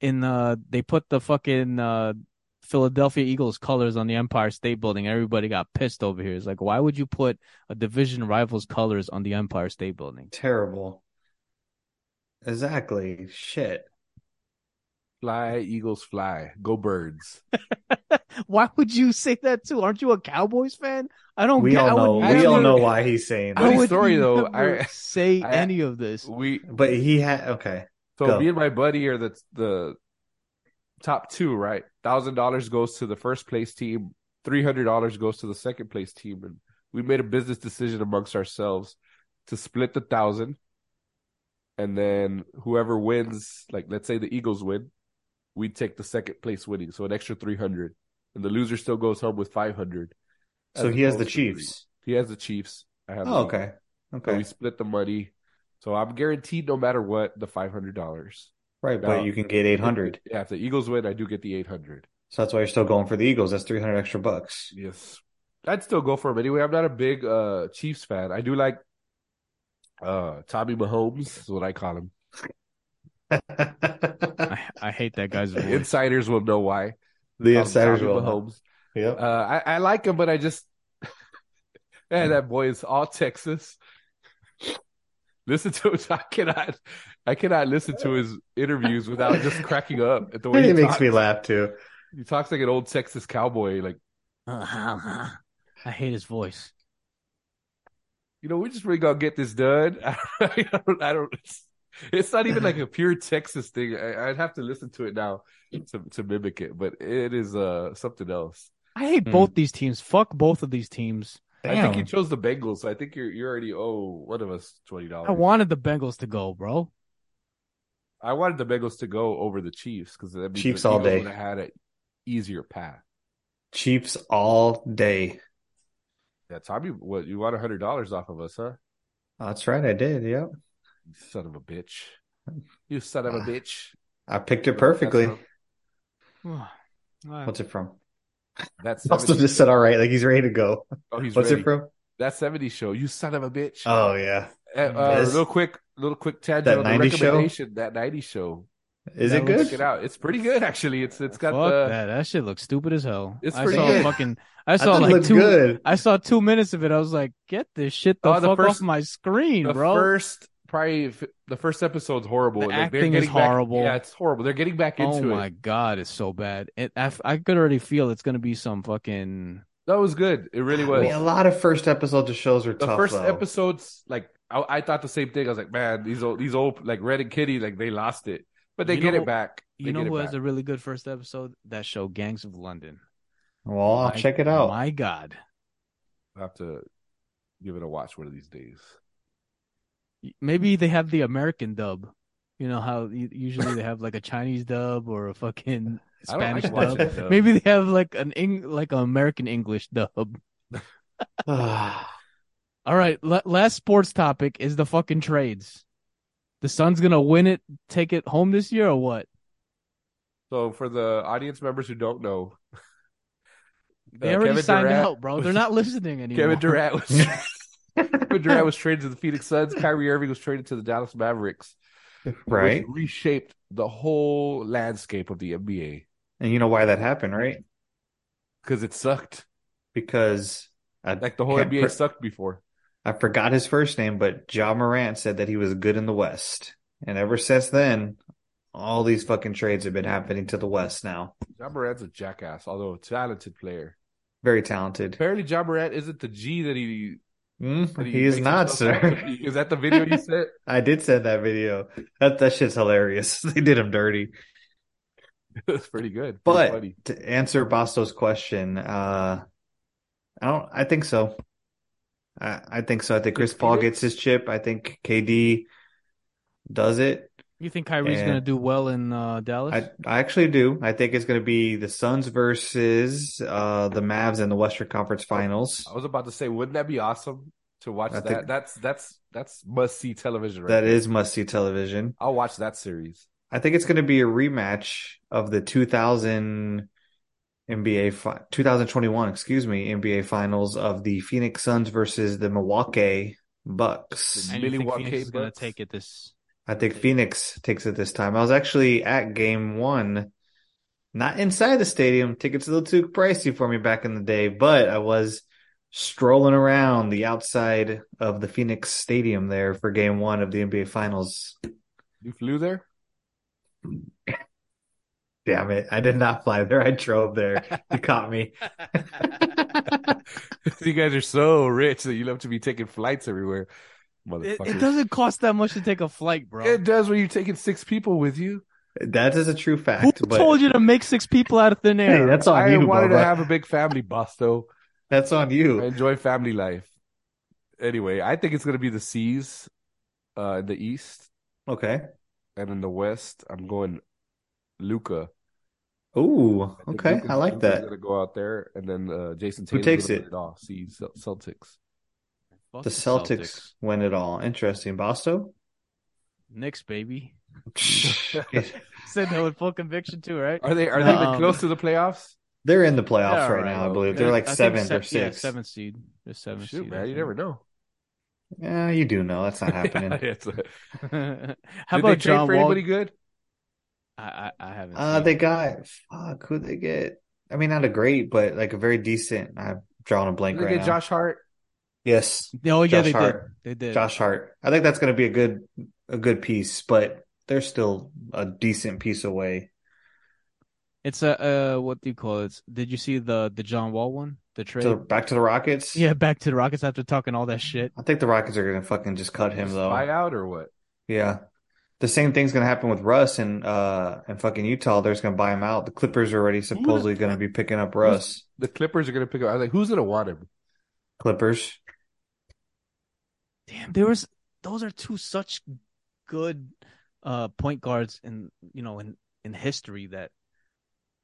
Speaker 6: in uh they put the fucking uh Philadelphia Eagles colors on the Empire State Building. Everybody got pissed over here. It's like, why would you put a division rival's colors on the Empire State Building?
Speaker 7: Terrible. Exactly. Shit.
Speaker 8: Fly, Eagles, fly. Go birds.
Speaker 6: why would you say that too? Aren't you a Cowboys fan? I don't
Speaker 7: We
Speaker 6: get, I
Speaker 7: all
Speaker 6: would
Speaker 7: know. We all
Speaker 6: never-
Speaker 7: know why he's saying
Speaker 6: I
Speaker 7: that.
Speaker 8: Funny
Speaker 6: would
Speaker 8: story, though.
Speaker 6: never
Speaker 8: I-
Speaker 6: say
Speaker 8: I-
Speaker 6: any of this.
Speaker 8: We
Speaker 7: But he had okay.
Speaker 8: So
Speaker 7: Go.
Speaker 8: me and my buddy are the the top two, right? Thousand dollars goes to the first place team, three hundred dollars goes to the second place team, and we made a business decision amongst ourselves to split the thousand, and then whoever wins, like let's say the Eagles win, we take the second place winning, so an extra three hundred, and the loser still goes home with five hundred.
Speaker 7: So he has the Chiefs.
Speaker 8: He has the Chiefs. I have. the
Speaker 7: Oh,
Speaker 8: Eagles.
Speaker 7: okay.
Speaker 8: So we
Speaker 7: Okay.
Speaker 8: split the money. So I'm guaranteed, no matter what, the five hundred dollars.
Speaker 7: Right, but
Speaker 8: No.
Speaker 7: you can get eight hundred.
Speaker 8: Yeah, if the Eagles win, I do get the 800.
Speaker 7: So that's why you're still going for the Eagles. That's three hundred extra bucks.
Speaker 8: Yes. I'd still go for him anyway. I'm not a big uh Chiefs fan. I do like uh Tommy Mahomes, is what I call him.
Speaker 7: the
Speaker 6: I, I hate that guy's voice.
Speaker 8: Insiders will know why. Call him
Speaker 7: insiders
Speaker 8: Tommy
Speaker 7: will. know.
Speaker 8: Mahomes.
Speaker 7: Yep.
Speaker 8: Uh, I, I like him, but I just man, that boy is all Texas. listen to him. I cannot, I cannot listen to his interviews without just cracking up at the way he
Speaker 7: it makes
Speaker 8: talks.
Speaker 7: me laugh too.
Speaker 8: He talks like an old Texas cowboy. Like
Speaker 6: I hate his voice.
Speaker 8: you know, we just really gonna get this done. I don't, I don't. It's, it's not even like a pure Texas thing. I, I'd have to listen to it now to to mimic it, but it is uh something else.
Speaker 6: I hate
Speaker 7: Hmm.
Speaker 6: both these teams. Fuck both of these teams.
Speaker 8: I think
Speaker 7: Damn.
Speaker 8: you chose the Bengals, so I think you're you already owe one of us twenty dollars.
Speaker 6: I wanted the Bengals to go, bro.
Speaker 8: I wanted the Bengals to go over the Chiefs because that means
Speaker 7: Chiefs
Speaker 8: the
Speaker 7: all
Speaker 8: Eagles
Speaker 7: day.
Speaker 8: would have had an easier path.
Speaker 7: Chiefs all day.
Speaker 8: Yeah, Tommy, what you want hundred dollars off of us, huh?
Speaker 7: Oh, That's right, I did. Yep.
Speaker 8: You son of a bitch! You son of a
Speaker 7: Ah,
Speaker 8: bitch!
Speaker 7: I picked it
Speaker 8: That's
Speaker 7: perfectly.
Speaker 8: from-
Speaker 6: All right.
Speaker 7: What's it from?
Speaker 8: That's
Speaker 7: Also
Speaker 8: 70
Speaker 7: just said all right, like he's ready to go.
Speaker 8: Oh, he's
Speaker 7: What's
Speaker 8: ready.
Speaker 7: it from?
Speaker 8: That 70 show. You son of a bitch.
Speaker 7: Oh yeah.
Speaker 8: Uh, uh,
Speaker 7: Yes.
Speaker 8: little quick, little quick tangent
Speaker 7: That
Speaker 8: on the
Speaker 7: 90 show?
Speaker 8: recommendation. That ninety show.
Speaker 7: Is
Speaker 6: That looks
Speaker 7: it good?
Speaker 8: Check it out. It's pretty good actually. It's it's got
Speaker 6: Fuck
Speaker 8: the
Speaker 6: that. That shit looks stupid as hell.
Speaker 8: It's
Speaker 6: I
Speaker 8: pretty
Speaker 6: saw
Speaker 7: good.
Speaker 6: fucking. I
Speaker 7: I
Speaker 6: saw
Speaker 7: thought it
Speaker 6: like
Speaker 7: looked
Speaker 6: two.
Speaker 7: good.
Speaker 6: I saw two minutes of it. I was like, "Get this shit the
Speaker 8: Oh, the
Speaker 6: fuck
Speaker 8: first-
Speaker 6: off my screen,
Speaker 8: the
Speaker 6: bro."
Speaker 8: first probably f- the first episode's horrible.
Speaker 6: The
Speaker 8: Like, they're
Speaker 6: acting is
Speaker 8: getting back-
Speaker 6: horrible.
Speaker 8: yeah, it's horrible. They're getting back
Speaker 6: oh
Speaker 8: into
Speaker 6: my
Speaker 8: it.
Speaker 6: god, it's so bad. It, I, I could already feel it's gonna be some fucking.
Speaker 8: That was good. It really
Speaker 7: I
Speaker 8: was.
Speaker 7: mean, a lot of first episodes of shows are
Speaker 8: the
Speaker 7: tough.
Speaker 8: first
Speaker 7: though.
Speaker 8: episodes, like I, I thought the same thing. I was like, man, these old these old like Red and Kitty, like they lost it, but they
Speaker 6: You
Speaker 8: get
Speaker 6: know-
Speaker 8: it back. They
Speaker 6: You know
Speaker 8: get it
Speaker 6: who has
Speaker 8: back.
Speaker 6: a really good first episode? That show, Gangs of London.
Speaker 7: Well, I'll
Speaker 6: My-
Speaker 7: check it out.
Speaker 6: My god,
Speaker 8: I'll have to give it a watch one of these days.
Speaker 6: Maybe they have the American dub. You know how u- usually they have like a Chinese dub or a fucking
Speaker 8: I don't- I
Speaker 6: Spanish
Speaker 8: can watch
Speaker 6: dub.
Speaker 8: that dub.
Speaker 6: Maybe they have like an Eng- like an American English dub. All right, la- last sports topic is the fucking trades. The Suns gonna win it, take it home this year or what?
Speaker 8: So for the audience members who don't know,
Speaker 6: They
Speaker 8: uh,
Speaker 6: already
Speaker 8: Kevin
Speaker 6: signed
Speaker 8: Durant
Speaker 6: out, bro.
Speaker 8: was-
Speaker 6: They're not listening anymore.
Speaker 8: Kevin Durant was Kevin Durant was traded to the Phoenix Suns. Kyrie Irving was traded to the Dallas Mavericks. which
Speaker 7: right?
Speaker 8: reshaped the whole landscape of the NBA
Speaker 7: And you know why that happened, right?
Speaker 8: because it sucked.
Speaker 7: Because I,
Speaker 8: Like the whole
Speaker 7: can't
Speaker 8: NBA
Speaker 7: pro-
Speaker 8: sucked before.
Speaker 7: I forgot his first name, but Ja Morant said that he was good in the West. And ever since then, all these fucking trades have been happening to the West now.
Speaker 8: John Morant's a jackass, although a talented player.
Speaker 7: Very talented.
Speaker 8: Apparently, John Morant isn't the G that he.
Speaker 7: Mm,
Speaker 8: That
Speaker 7: he is
Speaker 8: makes
Speaker 7: not,
Speaker 8: himself out to
Speaker 7: sir.
Speaker 8: be. Is that the video you said?
Speaker 7: I did send that video. That that shit's hilarious. they did him dirty.
Speaker 8: That's pretty good. Pretty
Speaker 7: But
Speaker 8: funny.
Speaker 7: to answer Basto's question, uh, I don't. I think so. I, I think so. I think Chris Paul gets his chip. I think KD does it.
Speaker 6: You think Kyrie's
Speaker 7: Yeah.
Speaker 6: gonna do well in uh, Dallas?
Speaker 7: I I actually do. I think it's going to be the Suns versus uh, the Mavs in the Western Conference Finals.
Speaker 8: I was about to say, wouldn't that be awesome to watch
Speaker 7: I
Speaker 8: that?
Speaker 7: think-
Speaker 8: That's that's that's must see television. Right
Speaker 7: That
Speaker 8: there.
Speaker 7: is must see television.
Speaker 8: I'll watch that series.
Speaker 7: I think it's going to be a rematch of the 2000 NBA fi- 2021, excuse me, NBA Finals of the Phoenix Suns versus the Milwaukee Bucks.
Speaker 6: I do think
Speaker 8: Milwaukee
Speaker 6: Phoenix is gonna
Speaker 8: Bucks.
Speaker 6: take it this.
Speaker 7: I think Phoenix takes it this time. I was actually at game 1 not inside the stadium. Tickets a little too pricey for me back in the day, but I was strolling around the outside of the Phoenix Stadium there for game 1 of the NBA Finals.
Speaker 8: You flew there.
Speaker 7: Damn it. I did not fly there. I drove there. You caught me.
Speaker 8: you guys are so rich that you love to be taking flights everywhere,
Speaker 6: It,
Speaker 8: motherfucker.
Speaker 6: it doesn't cost that much to take a flight, bro.
Speaker 8: It does when you're taking six people with you.
Speaker 7: That is a true fact.
Speaker 6: Who
Speaker 7: but
Speaker 6: told you to make six people out of thin air?
Speaker 7: Hey, that's on
Speaker 8: I
Speaker 7: you,
Speaker 8: wanted
Speaker 7: Oh, Bubba.
Speaker 8: to have a big family, Busto.
Speaker 7: That's on
Speaker 8: I
Speaker 7: you.
Speaker 8: enjoy family life. Anyway, I think it's gonna be the seas, uh, in the east
Speaker 7: Okay.
Speaker 8: and in the west. I'm going Luca.
Speaker 7: Ooh. Okay. I like that.
Speaker 8: Gonna go out there, and then uh, Jason
Speaker 7: Who takes
Speaker 8: Taylor's gonna
Speaker 7: it?
Speaker 8: win Off seas Celtics.
Speaker 6: Fuck
Speaker 7: The Celtics, win it all. Interesting. Bosto?
Speaker 6: Knicks, baby.
Speaker 7: They're
Speaker 6: Said that with full conviction too, right?
Speaker 8: Are they? Are they even
Speaker 6: Um,
Speaker 8: close to the playoffs?
Speaker 7: in the playoffs
Speaker 6: They're
Speaker 7: right now, I
Speaker 8: alright.
Speaker 7: believe. They're
Speaker 6: I
Speaker 7: like
Speaker 6: think
Speaker 7: seventh
Speaker 6: se-
Speaker 7: or
Speaker 6: yeah,
Speaker 7: sixth.
Speaker 6: seventh seed. They're seventh
Speaker 8: Shoot,
Speaker 6: seed.
Speaker 8: man, you never know.
Speaker 7: Yeah, you do know that's not happening.
Speaker 8: It's a-
Speaker 6: never. How
Speaker 8: Did they
Speaker 6: about
Speaker 8: trade
Speaker 6: John
Speaker 8: for
Speaker 6: Wall?
Speaker 8: anybody good?
Speaker 6: I, I I haven't.
Speaker 7: Uh
Speaker 6: seen
Speaker 7: they
Speaker 6: it.
Speaker 7: got fuck, who'd they get? I mean not a great, but like a very decent I've drawn a blank
Speaker 8: Did they
Speaker 7: right now.
Speaker 8: get Josh Hart?
Speaker 7: yes.
Speaker 6: Oh yeah,
Speaker 7: Josh
Speaker 6: they
Speaker 7: Hart.
Speaker 6: did. They did.
Speaker 7: Josh Hart. I think that's gonna be a good a good piece, but they're still a decent piece away.
Speaker 6: It's a uh, what do you call it? Did you see the the John Wall one? The trade.
Speaker 7: So back to the Rockets.
Speaker 6: yeah, back to the Rockets after talking all that shit.
Speaker 7: I think the Rockets are gonna fucking just cut him though.
Speaker 8: Buyout or what?
Speaker 7: Yeah. The same thing's gonna happen with Russ and uh and fucking Utah. They're just gonna buy him out. The Clippers are already supposedly gonna be picking up Russ.
Speaker 8: The Clippers are gonna pick up. I was like, who's gonna want him?
Speaker 7: Clippers.
Speaker 6: Damn, there was those are two such good uh point guards in you know in in history that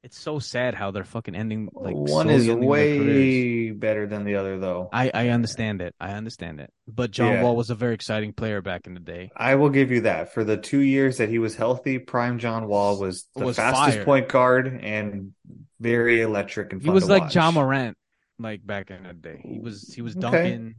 Speaker 6: it's so sad how they're fucking ending like
Speaker 7: One
Speaker 6: slowly
Speaker 7: is
Speaker 6: ending their careers.
Speaker 7: way better than the other though.
Speaker 6: I, I understand it. I understand it. But John
Speaker 7: Yeah.
Speaker 6: Wall was a very exciting player back in the day.
Speaker 7: I will give you that. For the two years that he was healthy, prime John Wall was the
Speaker 6: Was
Speaker 7: fastest
Speaker 6: fire.
Speaker 7: point guard and very electric and
Speaker 6: He
Speaker 7: fun
Speaker 6: was
Speaker 7: to
Speaker 6: like
Speaker 7: watch.
Speaker 6: John Morant, like back in the day. He was he was
Speaker 7: Okay.
Speaker 6: dunking,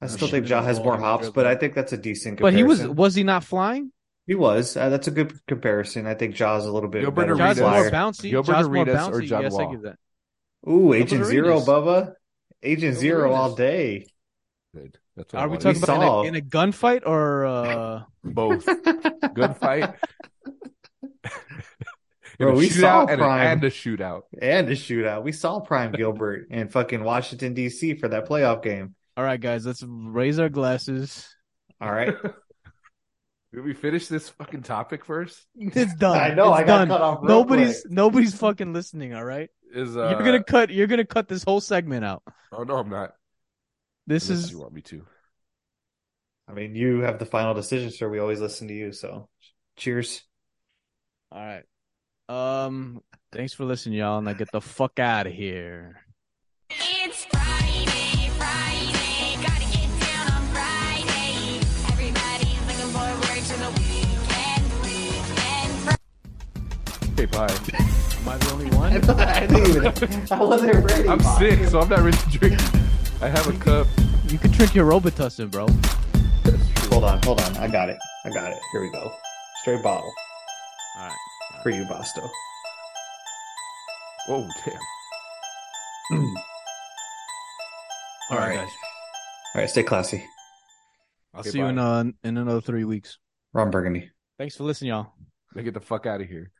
Speaker 7: I
Speaker 6: or
Speaker 7: still think
Speaker 6: shooting
Speaker 7: Ja
Speaker 6: the
Speaker 7: has
Speaker 6: ball
Speaker 7: more
Speaker 6: and
Speaker 7: hops, but
Speaker 6: dribbling.
Speaker 7: I think that's a decent
Speaker 6: but he was
Speaker 7: comparison.
Speaker 6: was he not flying?
Speaker 7: He was. Uh, that's a good comparison. I think Ja's a little bit
Speaker 8: Gilbert
Speaker 7: better
Speaker 8: Arenas.
Speaker 6: Ja's more
Speaker 7: flyer.
Speaker 6: bouncy.
Speaker 8: Gilbert
Speaker 6: Ja's more
Speaker 8: Arenas or
Speaker 6: bouncy.
Speaker 8: John
Speaker 6: yes, I
Speaker 8: Wall?
Speaker 6: give that.
Speaker 7: Ooh, Agent
Speaker 6: Gilbert
Speaker 7: Zero,
Speaker 6: Arenas.
Speaker 7: Bubba. Agent
Speaker 8: Gilbert
Speaker 7: Zero all
Speaker 8: Arenas.
Speaker 7: day.
Speaker 8: Good. That's what I
Speaker 6: Are we
Speaker 8: wanted.
Speaker 6: talking
Speaker 7: We
Speaker 6: about
Speaker 7: saw-
Speaker 6: in a, in a gunfight or uh
Speaker 8: both? Good fight.
Speaker 7: Bro,
Speaker 8: a
Speaker 7: we saw
Speaker 8: shootout and, a,
Speaker 7: Prime.
Speaker 8: and a shootout.
Speaker 7: And a shootout. We saw Prime Gilbert in fucking Washington D.C. for that playoff game.
Speaker 6: all right guys, let's raise our glasses.
Speaker 7: All right.
Speaker 8: Did we finish this fucking topic first?
Speaker 6: It's done.
Speaker 7: I know,
Speaker 6: It's
Speaker 7: I got
Speaker 6: done.
Speaker 7: cut off real
Speaker 6: Nobody's nobody's fucking listening, all right?
Speaker 8: Is uh,
Speaker 6: you're gonna cut you're gonna cut this whole segment out.
Speaker 8: Oh no, I'm not.
Speaker 6: This
Speaker 8: Unless
Speaker 6: is
Speaker 8: you want me to.
Speaker 7: I mean, you have the final decision, sir. We always listen to you. So, cheers.
Speaker 6: All right. Um, thanks for listening, y'all. Now get the fuck out of here.
Speaker 10: It's Friday, Friday, gotta get down on Friday. Everybody's looking forward to the weekend, weekend.
Speaker 8: Okay, bye.
Speaker 6: Am I the only one?
Speaker 7: I, thought, I didn't even. I wasn't ready.
Speaker 8: I'm sick, so I'm not really drinking. I have a cup.
Speaker 6: You can drink your Robitussin, bro.
Speaker 7: Hold on, hold on. I got it. I got it. Here we go. Straight bottle
Speaker 6: All right.
Speaker 7: for you, Bosto.
Speaker 8: Oh, damn.
Speaker 6: All right,
Speaker 7: Alright.
Speaker 6: guys.
Speaker 7: All right, stay classy.
Speaker 6: I'll
Speaker 8: Okay,
Speaker 6: see you in uh, in another three weeks.
Speaker 7: Ron Burgundy.
Speaker 6: Thanks for listening, y'all.
Speaker 8: Now get the fuck out of here.